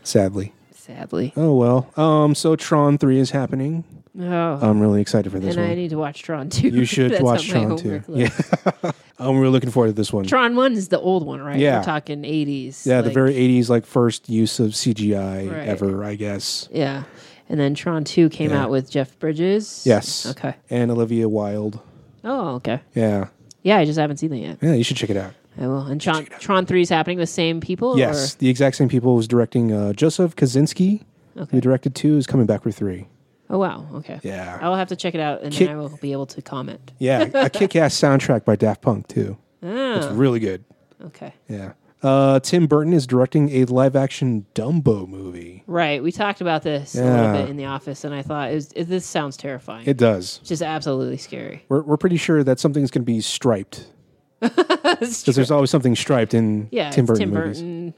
[SPEAKER 2] sadly.
[SPEAKER 1] sadly.
[SPEAKER 2] Oh well. Um, so Tron Three is happening.
[SPEAKER 1] Oh,
[SPEAKER 2] I'm really excited for this
[SPEAKER 1] and I
[SPEAKER 2] one.
[SPEAKER 1] need to watch Tron two.
[SPEAKER 2] You should
[SPEAKER 1] That's
[SPEAKER 2] watch
[SPEAKER 1] on my
[SPEAKER 2] Tron Two.
[SPEAKER 1] homework
[SPEAKER 2] Yeah,
[SPEAKER 1] list.
[SPEAKER 2] I'm really looking forward to this one.
[SPEAKER 1] Tron one is the old one, right?
[SPEAKER 2] Yeah.
[SPEAKER 1] We're talking 80s.
[SPEAKER 2] yeah, the
[SPEAKER 1] like-
[SPEAKER 2] very '80s, like first use of CGI
[SPEAKER 1] Right.
[SPEAKER 2] ever, I guess.
[SPEAKER 1] yeah. And then Tron two came
[SPEAKER 2] Yeah.
[SPEAKER 1] out with Jeff Bridges.
[SPEAKER 2] Yes.
[SPEAKER 1] Okay.
[SPEAKER 2] And Olivia Wilde.
[SPEAKER 1] Oh, okay.
[SPEAKER 2] Yeah.
[SPEAKER 1] Yeah, I just haven't seen it yet.
[SPEAKER 2] Yeah, you should check it out.
[SPEAKER 1] I will. And Tron, Tron 3 is happening with the same people?
[SPEAKER 2] Yes, the exact same people who's directing uh, Joseph Kaczynski,
[SPEAKER 1] Okay.
[SPEAKER 2] who directed two, is coming back for three.
[SPEAKER 1] Or? Oh wow. Okay.
[SPEAKER 2] Yeah.
[SPEAKER 1] I will have to check it out, and
[SPEAKER 2] Kick-
[SPEAKER 1] then I will be able to comment.
[SPEAKER 2] Yeah, a kick-ass soundtrack by Daft Punk too. It's
[SPEAKER 1] Ah,
[SPEAKER 2] really good.
[SPEAKER 1] okay.
[SPEAKER 2] Yeah. Uh, Tim Burton is directing a live-action Dumbo movie.
[SPEAKER 1] Right. We talked about this a
[SPEAKER 2] Yeah.
[SPEAKER 1] little bit in the office, and I thought it was, it, this sounds terrifying.
[SPEAKER 2] It does.
[SPEAKER 1] it's just absolutely scary.
[SPEAKER 2] We're we're pretty sure that something's going to be striped
[SPEAKER 1] It's
[SPEAKER 2] because
[SPEAKER 1] true.
[SPEAKER 2] there's always something striped in
[SPEAKER 1] yeah,
[SPEAKER 2] Tim
[SPEAKER 1] it's
[SPEAKER 2] Burton
[SPEAKER 1] Tim
[SPEAKER 2] movies.
[SPEAKER 1] Burton.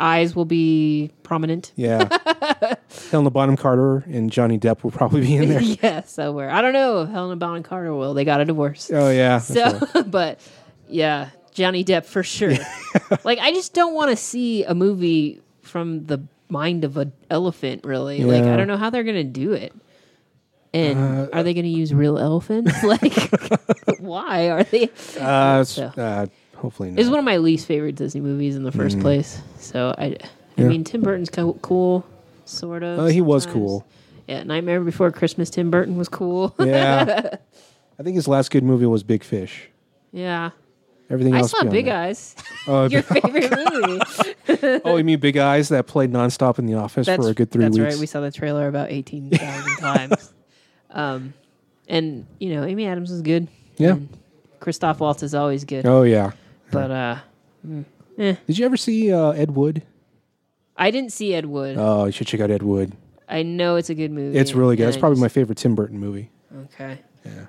[SPEAKER 1] Eyes will be prominent.
[SPEAKER 2] Yeah. Helena Bonham Carter and Johnny Depp will probably be in there.
[SPEAKER 1] yeah, somewhere. I don't know if Helena Bonham Carter will. They got a divorce.
[SPEAKER 2] Oh yeah. that's
[SPEAKER 1] so,
[SPEAKER 2] right.
[SPEAKER 1] but yeah, Johnny Depp for sure. like, I just don't want to see a movie from the mind of an elephant. Really, like,
[SPEAKER 2] Yeah. Uh,
[SPEAKER 1] I don't know how they're gonna do it. And are they going to use real elephants? Like, why are they?
[SPEAKER 2] Uh, s-
[SPEAKER 1] So.
[SPEAKER 2] uh, hopefully
[SPEAKER 1] It's
[SPEAKER 2] not.
[SPEAKER 1] one of my least favorite Disney movies in the first place. So I, I
[SPEAKER 2] Mm-hmm. Yeah.
[SPEAKER 1] mean, Tim Burton's co- cool, sort of.
[SPEAKER 2] Uh, he was
[SPEAKER 1] sometimes.
[SPEAKER 2] cool.
[SPEAKER 1] Yeah, Nightmare Before Christmas. Tim Burton was cool.
[SPEAKER 2] Yeah. I think his last good movie was Big Fish.
[SPEAKER 1] yeah,
[SPEAKER 2] Everything
[SPEAKER 1] I
[SPEAKER 2] else.
[SPEAKER 1] saw
[SPEAKER 2] beyond
[SPEAKER 1] Big
[SPEAKER 2] that-
[SPEAKER 1] Eyes.
[SPEAKER 2] Oh,
[SPEAKER 1] Your favorite movie.
[SPEAKER 2] oh, you mean Big Eyes that played nonstop in the office for a good three
[SPEAKER 1] that's
[SPEAKER 2] weeks?
[SPEAKER 1] right. We saw the trailer about eighteen thousand times. Um, and you know, Amy Adams is good.
[SPEAKER 2] Yeah.
[SPEAKER 1] And Christoph Waltz is always good.
[SPEAKER 2] Oh yeah.
[SPEAKER 1] But uh,
[SPEAKER 2] Did you ever see uh, Ed Wood?
[SPEAKER 1] I didn't see Ed Wood.
[SPEAKER 2] Oh, you should check out Ed Wood.
[SPEAKER 1] I know it's a good movie.
[SPEAKER 2] It's really good.
[SPEAKER 1] and
[SPEAKER 2] It's
[SPEAKER 1] I
[SPEAKER 2] probably my
[SPEAKER 1] just-
[SPEAKER 2] favorite Tim Burton movie.
[SPEAKER 1] okay.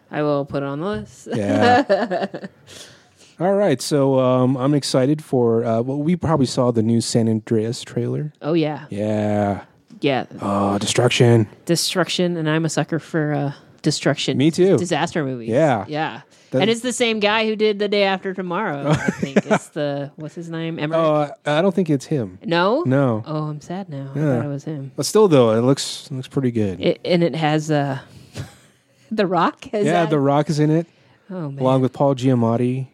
[SPEAKER 1] I will put it on the list.
[SPEAKER 2] Yeah. All right, so um, I'm excited for. Uh, well, we probably saw the new San Andreas trailer.
[SPEAKER 1] Oh yeah,
[SPEAKER 2] Yeah.
[SPEAKER 1] yeah.
[SPEAKER 2] Oh, destruction.
[SPEAKER 1] Destruction, and I'm a sucker for uh, destruction.
[SPEAKER 2] Me too.
[SPEAKER 1] Disaster movies.
[SPEAKER 2] Yeah.
[SPEAKER 1] yeah.
[SPEAKER 2] That-
[SPEAKER 1] and it's the same guy who did the day after tomorrow. I think it's the what's his name? Emmerich.
[SPEAKER 2] Oh, I- I don't think it's him.
[SPEAKER 1] no,
[SPEAKER 2] No.
[SPEAKER 1] Oh, I'm sad now. I
[SPEAKER 2] Yeah.
[SPEAKER 1] thought it was him.
[SPEAKER 2] But still, though, it looks looks pretty good.
[SPEAKER 1] It, and it has uh, the Rock. Is
[SPEAKER 2] yeah,
[SPEAKER 1] that-
[SPEAKER 2] The Rock is in it,
[SPEAKER 1] oh man.
[SPEAKER 2] along with Paul Giamatti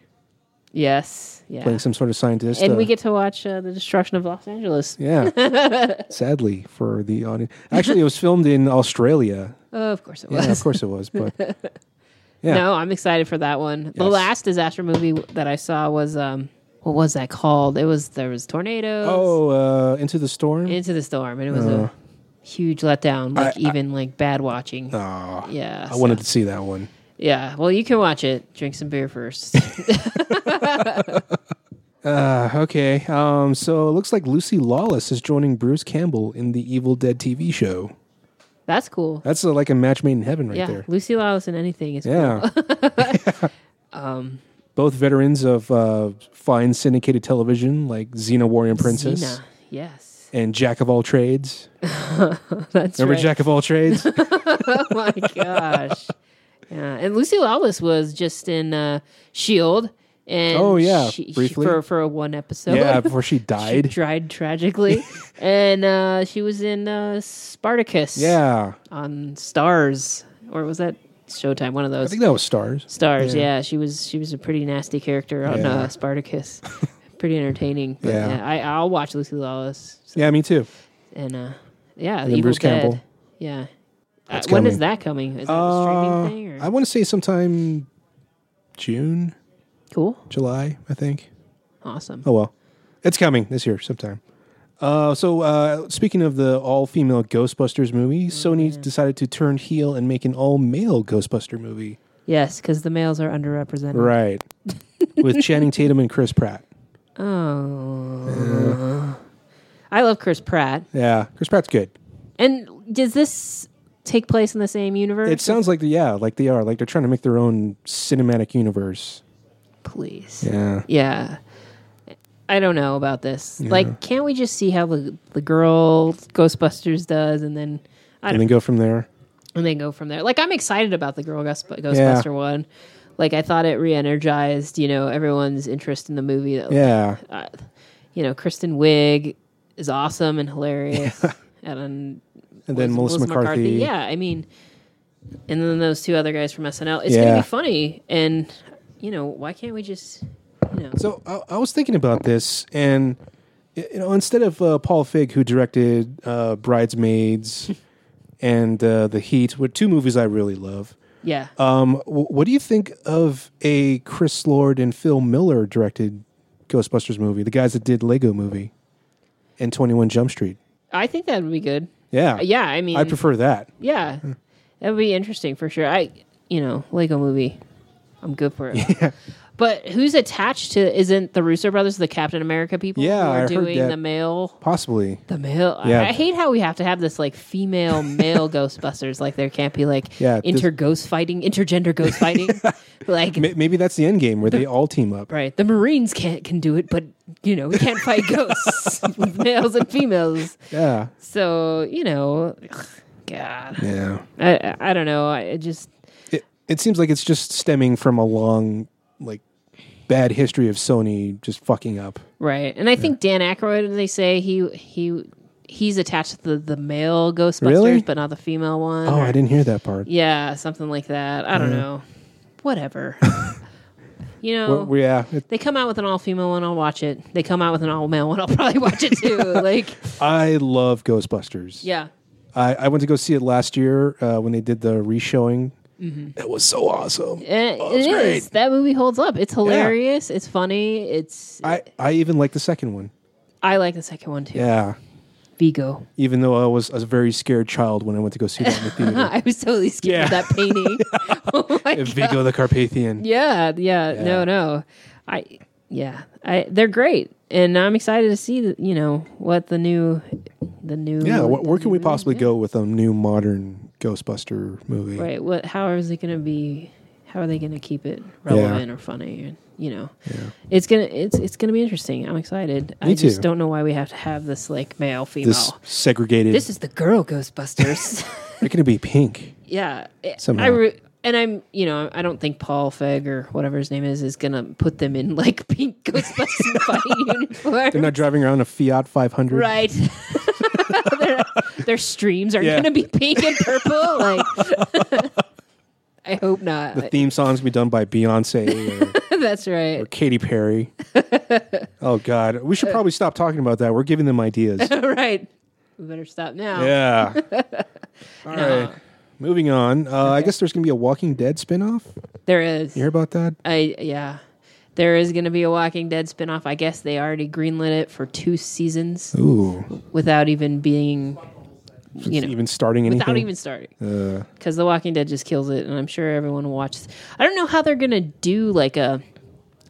[SPEAKER 1] yes. Yeah.
[SPEAKER 2] playing some sort of scientist.
[SPEAKER 1] and
[SPEAKER 2] uh,
[SPEAKER 1] we get to watch uh, the destruction of Los Angeles.
[SPEAKER 2] yeah. Sadly for the audience, actually, it was filmed in Australia.
[SPEAKER 1] Oh, of course it was.
[SPEAKER 2] Yeah, of course it was, but yeah.
[SPEAKER 1] No, I'm excited for that one. The
[SPEAKER 2] Yes.
[SPEAKER 1] last disaster movie that I saw was um, what was that called? It was there was tornadoes.
[SPEAKER 2] oh, uh, Into the Storm.
[SPEAKER 1] Into the Storm, and it was a huge letdown. Like
[SPEAKER 2] Uh-huh. I-
[SPEAKER 1] even like bad watching.
[SPEAKER 2] Aw,
[SPEAKER 1] yeah,
[SPEAKER 2] Ah, I
[SPEAKER 1] so-
[SPEAKER 2] wanted to see that one.
[SPEAKER 1] Yeah, well, you can watch it. Drink some beer first.
[SPEAKER 2] Uh, okay. Um, so it looks like Lucy Lawless is joining Bruce Campbell in the Evil Dead TV show.
[SPEAKER 1] That's cool.
[SPEAKER 2] That's uh, like a match made in heaven right
[SPEAKER 1] yeah,
[SPEAKER 2] there.
[SPEAKER 1] Lucy Lawless in anything is cool.
[SPEAKER 2] Yeah.
[SPEAKER 1] Um,
[SPEAKER 2] Both veterans of uh, fine syndicated television like Xena Warrior Princess
[SPEAKER 1] Xena. Yes,
[SPEAKER 2] and Jack of All Trades.
[SPEAKER 1] that's
[SPEAKER 2] Remember
[SPEAKER 1] right.
[SPEAKER 2] Jack of All Trades?
[SPEAKER 1] oh my gosh. Yeah, and Lucy Lawless was just in uh, Shield. And
[SPEAKER 2] Oh, yeah,
[SPEAKER 1] she- she-
[SPEAKER 2] briefly.
[SPEAKER 1] for for one episode.
[SPEAKER 2] yeah, before she
[SPEAKER 1] She
[SPEAKER 2] died.
[SPEAKER 1] died tragically, and uh, she was in uh, Spartacus.
[SPEAKER 2] yeah.
[SPEAKER 1] on Stars, or was that Showtime? One of
[SPEAKER 2] I
[SPEAKER 1] those
[SPEAKER 2] think that was Stars.
[SPEAKER 1] Stars. Yeah. she was she was a pretty nasty character on
[SPEAKER 2] Yeah.
[SPEAKER 1] uh, Spartacus. pretty entertaining. But
[SPEAKER 2] Yeah.
[SPEAKER 1] yeah, I, I'll watch Lucy Lawless
[SPEAKER 2] Yeah, me too.
[SPEAKER 1] and uh, yeah,
[SPEAKER 2] then
[SPEAKER 1] Evil
[SPEAKER 2] Bruce
[SPEAKER 1] Dead.
[SPEAKER 2] Campbell.
[SPEAKER 1] Yeah, uh,
[SPEAKER 2] That's
[SPEAKER 1] when is
[SPEAKER 2] coming.
[SPEAKER 1] that coming? Is that
[SPEAKER 2] Uh,
[SPEAKER 1] a streaming thing? Or?
[SPEAKER 2] I want to say sometime June,
[SPEAKER 1] cool,
[SPEAKER 2] July, I think.
[SPEAKER 1] awesome.
[SPEAKER 2] Oh well, it's coming this year sometime. Uh, so uh, speaking of the all-female Ghostbusters movie, Sony decided to turn heel and make an all-male Ghostbuster movie.
[SPEAKER 1] Yes, because the males are underrepresented.
[SPEAKER 2] Right. With Channing Tatum and Chris Pratt.
[SPEAKER 1] Oh, I love Chris Pratt.
[SPEAKER 2] Yeah, Chris Pratt's good.
[SPEAKER 1] And does this take place in the same universe?
[SPEAKER 2] It sounds like yeah, like they are like they're trying to make their own cinematic universe.
[SPEAKER 1] please.
[SPEAKER 2] Yeah.
[SPEAKER 1] Yeah. I don't know about this. Like, can't we just see how the the girl Ghostbusters does, and then I
[SPEAKER 2] And
[SPEAKER 1] don't,
[SPEAKER 2] then go from there.
[SPEAKER 1] and then go from there? Like, I'm excited about the girl Ghost, Ghostbuster one. Like, I thought it re-energized, you know, everyone's interest in the movie. That,
[SPEAKER 2] Yeah.
[SPEAKER 1] uh, you know, Kristen Wiig is awesome and hilarious, and
[SPEAKER 2] And then
[SPEAKER 1] Melissa-
[SPEAKER 2] Melissa, McCarthy.
[SPEAKER 1] Yeah, I mean, and then those two other guys from SNL. It's
[SPEAKER 2] Yeah.
[SPEAKER 1] gonna be funny, and you know, why can't we just, you know,
[SPEAKER 2] So I, I was thinking about this, and y- you know, instead of uh, Paul Feig, who directed uh, *Bridesmaids* and uh, *The Heat*, were two movies I really love.
[SPEAKER 1] yeah.
[SPEAKER 2] Um, w- what do you think of a Chris Lord and Phil Miller directed Ghostbusters movie? The guys that did Lego Movie and Twenty One Jump Street.
[SPEAKER 1] I think that would be good.
[SPEAKER 2] Yeah,
[SPEAKER 1] Uh, Yeah, I mean,
[SPEAKER 2] I prefer that.
[SPEAKER 1] yeah, That would be interesting for sure. I, you know, Lego movie. I'm good for it. But who's attached to? Isn't the Russo brothers the Captain America people?
[SPEAKER 2] Yeah,
[SPEAKER 1] who
[SPEAKER 2] I
[SPEAKER 1] are
[SPEAKER 2] heard
[SPEAKER 1] doing
[SPEAKER 2] that.
[SPEAKER 1] the male.
[SPEAKER 2] Possibly.
[SPEAKER 1] The male. I-
[SPEAKER 2] Yeah.
[SPEAKER 1] I, hate how we have to have this like female male Ghostbusters. Like there can't be like
[SPEAKER 2] Yeah, this-
[SPEAKER 1] inter ghost fighting, intergender ghost fighting. like
[SPEAKER 2] Ma- Maybe that's the end game where they all team up.
[SPEAKER 1] right, the Marines can't can do it, but you know we can't fight ghosts, males and females.
[SPEAKER 2] Yeah.
[SPEAKER 1] So you know, ugh, God,
[SPEAKER 2] Yeah.
[SPEAKER 1] I I- I don't know. I it just
[SPEAKER 2] It, it seems like it's just stemming from a long, like, bad history of Sony just fucking up.
[SPEAKER 1] Right, and I think Dan Aykroyd. They say he he he's attached to the, the male Ghostbusters,
[SPEAKER 2] Really?
[SPEAKER 1] but not the female one.
[SPEAKER 2] Oh,
[SPEAKER 1] or-
[SPEAKER 2] I didn't hear that part.
[SPEAKER 1] Yeah, something like that. I don't know. Whatever. you know,
[SPEAKER 2] Well, yeah. It,
[SPEAKER 1] they come out with an all female one. I'll watch it. They come out with an all male one. I'll probably watch it too. like,
[SPEAKER 2] I love Ghostbusters.
[SPEAKER 1] yeah,
[SPEAKER 2] I, I went to go see it last year uh, when they did the reshowing.
[SPEAKER 1] Mm-hmm.
[SPEAKER 2] It was so awesome.
[SPEAKER 1] Eh,
[SPEAKER 2] Oh,
[SPEAKER 1] it
[SPEAKER 2] it's
[SPEAKER 1] is.
[SPEAKER 2] great.
[SPEAKER 1] That movie holds up. It's hilarious. It's funny. It's I,
[SPEAKER 2] I, I even liked the second one.
[SPEAKER 1] like the second one too.
[SPEAKER 2] Yeah.
[SPEAKER 1] Vigo.
[SPEAKER 2] Even though I was a very scared child when I went to go see that in the theater.
[SPEAKER 1] I was totally scared
[SPEAKER 2] Yeah.
[SPEAKER 1] of that painting. oh my god.
[SPEAKER 2] Vigo the Carpathian.
[SPEAKER 1] Yeah, yeah, no, no. I yeah, I they're great, and I'm excited to see the, you know what the new, the new Mhm.
[SPEAKER 2] Yeah, wh- where
[SPEAKER 1] Mm-hmm.
[SPEAKER 2] can we possibly go with a new modern Ghostbuster movie?
[SPEAKER 1] right? What how is it going to be? How are they going to keep it relevant or funny? Or, you know, it's gonna it's it's gonna be interesting. I'm excited. I
[SPEAKER 2] Me
[SPEAKER 1] just
[SPEAKER 2] too.
[SPEAKER 1] don't know why we have to have this like male female.
[SPEAKER 2] This
[SPEAKER 1] Oh. This,
[SPEAKER 2] segregated.
[SPEAKER 1] is the girl Ghostbusters.
[SPEAKER 2] They're going to be pink.
[SPEAKER 1] yeah, it-
[SPEAKER 2] Somehow.
[SPEAKER 1] I re- and I'm you know I don't think Paul Fegg or whatever his name is is gonna put them in like pink Ghostbuster fighting uniforms.
[SPEAKER 2] They're not driving around a Fiat 500.
[SPEAKER 1] Right. their, their streams are
[SPEAKER 2] Yeah.
[SPEAKER 1] going to be pink and purple. Like, I hope not.
[SPEAKER 2] The theme songs be done by Beyonce or,
[SPEAKER 1] That's right.
[SPEAKER 2] or Katy Perry. oh God, we should probably stop talking about that. We're giving them ideas.
[SPEAKER 1] right. We better stop now.
[SPEAKER 2] Yeah. All right. Moving on. Uh, I guess there's going to be a Walking Dead spinoff.
[SPEAKER 1] There is.
[SPEAKER 2] You hear about that?
[SPEAKER 1] I yeah. There is going to be a Walking Dead spinoff. I guess they already greenlit it for two seasons
[SPEAKER 2] Ooh.
[SPEAKER 1] without even being, you know,
[SPEAKER 2] even starting anything.
[SPEAKER 1] without even starting.
[SPEAKER 2] Uh,
[SPEAKER 1] because The Walking Dead just kills it, and I'm sure everyone watches. I don't know how they're gonna do like a,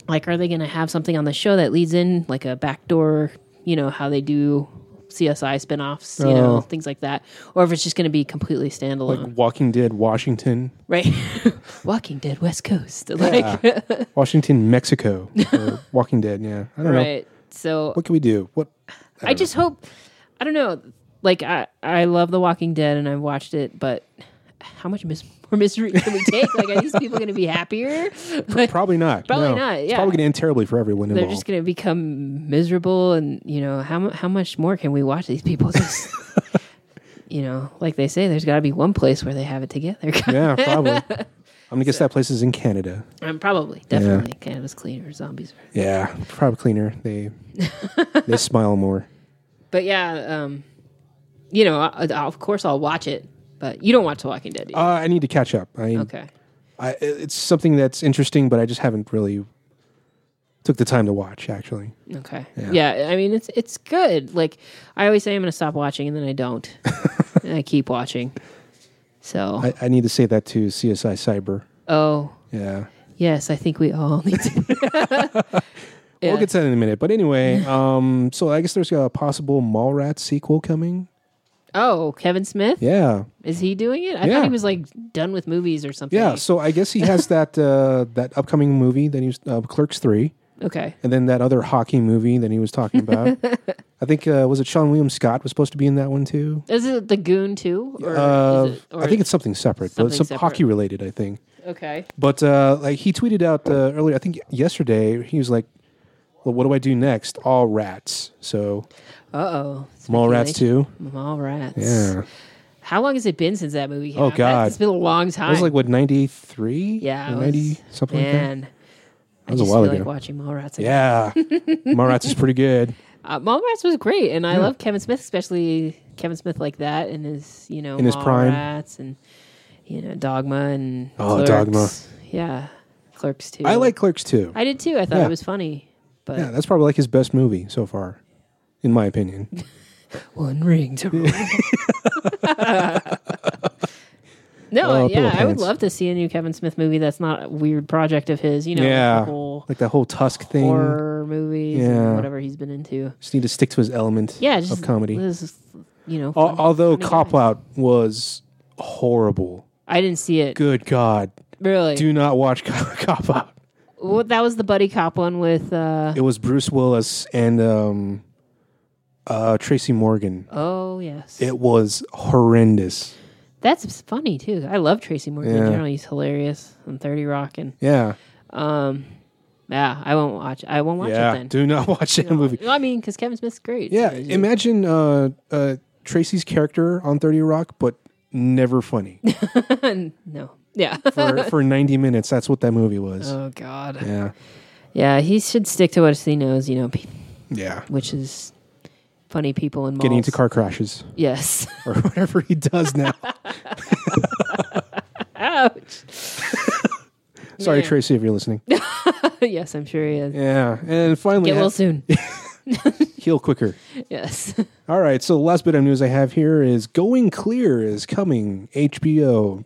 [SPEAKER 1] like are they gonna have something on the show that leads in like a backdoor, you know how they do CSI spinoffs, you
[SPEAKER 2] Oh.
[SPEAKER 1] know things like that, or if it's just gonna be completely standalone,
[SPEAKER 2] Walking Dead Washington,
[SPEAKER 1] right? Walking Dead West Coast, like
[SPEAKER 2] Washington, Mexico. or Walking Dead. Yeah. I don't know.
[SPEAKER 1] right. So
[SPEAKER 2] What can we do? What?
[SPEAKER 1] I just hope I don't know. Like I, I love The Walking Dead and I've watched it, but how much mis- more misery can we take? like, are these people going to be happier? Like,
[SPEAKER 2] Probably not.
[SPEAKER 1] Probably
[SPEAKER 2] No.
[SPEAKER 1] not,
[SPEAKER 2] It's
[SPEAKER 1] yeah.
[SPEAKER 2] probably going to end terribly for everyone
[SPEAKER 1] they're
[SPEAKER 2] involved.
[SPEAKER 1] just going to become miserable, and you know how mu- how much more can we watch these people? Just you know, like they say, there's got to be one place where they have it together.
[SPEAKER 2] yeah, probably. I'm gonna guess that place is in Canada.
[SPEAKER 1] um, probably, definitely, Canada's cleaner, zombies. are-
[SPEAKER 2] Yeah, probably cleaner. They they smile more.
[SPEAKER 1] But yeah, um, you know, I, I, of course I'll watch it, but you don't watch The Walking Dead, do you?
[SPEAKER 2] Uh, I need to catch up. I,
[SPEAKER 1] okay.
[SPEAKER 2] I it's something that's interesting, but I just haven't really took the time to watch. Actually,
[SPEAKER 1] Okay. Yeah. I mean, it's it's good. Like I always say, I'm going to stop watching, and then I don't. and I keep watching. So,
[SPEAKER 2] I, I need to say that to CSI Cyber.
[SPEAKER 1] oh
[SPEAKER 2] Yeah.
[SPEAKER 1] yes, I think we all need to. Yeah.
[SPEAKER 2] We'll get to that in a minute. But anyway, um, so I guess there's a possible Mallrats sequel coming.
[SPEAKER 1] oh, Kevin Smith
[SPEAKER 2] Yeah,
[SPEAKER 1] is he doing it? I
[SPEAKER 2] Yeah.
[SPEAKER 1] thought he was like done with movies or something.
[SPEAKER 2] yeah. So I guess he has that uh, that upcoming movie that he was uh, Clerks Three.
[SPEAKER 1] Okay.
[SPEAKER 2] and then that other hockey movie that he was talking about. I think uh, was it Sean William Scott was supposed to be in that one too.
[SPEAKER 1] Is it the Goon too? Or
[SPEAKER 2] Uh,
[SPEAKER 1] is it, or
[SPEAKER 2] I think it's something separate, but
[SPEAKER 1] Something
[SPEAKER 2] some
[SPEAKER 1] separate.
[SPEAKER 2] hockey related. I think.
[SPEAKER 1] okay.
[SPEAKER 2] But uh, like he tweeted out uh, earlier, I think yesterday he was like, "Well, what do I do next? All rats." So
[SPEAKER 1] Uh oh.
[SPEAKER 2] Mallrats too.
[SPEAKER 1] Mall rats.
[SPEAKER 2] Yeah,
[SPEAKER 1] How long has it been since that movie? Came
[SPEAKER 2] Oh,
[SPEAKER 1] out?
[SPEAKER 2] God.
[SPEAKER 1] it's been a long time.
[SPEAKER 2] that was like what ninety three.
[SPEAKER 1] yeah, it was-
[SPEAKER 2] ninety something like that.
[SPEAKER 1] Man, I
[SPEAKER 2] was a
[SPEAKER 1] just
[SPEAKER 2] while
[SPEAKER 1] feel
[SPEAKER 2] ago.
[SPEAKER 1] like watching Mallrats. again.
[SPEAKER 2] Yeah, Mallrats is pretty good.
[SPEAKER 1] Uh, Mallrats was great, and I love Kevin Smith, especially Kevin Smith like that in his you know
[SPEAKER 2] In his prime.
[SPEAKER 1] Mallrats and you know Dogma and
[SPEAKER 2] Oh,
[SPEAKER 1] Clerks.
[SPEAKER 2] Dogma.
[SPEAKER 1] yeah, Clerks too.
[SPEAKER 2] I like Clerks too.
[SPEAKER 1] I did too. I thought
[SPEAKER 2] Yeah.
[SPEAKER 1] it was funny, but
[SPEAKER 2] Yeah, that's probably like his best movie so far, in my opinion.
[SPEAKER 1] one ring to rule. no,
[SPEAKER 2] uh,
[SPEAKER 1] no,
[SPEAKER 2] pillow
[SPEAKER 1] yeah, I would
[SPEAKER 2] pants.
[SPEAKER 1] love to see a new Kevin Smith movie that's not a weird project of his. You know,
[SPEAKER 2] Yeah.
[SPEAKER 1] like the whole
[SPEAKER 2] like that whole Tusk thing.
[SPEAKER 1] horror movies,
[SPEAKER 2] Yeah.
[SPEAKER 1] and whatever he's been into.
[SPEAKER 2] Just need to stick to his element.
[SPEAKER 1] Yeah, just
[SPEAKER 2] of comedy.
[SPEAKER 1] this is, you know,
[SPEAKER 2] Al-
[SPEAKER 1] fun-
[SPEAKER 2] although
[SPEAKER 1] funny guy.
[SPEAKER 2] Cop Out was horrible.
[SPEAKER 1] I didn't see it
[SPEAKER 2] Good God,
[SPEAKER 1] really.
[SPEAKER 2] do not watch Cop Cop Out.
[SPEAKER 1] Well, that was the buddy cop one with. uh
[SPEAKER 2] It was Bruce Willis and um, uh, Tracy Morgan.
[SPEAKER 1] Oh yes,
[SPEAKER 2] It was horrendous.
[SPEAKER 1] that's funny too. I love Tracy Morgan.
[SPEAKER 2] Yeah.
[SPEAKER 1] in Generally, he's hilarious on Thirty Rock, and
[SPEAKER 2] Yeah,
[SPEAKER 1] um, yeah, I won't watch. I won't watch
[SPEAKER 2] yeah.
[SPEAKER 1] it then.
[SPEAKER 2] Do not watch that movie.
[SPEAKER 1] Well, I mean, because Kevin Smith's great.
[SPEAKER 2] Yeah,
[SPEAKER 1] so it's-
[SPEAKER 2] imagine uh, uh, Tracy's character on Thirty Rock, but never funny
[SPEAKER 1] no, yeah.
[SPEAKER 2] for, for ninety minutes. That's what that movie was.
[SPEAKER 1] oh God.
[SPEAKER 2] yeah,
[SPEAKER 1] Yeah, he should stick to what he knows, you know, pe-
[SPEAKER 2] yeah.
[SPEAKER 1] which is funny people in malls.
[SPEAKER 2] Getting into car crashes
[SPEAKER 1] Yes.
[SPEAKER 2] or whatever he does now.
[SPEAKER 1] Ouch.
[SPEAKER 2] Sorry,
[SPEAKER 1] Yeah.
[SPEAKER 2] Tracy, if you're listening.
[SPEAKER 1] yes, I'm sure he is.
[SPEAKER 2] Yeah, and finally,
[SPEAKER 1] Get
[SPEAKER 2] ha-
[SPEAKER 1] well soon.
[SPEAKER 2] heal quicker.
[SPEAKER 1] yes.
[SPEAKER 2] All right, so the last bit of news I have here is Going Clear is coming HBO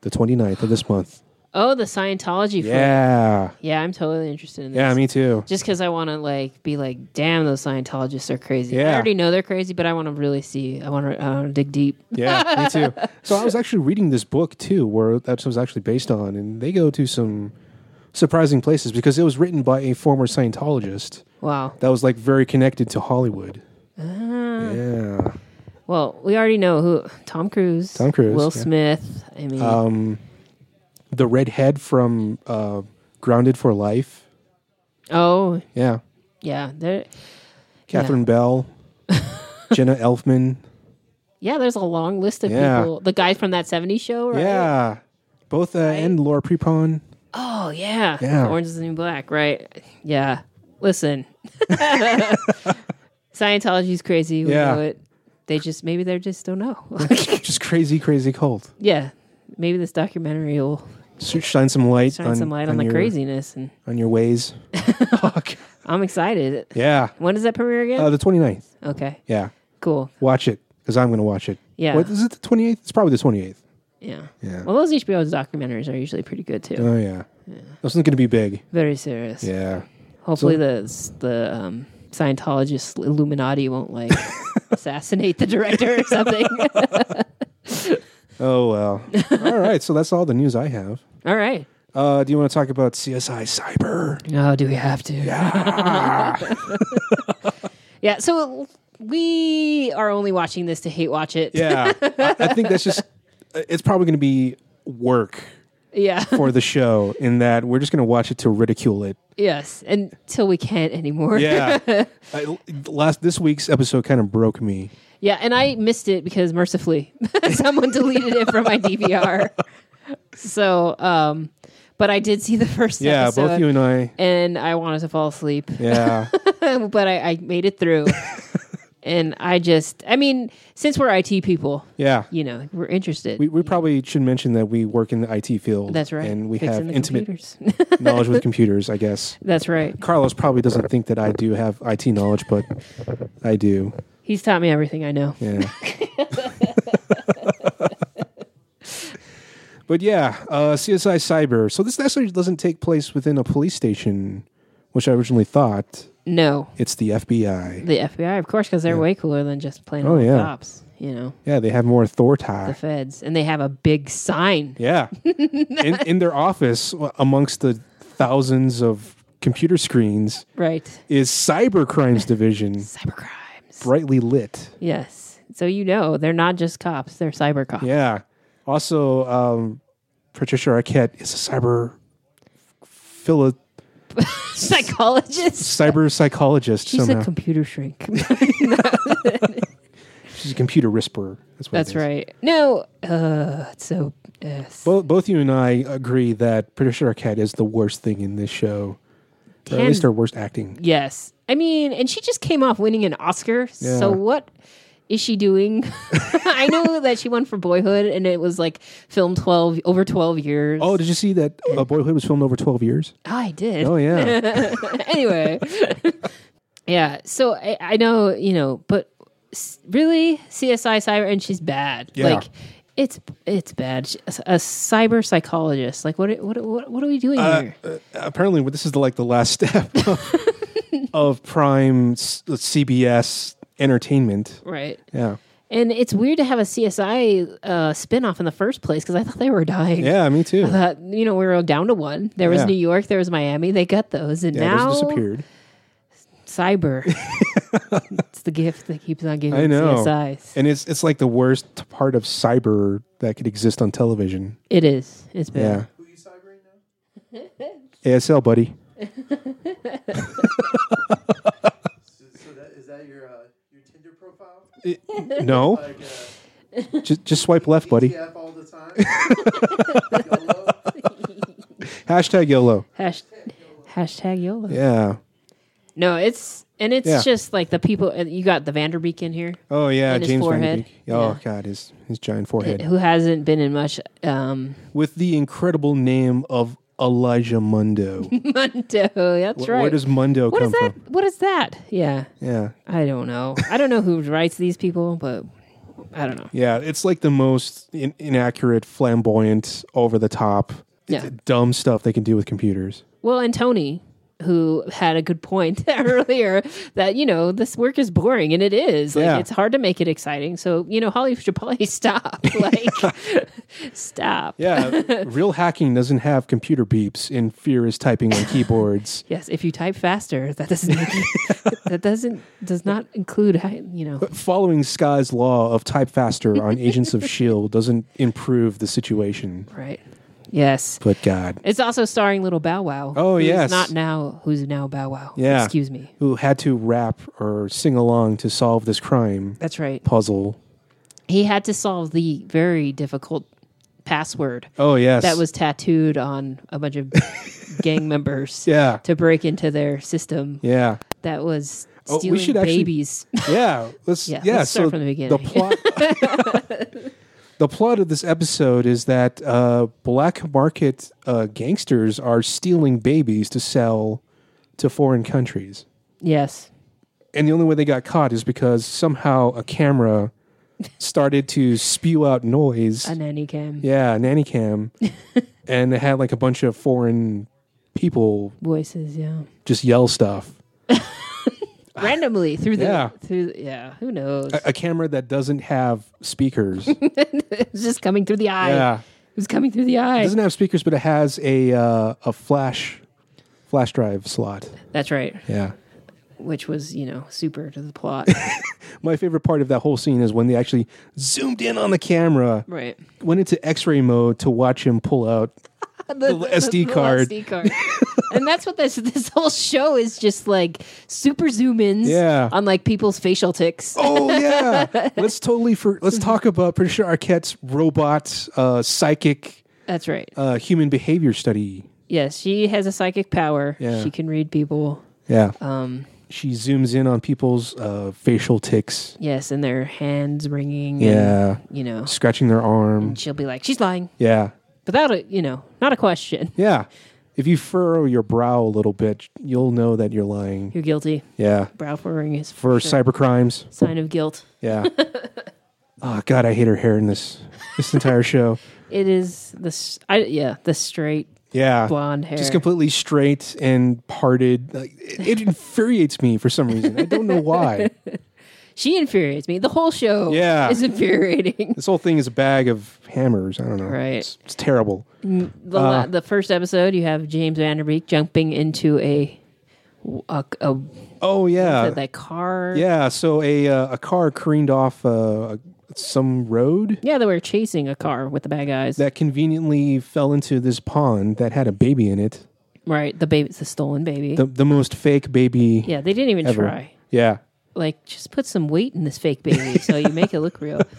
[SPEAKER 2] the 29th of this month.
[SPEAKER 1] Oh, the Scientology. Yeah.
[SPEAKER 2] Yeah.
[SPEAKER 1] Yeah, I'm totally interested in this.
[SPEAKER 2] Yeah, me too.
[SPEAKER 1] Just because I want to like be like, damn, those Scientologists are crazy.
[SPEAKER 2] Yeah.
[SPEAKER 1] I already know they're crazy, but I want to really see. I want to uh, dig deep.
[SPEAKER 2] Yeah, me too. So I was actually reading this book too where that was actually based on and they go to some surprising places because it was written by a former Scientologist
[SPEAKER 1] Wow.
[SPEAKER 2] that was like very connected to Hollywood.
[SPEAKER 1] Ah.
[SPEAKER 2] Yeah.
[SPEAKER 1] Well, we already know who Tom Cruise,
[SPEAKER 2] Tom Cruise,
[SPEAKER 1] Will
[SPEAKER 2] yeah.
[SPEAKER 1] Smith. I mean,
[SPEAKER 2] Um the redhead from uh Grounded for Life.
[SPEAKER 1] oh
[SPEAKER 2] Yeah.
[SPEAKER 1] yeah, there.
[SPEAKER 2] Catherine Bell, Jenna Elfman.
[SPEAKER 1] Yeah, there's a long list of
[SPEAKER 2] Yeah.
[SPEAKER 1] people. The guy from that 70s show, right?
[SPEAKER 2] Yeah. Both uh, and Laura Prepon.
[SPEAKER 1] Oh, yeah.
[SPEAKER 2] Yeah.
[SPEAKER 1] Orange is the New Black, right? Yeah. Listen. Scientology's crazy. We
[SPEAKER 2] Yeah.
[SPEAKER 1] know it. They just, maybe they just don't know.
[SPEAKER 2] Just crazy, crazy cult.
[SPEAKER 1] yeah. Maybe this documentary will
[SPEAKER 2] So shine some light.
[SPEAKER 1] shine some light on, the
[SPEAKER 2] your,
[SPEAKER 1] craziness. And
[SPEAKER 2] On your ways. Fuck.
[SPEAKER 1] I'm excited.
[SPEAKER 2] Yeah.
[SPEAKER 1] When does that premiere again?
[SPEAKER 2] Uh, the 29th.
[SPEAKER 1] okay.
[SPEAKER 2] Yeah.
[SPEAKER 1] Cool.
[SPEAKER 2] Watch it because I'm going to watch it.
[SPEAKER 1] Yeah.
[SPEAKER 2] What is it, the 28th? It's probably the 28th.
[SPEAKER 1] Yeah.
[SPEAKER 2] Yeah.
[SPEAKER 1] Well, those HBO documentaries are usually pretty good too.
[SPEAKER 2] Oh, yeah. This one's going to be big.
[SPEAKER 1] Very serious.
[SPEAKER 2] Yeah.
[SPEAKER 1] Hopefully the the um, Scientologist Illuminati won't like assassinate the director or something.
[SPEAKER 2] Oh, well. all right. So that's all the news I have.
[SPEAKER 1] All right.
[SPEAKER 2] Uh, do you want to talk about CSI Cyber?
[SPEAKER 1] Oh, do we have to? Yeah. yeah. So we are only watching this to hate watch it.
[SPEAKER 2] Yeah. I, I think that's just, it's probably going to be work
[SPEAKER 1] Yeah.
[SPEAKER 2] for the show in that we're just going to watch it to ridicule it.
[SPEAKER 1] yes. Until we can't anymore.
[SPEAKER 2] Yeah. I, last this week's episode kind of broke me.
[SPEAKER 1] Yeah, and I missed it because mercifully someone deleted it from my DVR. So, um, but I did see the first
[SPEAKER 2] Yeah,
[SPEAKER 1] episode.
[SPEAKER 2] both you and I.
[SPEAKER 1] and I wanted to fall asleep.
[SPEAKER 2] Yeah.
[SPEAKER 1] but I, I made it through. and I just, I mean, since we're IT people,
[SPEAKER 2] Yeah.
[SPEAKER 1] you know, we're interested.
[SPEAKER 2] We, we probably should mention that we work in the IT field.
[SPEAKER 1] That's right.
[SPEAKER 2] And we
[SPEAKER 1] Fixing
[SPEAKER 2] have
[SPEAKER 1] the
[SPEAKER 2] intimate
[SPEAKER 1] computers.
[SPEAKER 2] knowledge with computers, I guess.
[SPEAKER 1] That's right.
[SPEAKER 2] Carlos probably doesn't think that I do have IT knowledge, but I do.
[SPEAKER 1] He's taught me everything I know.
[SPEAKER 2] Yeah. but yeah, uh, CSI Cyber. So this actually doesn't take place within a police station, which I originally thought.
[SPEAKER 1] No,
[SPEAKER 2] It's the FBI.
[SPEAKER 1] the FBI, of course, because they're way cooler than just plain
[SPEAKER 2] Oh,
[SPEAKER 1] old
[SPEAKER 2] yeah.
[SPEAKER 1] cops. You know,
[SPEAKER 2] Yeah, they have more authority.
[SPEAKER 1] the feds, and they have a big sign.
[SPEAKER 2] Yeah, in, in their office, w- amongst the thousands of computer screens,
[SPEAKER 1] Right,
[SPEAKER 2] is Cyber Crimes Division
[SPEAKER 1] cyber crimes.
[SPEAKER 2] brightly lit.
[SPEAKER 1] Yes. So you know they're not just cops; they're cyber cops.
[SPEAKER 2] Yeah. Also, um, Patricia Arquette is a cyber philo-
[SPEAKER 1] Psychologists.
[SPEAKER 2] cyber psychologist
[SPEAKER 1] She's
[SPEAKER 2] somehow.
[SPEAKER 1] a computer shrink.
[SPEAKER 2] She's a computer whisperer. That's what. it
[SPEAKER 1] That's
[SPEAKER 2] is.
[SPEAKER 1] right. No, uh, it's so yes.
[SPEAKER 2] Both, both you and I agree that Patricia Arquette is the worst thing in this show, or at
[SPEAKER 1] Hands-
[SPEAKER 2] least her worst acting.
[SPEAKER 1] yes. I mean, and she just came off winning an Oscar.
[SPEAKER 2] Yeah.
[SPEAKER 1] So what is she doing? I know that she won for Boyhood, and it was like filmed twelve over twelve years. Ah,
[SPEAKER 2] Oh, did you see that uh, Boyhood was filmed over twelve years?
[SPEAKER 1] I did.
[SPEAKER 2] Oh yeah,
[SPEAKER 1] anyway, yeah. So I, I know you know, but s- really, CSI Cyber, and she's bad.
[SPEAKER 2] Yeah.
[SPEAKER 1] Like It's it's bad. She- A cyber psychologist. Like what what what, what are we doing here?
[SPEAKER 2] Uh, apparently well, this is the, like the last step of prime s- cbs entertainment
[SPEAKER 1] Right.
[SPEAKER 2] yeah
[SPEAKER 1] And it's weird to have a CSI uh, spin-off in the first place because I thought they were dying.
[SPEAKER 2] yeah me too
[SPEAKER 1] I thought, you know, we were down to one. There was
[SPEAKER 2] Yeah.
[SPEAKER 1] New York, there was Miami. They got those, and
[SPEAKER 2] yeah
[SPEAKER 1] now
[SPEAKER 2] those disappeared
[SPEAKER 1] cyber. it's the gift that keeps on giving.
[SPEAKER 2] i know
[SPEAKER 1] CSIs.
[SPEAKER 2] and it's it's like the worst part of cyber that could exist on television
[SPEAKER 1] It is. It's bad.
[SPEAKER 2] yeah
[SPEAKER 3] Who you cybering now?
[SPEAKER 2] asl buddy
[SPEAKER 3] So, so that is that your uh, your Tinder profile?
[SPEAKER 2] no
[SPEAKER 3] Like uh,
[SPEAKER 2] just, just swipe left buddy
[SPEAKER 3] TF all the time. YOLO?
[SPEAKER 2] hashtag yolo
[SPEAKER 1] Hasht- hashtag YOLO.
[SPEAKER 2] yeah
[SPEAKER 1] No, it's and it's
[SPEAKER 2] Yeah.
[SPEAKER 1] just like the people. and You got the Vanderbeek in here,
[SPEAKER 2] oh yeah
[SPEAKER 1] And his
[SPEAKER 2] james Van Der
[SPEAKER 1] forehead.
[SPEAKER 2] Beek. oh
[SPEAKER 1] Yeah.
[SPEAKER 2] god his his giant forehead
[SPEAKER 1] who hasn't been in much. Um,
[SPEAKER 2] with the incredible name of elijah mundo
[SPEAKER 1] Mundo. That's
[SPEAKER 2] Wh-
[SPEAKER 1] right.
[SPEAKER 2] where does mundo
[SPEAKER 1] what
[SPEAKER 2] come
[SPEAKER 1] is that?
[SPEAKER 2] from
[SPEAKER 1] What is that? Yeah,
[SPEAKER 2] yeah
[SPEAKER 1] I don't know. I don't know who writes these people, but I don't know.
[SPEAKER 2] Yeah, it's like the most in- inaccurate, flamboyant, over the top,
[SPEAKER 1] Yeah.
[SPEAKER 2] dumb stuff they can do with computers.
[SPEAKER 1] Well, and Tony, who had a good point earlier that, you know, this work is boring and it is. Like
[SPEAKER 2] Yeah.
[SPEAKER 1] it's hard to make it exciting. So, you know, Holly should probably stop. Like stop.
[SPEAKER 2] Yeah, real hacking doesn't have computer beeps and fear is typing on keyboards.
[SPEAKER 1] Yes, if you type faster, that doesn't that doesn't does not include you know.
[SPEAKER 2] Following Sky's law of type faster on Agents of S.H.I.E.L.D. E doesn't improve the situation.
[SPEAKER 1] Right. Yes.
[SPEAKER 2] But God,
[SPEAKER 1] It's also starring Little Bow Wow.
[SPEAKER 2] Oh,
[SPEAKER 1] who's
[SPEAKER 2] yes.
[SPEAKER 1] Not now. Who's now Bow Wow?
[SPEAKER 2] Yeah.
[SPEAKER 1] Excuse me.
[SPEAKER 2] who had to rap or sing along to solve this crime
[SPEAKER 1] That's right.
[SPEAKER 2] puzzle.
[SPEAKER 1] He had to solve the very difficult password
[SPEAKER 2] Oh, yes.
[SPEAKER 1] that was tattooed on a bunch of gang members
[SPEAKER 2] Yeah.
[SPEAKER 1] to break into their system.
[SPEAKER 2] Yeah.
[SPEAKER 1] That was
[SPEAKER 2] Oh, we
[SPEAKER 1] stealing
[SPEAKER 2] should actually-
[SPEAKER 1] babies.
[SPEAKER 2] Yeah, let's yeah,
[SPEAKER 1] Yeah, let's start
[SPEAKER 2] so
[SPEAKER 1] from the beginning.
[SPEAKER 2] The plot, the plot of this episode is that uh, black market uh, gangsters are stealing babies to sell to foreign countries,
[SPEAKER 1] yes.
[SPEAKER 2] and the only way they got caught is because somehow a camera started to spew out noise.
[SPEAKER 1] A nanny cam
[SPEAKER 2] yeah, nanny cam, and they had like a bunch of foreign people
[SPEAKER 1] voices. Yeah.
[SPEAKER 2] just yell stuff.
[SPEAKER 1] Randomly through the
[SPEAKER 2] Ah. Yeah.
[SPEAKER 1] through yeah who knows
[SPEAKER 2] A, a camera that doesn't have speakers.
[SPEAKER 1] it's just coming through the eye
[SPEAKER 2] yeah.
[SPEAKER 1] it was coming through the eye
[SPEAKER 2] It doesn't have speakers, but it has a uh, a flash flash drive slot.
[SPEAKER 1] that's right
[SPEAKER 2] Yeah.
[SPEAKER 1] which was you know super to the plot
[SPEAKER 2] My favorite part of that whole scene is when they actually zoomed in on the camera,
[SPEAKER 1] right
[SPEAKER 2] went into X-ray mode to watch him pull out.
[SPEAKER 1] the,
[SPEAKER 2] SD card.
[SPEAKER 1] SD card. and that's what this this whole show is just like super zoom ins
[SPEAKER 2] Yeah.
[SPEAKER 1] on like people's facial ticks
[SPEAKER 2] Oh yeah, let's totally for let's talk about Patricia Arquette's robot uh, psychic
[SPEAKER 1] that's right
[SPEAKER 2] uh, human behavior study.
[SPEAKER 1] Yes, she has a psychic power.
[SPEAKER 2] Yeah.
[SPEAKER 1] She can read people.
[SPEAKER 2] Yeah,
[SPEAKER 1] Um,
[SPEAKER 2] she zooms in on people's uh, facial ticks.
[SPEAKER 1] yes, and their hands ringing.
[SPEAKER 2] Yeah,
[SPEAKER 1] And, you know,
[SPEAKER 2] scratching their arm.
[SPEAKER 1] she'll be like, she's lying.
[SPEAKER 2] Yeah,
[SPEAKER 1] Without a, you know, not a question.
[SPEAKER 2] yeah. If you furrow your brow a little bit, you'll know that you're lying.
[SPEAKER 1] You're guilty.
[SPEAKER 2] Yeah.
[SPEAKER 1] Brow furrowing is
[SPEAKER 2] For
[SPEAKER 1] sure.
[SPEAKER 2] cyber crimes.
[SPEAKER 1] sign of guilt.
[SPEAKER 2] Yeah. oh god, I hate her hair in this this entire show.
[SPEAKER 1] It is the, s- I, yeah, the straight
[SPEAKER 2] Yeah.
[SPEAKER 1] blonde hair.
[SPEAKER 2] Just completely straight and parted. Like, it, it infuriates me for some reason. I don't know why.
[SPEAKER 1] she infuriates me. The whole show
[SPEAKER 2] Yeah.
[SPEAKER 1] is infuriating.
[SPEAKER 2] This whole thing is a bag of hammers. I don't know.
[SPEAKER 1] Right.
[SPEAKER 2] It's, it's terrible.
[SPEAKER 1] The,
[SPEAKER 2] Uh.
[SPEAKER 1] la- the first episode, you have James Vanderbeek jumping into a, a, a
[SPEAKER 2] Oh yeah.
[SPEAKER 1] that car.
[SPEAKER 2] Yeah. So a uh, a car careened off uh, some road
[SPEAKER 1] Yeah, they were chasing a car with the bad guys.
[SPEAKER 2] that conveniently fell into this pond that had a baby in it.
[SPEAKER 1] Right, the baby, it's a stolen baby.
[SPEAKER 2] The the most fake baby
[SPEAKER 1] yeah, they didn't even
[SPEAKER 2] ever.
[SPEAKER 1] try.
[SPEAKER 2] Yeah.
[SPEAKER 1] Like, just put some weight in this fake baby so you make it look real.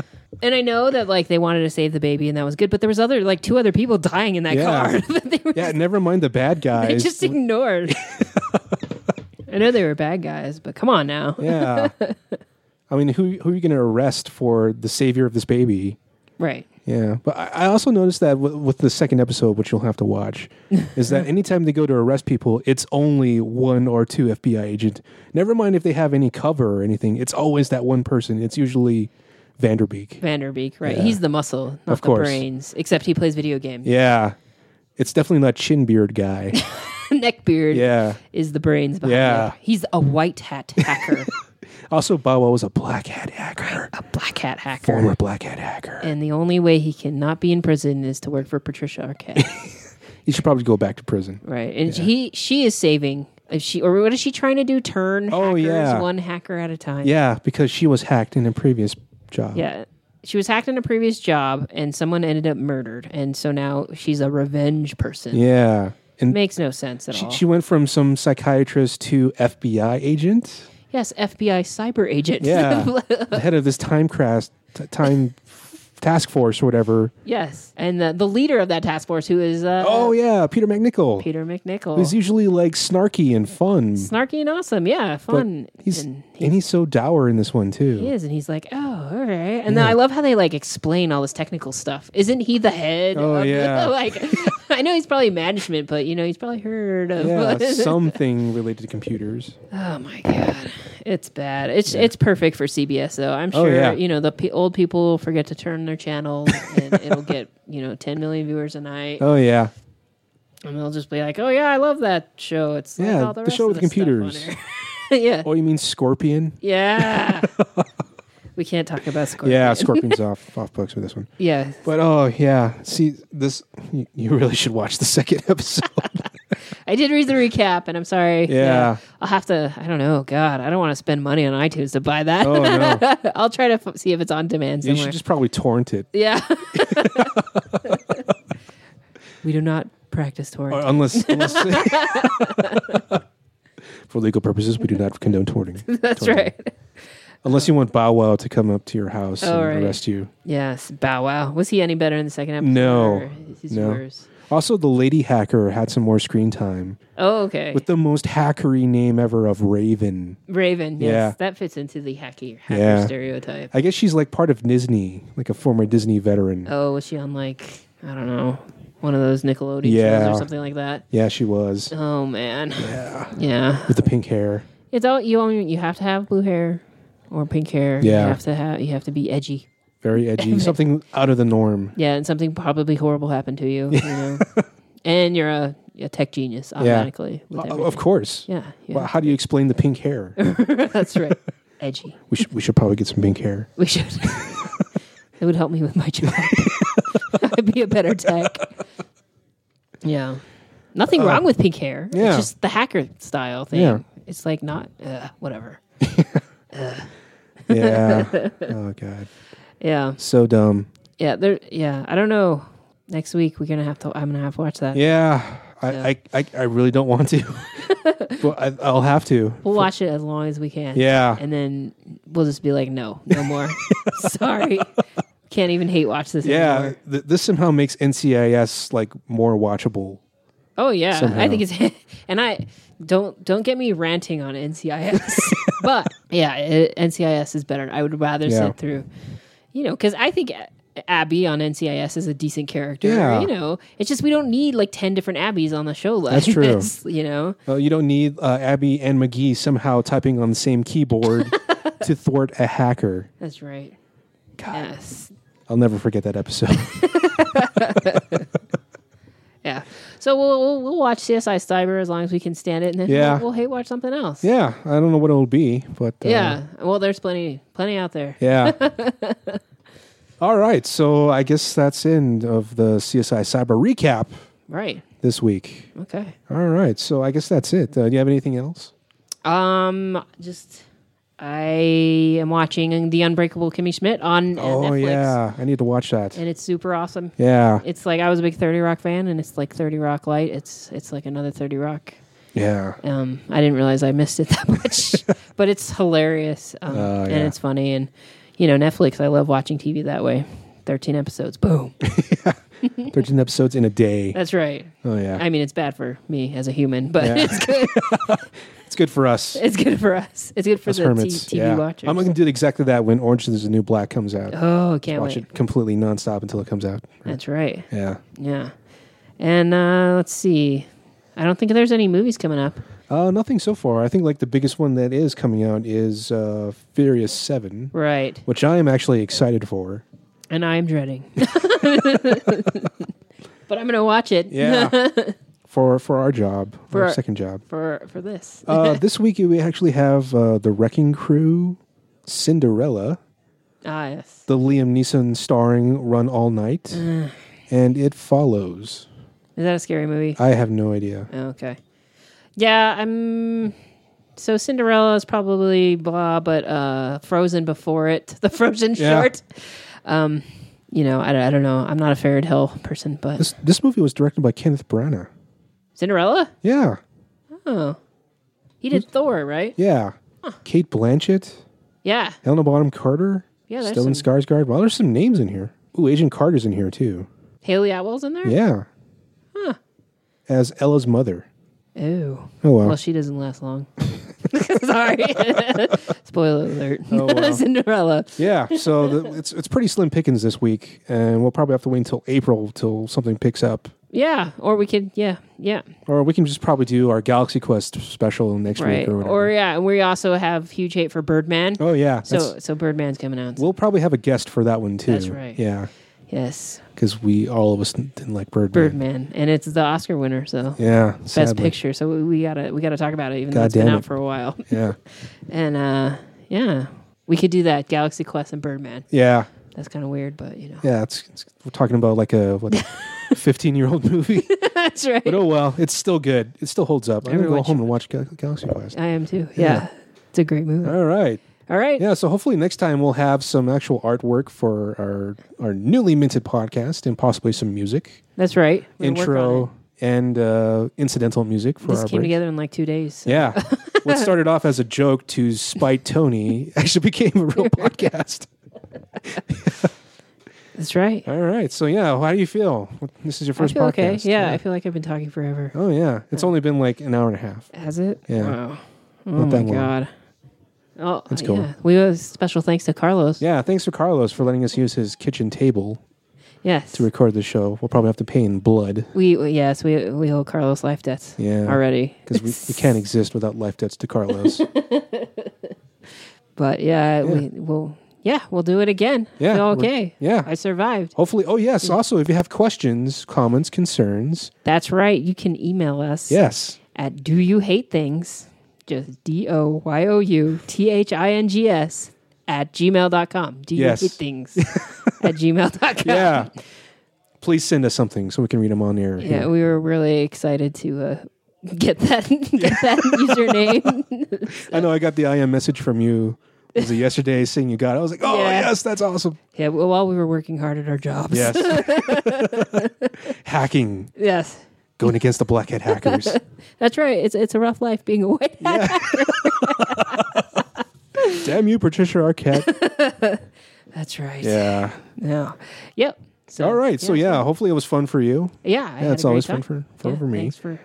[SPEAKER 1] And I know that like they wanted to save the baby and that was good, but there was other like two other people dying in that
[SPEAKER 2] Yeah.
[SPEAKER 1] car that they were
[SPEAKER 2] Yeah, never mind the bad guys.
[SPEAKER 1] they just ignored. I know they were bad guys, but come on now,
[SPEAKER 2] Yeah. I mean, who who are you going to arrest for the savior of this baby?
[SPEAKER 1] right?
[SPEAKER 2] Yeah, but I, I also noticed that w- with the second episode, which you'll have to watch, is that anytime they go to arrest people, it's only one or two FBI agent. Never mind if they have any cover or anything; it's always that one person. It's usually Vanderbeek.
[SPEAKER 1] Vanderbeek, right?
[SPEAKER 2] Yeah.
[SPEAKER 1] He's the muscle, not
[SPEAKER 2] Of
[SPEAKER 1] the
[SPEAKER 2] course.
[SPEAKER 1] brains. Except he plays video games.
[SPEAKER 2] Yeah. It's definitely not chin beard guy.
[SPEAKER 1] Neckbeard
[SPEAKER 2] yeah.
[SPEAKER 1] is the brains behind
[SPEAKER 2] Yeah.
[SPEAKER 1] it. He's a white hat hacker,
[SPEAKER 2] Also, Bawa was a black hat hacker,
[SPEAKER 1] a black hat hacker.
[SPEAKER 2] former black hat hacker.
[SPEAKER 1] And the only way he cannot be in prison is to work for Patricia Arquette,
[SPEAKER 2] He should probably go back to prison.
[SPEAKER 1] right? And he, she is saving. Is she or what is she trying to do? Turn
[SPEAKER 2] Oh,
[SPEAKER 1] hackers
[SPEAKER 2] yeah.
[SPEAKER 1] one hacker at a time.
[SPEAKER 2] Yeah, because she was hacked in a previous job.
[SPEAKER 1] Yeah. She was hacked in a previous job and someone ended up murdered. And so now she's a revenge person.
[SPEAKER 2] Yeah. And
[SPEAKER 1] Makes no sense at all.
[SPEAKER 2] she went from some psychiatrist to FBI agent.
[SPEAKER 1] yes, FBI cyber agent.
[SPEAKER 2] Yeah. the head of this time crash, t- time task force or whatever.
[SPEAKER 1] yes. And the, the leader of that task force, who is uh,
[SPEAKER 2] Oh, yeah. Peter McNichol.
[SPEAKER 1] Peter McNichol.
[SPEAKER 2] Who's usually like snarky and fun.
[SPEAKER 1] Snarky and awesome. Yeah, fun.
[SPEAKER 2] He's
[SPEAKER 1] and
[SPEAKER 2] and he's so dour in this one too.
[SPEAKER 1] he is. And he's like, oh, all right. And then I love how they like explain all this technical stuff. Isn't he the head?
[SPEAKER 2] Oh,
[SPEAKER 1] of the-
[SPEAKER 2] yeah.
[SPEAKER 1] like, I know he's probably management, but you know, he's probably heard of
[SPEAKER 2] Yeah, something related to computers.
[SPEAKER 1] Oh my god, it's bad. It's it's perfect for CBS though. I'm
[SPEAKER 2] Oh,
[SPEAKER 1] sure
[SPEAKER 2] yeah.
[SPEAKER 1] you know the pe old people forget to turn their channel, and it'll get you know 10 million viewers a night,
[SPEAKER 2] Oh yeah,
[SPEAKER 1] and they'll just be like, "Oh yeah, I love that show." It's like
[SPEAKER 2] Yeah,
[SPEAKER 1] all the,
[SPEAKER 2] the
[SPEAKER 1] rest
[SPEAKER 2] show
[SPEAKER 1] of
[SPEAKER 2] with
[SPEAKER 1] the stuff on
[SPEAKER 2] computers.
[SPEAKER 1] there. yeah,
[SPEAKER 2] Oh, you mean Scorpion?
[SPEAKER 1] yeah. we can't talk about Scorpion.
[SPEAKER 2] Yeah, Scorpion's off off books with this one.
[SPEAKER 1] yeah.
[SPEAKER 2] But oh yeah, see this. You, you really should watch the second episode.
[SPEAKER 1] I did read the recap, and I'm sorry.
[SPEAKER 2] Yeah.
[SPEAKER 1] I'll have to. I don't know. God, I don't want to spend money on iTunes to buy that.
[SPEAKER 2] Oh, no.
[SPEAKER 1] I'll try to f- see if it's on demand
[SPEAKER 2] you
[SPEAKER 1] somewhere.
[SPEAKER 2] should just probably torrent it,
[SPEAKER 1] Yeah. we do not practice
[SPEAKER 2] Or
[SPEAKER 1] torrent.
[SPEAKER 2] unless unless. For legal purposes, we do not condone torrenting.
[SPEAKER 1] That's
[SPEAKER 2] torrenting.
[SPEAKER 1] right.
[SPEAKER 2] Unless you want Bow Wow to come up to your house
[SPEAKER 1] Oh,
[SPEAKER 2] and
[SPEAKER 1] right.
[SPEAKER 2] arrest you.
[SPEAKER 1] Yes. Bow wow. Was he any better in the second episode?
[SPEAKER 2] No.
[SPEAKER 1] or He's
[SPEAKER 2] No.
[SPEAKER 1] worse.
[SPEAKER 2] Also, the lady hacker had some more screen time
[SPEAKER 1] Oh, okay.
[SPEAKER 2] with the most hackery name ever of Raven.
[SPEAKER 1] Raven. Yes.
[SPEAKER 2] Yeah.
[SPEAKER 1] That fits into the hacky hacker
[SPEAKER 2] Yeah.
[SPEAKER 1] stereotype.
[SPEAKER 2] I guess she's like part of Disney, like a former Disney veteran.
[SPEAKER 1] Oh, was she on like I don't know one of those Nickelodeon
[SPEAKER 2] Yeah.
[SPEAKER 1] shows or something like that?
[SPEAKER 2] Yeah, she was
[SPEAKER 1] Oh man. Yeah. Yeah.
[SPEAKER 2] with the pink hair.
[SPEAKER 1] It's all you. Only you have to have blue hair or pink hair.
[SPEAKER 2] Yeah.
[SPEAKER 1] You have to have. You have to be edgy.
[SPEAKER 2] Very edgy, something out of the norm.
[SPEAKER 1] Yeah, and something probably horrible happened to you. you know? and you're a, a tech genius automatically. with
[SPEAKER 2] O-
[SPEAKER 1] everything.
[SPEAKER 2] of course.
[SPEAKER 1] Yeah, yeah.
[SPEAKER 2] Well, how do you explain the pink hair?
[SPEAKER 1] that's right. Edgy.
[SPEAKER 2] we should we should probably get some pink hair.
[SPEAKER 1] We should. it would help me with my job. I'd be a better tech. Yeah. Nothing wrong with pink hair.
[SPEAKER 2] Uh, yeah.
[SPEAKER 1] It's just the hacker style thing.
[SPEAKER 2] Yeah.
[SPEAKER 1] It's like not, uh, whatever.
[SPEAKER 2] Yeah. oh god,
[SPEAKER 1] Yeah.
[SPEAKER 2] so dumb.
[SPEAKER 1] Yeah. There, yeah. I don't know. Next week, we're going to have to, I'm going to have to watch that.
[SPEAKER 2] Yeah, I I, I, I really don't want to, but I, I'll have to.
[SPEAKER 1] We'll watch it as long as we can.
[SPEAKER 2] Yeah.
[SPEAKER 1] And then we'll just be like, no, no more. Sorry. Can't even hate watch this
[SPEAKER 2] Yeah,
[SPEAKER 1] anymore.
[SPEAKER 2] th- this somehow makes NCIS like more watchable.
[SPEAKER 1] Oh yeah.
[SPEAKER 2] Somehow.
[SPEAKER 1] I think it's and I don't don't get me ranting on NCIS. but yeah, it, NCIS is better. I would rather
[SPEAKER 2] Yeah.
[SPEAKER 1] sit through you know, cuz I think A- Abby on NCIS is a decent character.
[SPEAKER 2] Yeah.
[SPEAKER 1] You know, it's just we don't need like 10 different Abbies on the show like
[SPEAKER 2] That's true.
[SPEAKER 1] this, you know.
[SPEAKER 2] Well, you don't need uh, Abby and McGee somehow typing on the same keyboard to thwart a hacker.
[SPEAKER 1] That's right. Yes.
[SPEAKER 2] I'll never forget that episode.
[SPEAKER 1] Yeah. So we'll, we'll we'll watch CSI Cyber as long as we can stand it, and then
[SPEAKER 2] Yeah.
[SPEAKER 1] we'll, we'll hate watch something else.
[SPEAKER 2] yeah, I don't know what it'll be, but uh,
[SPEAKER 1] Yeah. Well, there's plenty plenty out there.
[SPEAKER 2] yeah. All right, so I guess that's end of the CSI Cyber recap
[SPEAKER 1] Right.
[SPEAKER 2] this week.
[SPEAKER 1] Okay.
[SPEAKER 2] All right, so I guess that's it. Uh, do you have anything else?
[SPEAKER 1] Um. Just I am watching The Unbreakable Kimmy Schmidt on uh,
[SPEAKER 2] oh
[SPEAKER 1] Netflix,
[SPEAKER 2] yeah, I need to watch that.
[SPEAKER 1] and it's super awesome.
[SPEAKER 2] Yeah,
[SPEAKER 1] It's like I was a big Thirty Rock fan, and it's like Thirty Rock Light. It's it's like another Thirty Rock.
[SPEAKER 2] yeah.
[SPEAKER 1] Um, I didn't realize I missed it that much, but it's hilarious um,
[SPEAKER 2] Oh,
[SPEAKER 1] and
[SPEAKER 2] yeah.
[SPEAKER 1] it's funny. And you know, Netflix. I love watching TV that way. Thirteen episodes. Boom.
[SPEAKER 2] Thirteen episodes in a day.
[SPEAKER 1] That's right.
[SPEAKER 2] Oh yeah,
[SPEAKER 1] I mean, it's bad for me as a human, but
[SPEAKER 2] Yeah.
[SPEAKER 1] it's good.
[SPEAKER 2] it's good for us.
[SPEAKER 1] It's good for us. It's good for
[SPEAKER 2] Us
[SPEAKER 1] the
[SPEAKER 2] hermits.
[SPEAKER 1] T- TV
[SPEAKER 2] yeah.
[SPEAKER 1] watchers.
[SPEAKER 2] I'm gonna do exactly that when Orange is the New Black comes out.
[SPEAKER 1] oh, can't
[SPEAKER 2] Watch
[SPEAKER 1] wait.
[SPEAKER 2] it completely nonstop until it comes out.
[SPEAKER 1] That's right.
[SPEAKER 2] Yeah.
[SPEAKER 1] Yeah. And uh, let's see. I don't think there's any movies coming up.
[SPEAKER 2] Uh, nothing so far. I think like the biggest one that is coming out is uh, Furious Seven,
[SPEAKER 1] Right.
[SPEAKER 2] which I am actually excited for.
[SPEAKER 1] And I'm dreading. but I'm going to watch it
[SPEAKER 2] Yeah. for for our job,
[SPEAKER 1] For
[SPEAKER 2] our
[SPEAKER 1] our-
[SPEAKER 2] second job.
[SPEAKER 1] for for this.
[SPEAKER 2] Uh, this week we actually have uh, the Wrecking Crew, Cinderella,
[SPEAKER 1] ah, yes.
[SPEAKER 2] the Liam Neeson starring Run All Night, and It Follows.
[SPEAKER 1] Is that a scary movie?
[SPEAKER 2] I have no idea.
[SPEAKER 1] Okay. Yeah, I'm. So Cinderella is probably blah, but uh, Frozen before it, the Frozen
[SPEAKER 2] Yeah.
[SPEAKER 1] short. Um, you know, I, don't- I don't know. I'm not a fairy tale person, but
[SPEAKER 2] This this movie was directed by Kenneth Branagh.
[SPEAKER 1] Cinderella.
[SPEAKER 2] Yeah,
[SPEAKER 1] Oh, he did Thor, right?
[SPEAKER 2] yeah. Kate Blanchett,
[SPEAKER 1] Yeah,
[SPEAKER 2] Helena Bonham Carter,
[SPEAKER 1] Yeah, there's
[SPEAKER 2] Stellan Skarsgård. Well, there's some names in here. Ooh, Agent Carter's in here too.
[SPEAKER 1] Haley Atwell's in there.
[SPEAKER 2] Yeah. As Ella's mother.
[SPEAKER 1] Oh,
[SPEAKER 2] Oh well.
[SPEAKER 1] well, she doesn't last long. Sorry, spoiler alert.
[SPEAKER 2] Oh, wow.
[SPEAKER 1] Cinderella.
[SPEAKER 2] Yeah, so the, it's it's pretty slim pickings this week, and we'll probably have to wait until April till something picks up,
[SPEAKER 1] Yeah, or we could. Yeah, yeah.
[SPEAKER 2] or we can just probably do our Galaxy Quest special next
[SPEAKER 1] Right.
[SPEAKER 2] week or whatever.
[SPEAKER 1] Or yeah, and we also have huge hate for Birdman.
[SPEAKER 2] oh yeah,
[SPEAKER 1] so
[SPEAKER 2] that's-
[SPEAKER 1] so Birdman's coming out.
[SPEAKER 2] we'll probably have a guest for that one too.
[SPEAKER 1] That's right.
[SPEAKER 2] Yeah,
[SPEAKER 1] yes,
[SPEAKER 2] because we all of us didn't like Birdman.
[SPEAKER 1] Birdman, and it's the Oscar winner, so
[SPEAKER 2] Yeah,
[SPEAKER 1] best
[SPEAKER 2] sadly.
[SPEAKER 1] picture. So we- we gotta we gotta talk about it, even though
[SPEAKER 2] God
[SPEAKER 1] it's been
[SPEAKER 2] damn
[SPEAKER 1] out
[SPEAKER 2] it.
[SPEAKER 1] for a while.
[SPEAKER 2] Yeah,
[SPEAKER 1] And uh, yeah, we could do that. Galaxy Quest and Birdman.
[SPEAKER 2] yeah,
[SPEAKER 1] That's kind of weird, but you know,
[SPEAKER 2] yeah. It's, it's- we're talking about like a what, fifteen year old movie,
[SPEAKER 1] that's right.
[SPEAKER 2] but oh well, it's still good. It still holds up. I'm gonna go
[SPEAKER 1] Everyone
[SPEAKER 2] home and watch Gal- Galaxy Quest.
[SPEAKER 1] I am too.
[SPEAKER 2] Yeah.
[SPEAKER 1] Yeah. it's a great movie.
[SPEAKER 2] All right.
[SPEAKER 1] All right.
[SPEAKER 2] Yeah, so hopefully next time we'll have some actual artwork for our our newly minted podcast and possibly some music,
[SPEAKER 1] That's right. We're gonna work on it.
[SPEAKER 2] intro and uh, incidental music for
[SPEAKER 1] This
[SPEAKER 2] our
[SPEAKER 1] came
[SPEAKER 2] break.
[SPEAKER 1] together in like two days. so-
[SPEAKER 2] Yeah. what started off as a joke to spite Tony actually became a real podcast.
[SPEAKER 1] That's right.
[SPEAKER 2] All right. So yeah, how do you feel? This is your
[SPEAKER 1] I
[SPEAKER 2] first
[SPEAKER 1] feel
[SPEAKER 2] podcast.
[SPEAKER 1] okay. Yeah, I feel like I've been talking forever.
[SPEAKER 2] Oh yeah. It's only been like an hour and a half.
[SPEAKER 1] Has it?
[SPEAKER 2] Yeah.
[SPEAKER 1] Wow. Oh
[SPEAKER 2] Not
[SPEAKER 1] my
[SPEAKER 2] that long.
[SPEAKER 1] god. Oh,
[SPEAKER 2] That's cool.
[SPEAKER 1] yeah. We owe special thanks to Carlos.
[SPEAKER 2] Yeah, thanks to Carlos for letting us use his kitchen table
[SPEAKER 1] Yes.
[SPEAKER 2] to record the show. We'll probably have to pay in blood.
[SPEAKER 1] we we- yes we we owe Carlos life debts.
[SPEAKER 2] Yeah.
[SPEAKER 1] Already.
[SPEAKER 2] Because we, we can't exist without life debts to Carlos.
[SPEAKER 1] But yeah, we will. Yeah, we'll do it again.
[SPEAKER 2] Yeah,
[SPEAKER 1] Feel
[SPEAKER 2] we're-
[SPEAKER 1] okay.
[SPEAKER 2] yeah.
[SPEAKER 1] I Mm. survived.
[SPEAKER 2] Hopefully, oh yes. Also, if you have questions, comments, concerns,
[SPEAKER 1] That's right. You can email us.
[SPEAKER 2] yes,
[SPEAKER 1] At do you hate things? Just D O Y O U T H I N G S at gmail.com. Do you
[SPEAKER 2] Yes.
[SPEAKER 1] hate things at gmail.com?
[SPEAKER 2] yeah. Please send us something so we can read them on air.
[SPEAKER 1] Yeah, we were really excited to uh, get that get that username.
[SPEAKER 2] I know I got the IM message from you. Was it yesterday saying you got? It. I was like, oh
[SPEAKER 1] Yeah.
[SPEAKER 2] yes, that's awesome.
[SPEAKER 1] yeah, well, while we were working hard at our jobs.
[SPEAKER 2] Yes, hacking,
[SPEAKER 1] Yes.
[SPEAKER 2] going against the black hat hackers.
[SPEAKER 1] That's right. It's it's a rough life being a white hat.
[SPEAKER 2] Damn you, Patricia Arquette.
[SPEAKER 1] That's right.
[SPEAKER 2] Yeah.
[SPEAKER 1] No. Yep. So,
[SPEAKER 2] All right. So yeah, hopefully it was fun for you.
[SPEAKER 1] Yeah. I
[SPEAKER 2] Yeah,
[SPEAKER 1] had
[SPEAKER 2] it's
[SPEAKER 1] a great
[SPEAKER 2] always
[SPEAKER 1] time.
[SPEAKER 2] fun for fun
[SPEAKER 1] Yeah,
[SPEAKER 2] for me.
[SPEAKER 1] Thanks for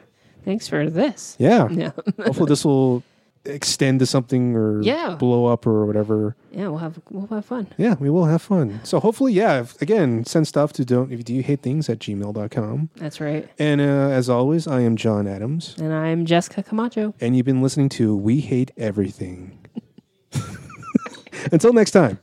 [SPEAKER 1] thanks for this.
[SPEAKER 2] Yeah.
[SPEAKER 1] Yeah.
[SPEAKER 2] hopefully this will extend to something or
[SPEAKER 1] Yeah.
[SPEAKER 2] blow up or whatever.
[SPEAKER 1] Yeah. We'll have we'll have fun.
[SPEAKER 2] Yeah, we will have fun. So hopefully, yeah, if, again, send stuff to don't if do you hate things at gmail.com.
[SPEAKER 1] That's right.
[SPEAKER 2] And uh, as always, I am John Adams,
[SPEAKER 1] And I'm Jessica Camacho.
[SPEAKER 2] and you've been listening to We Hate Everything. Until next time.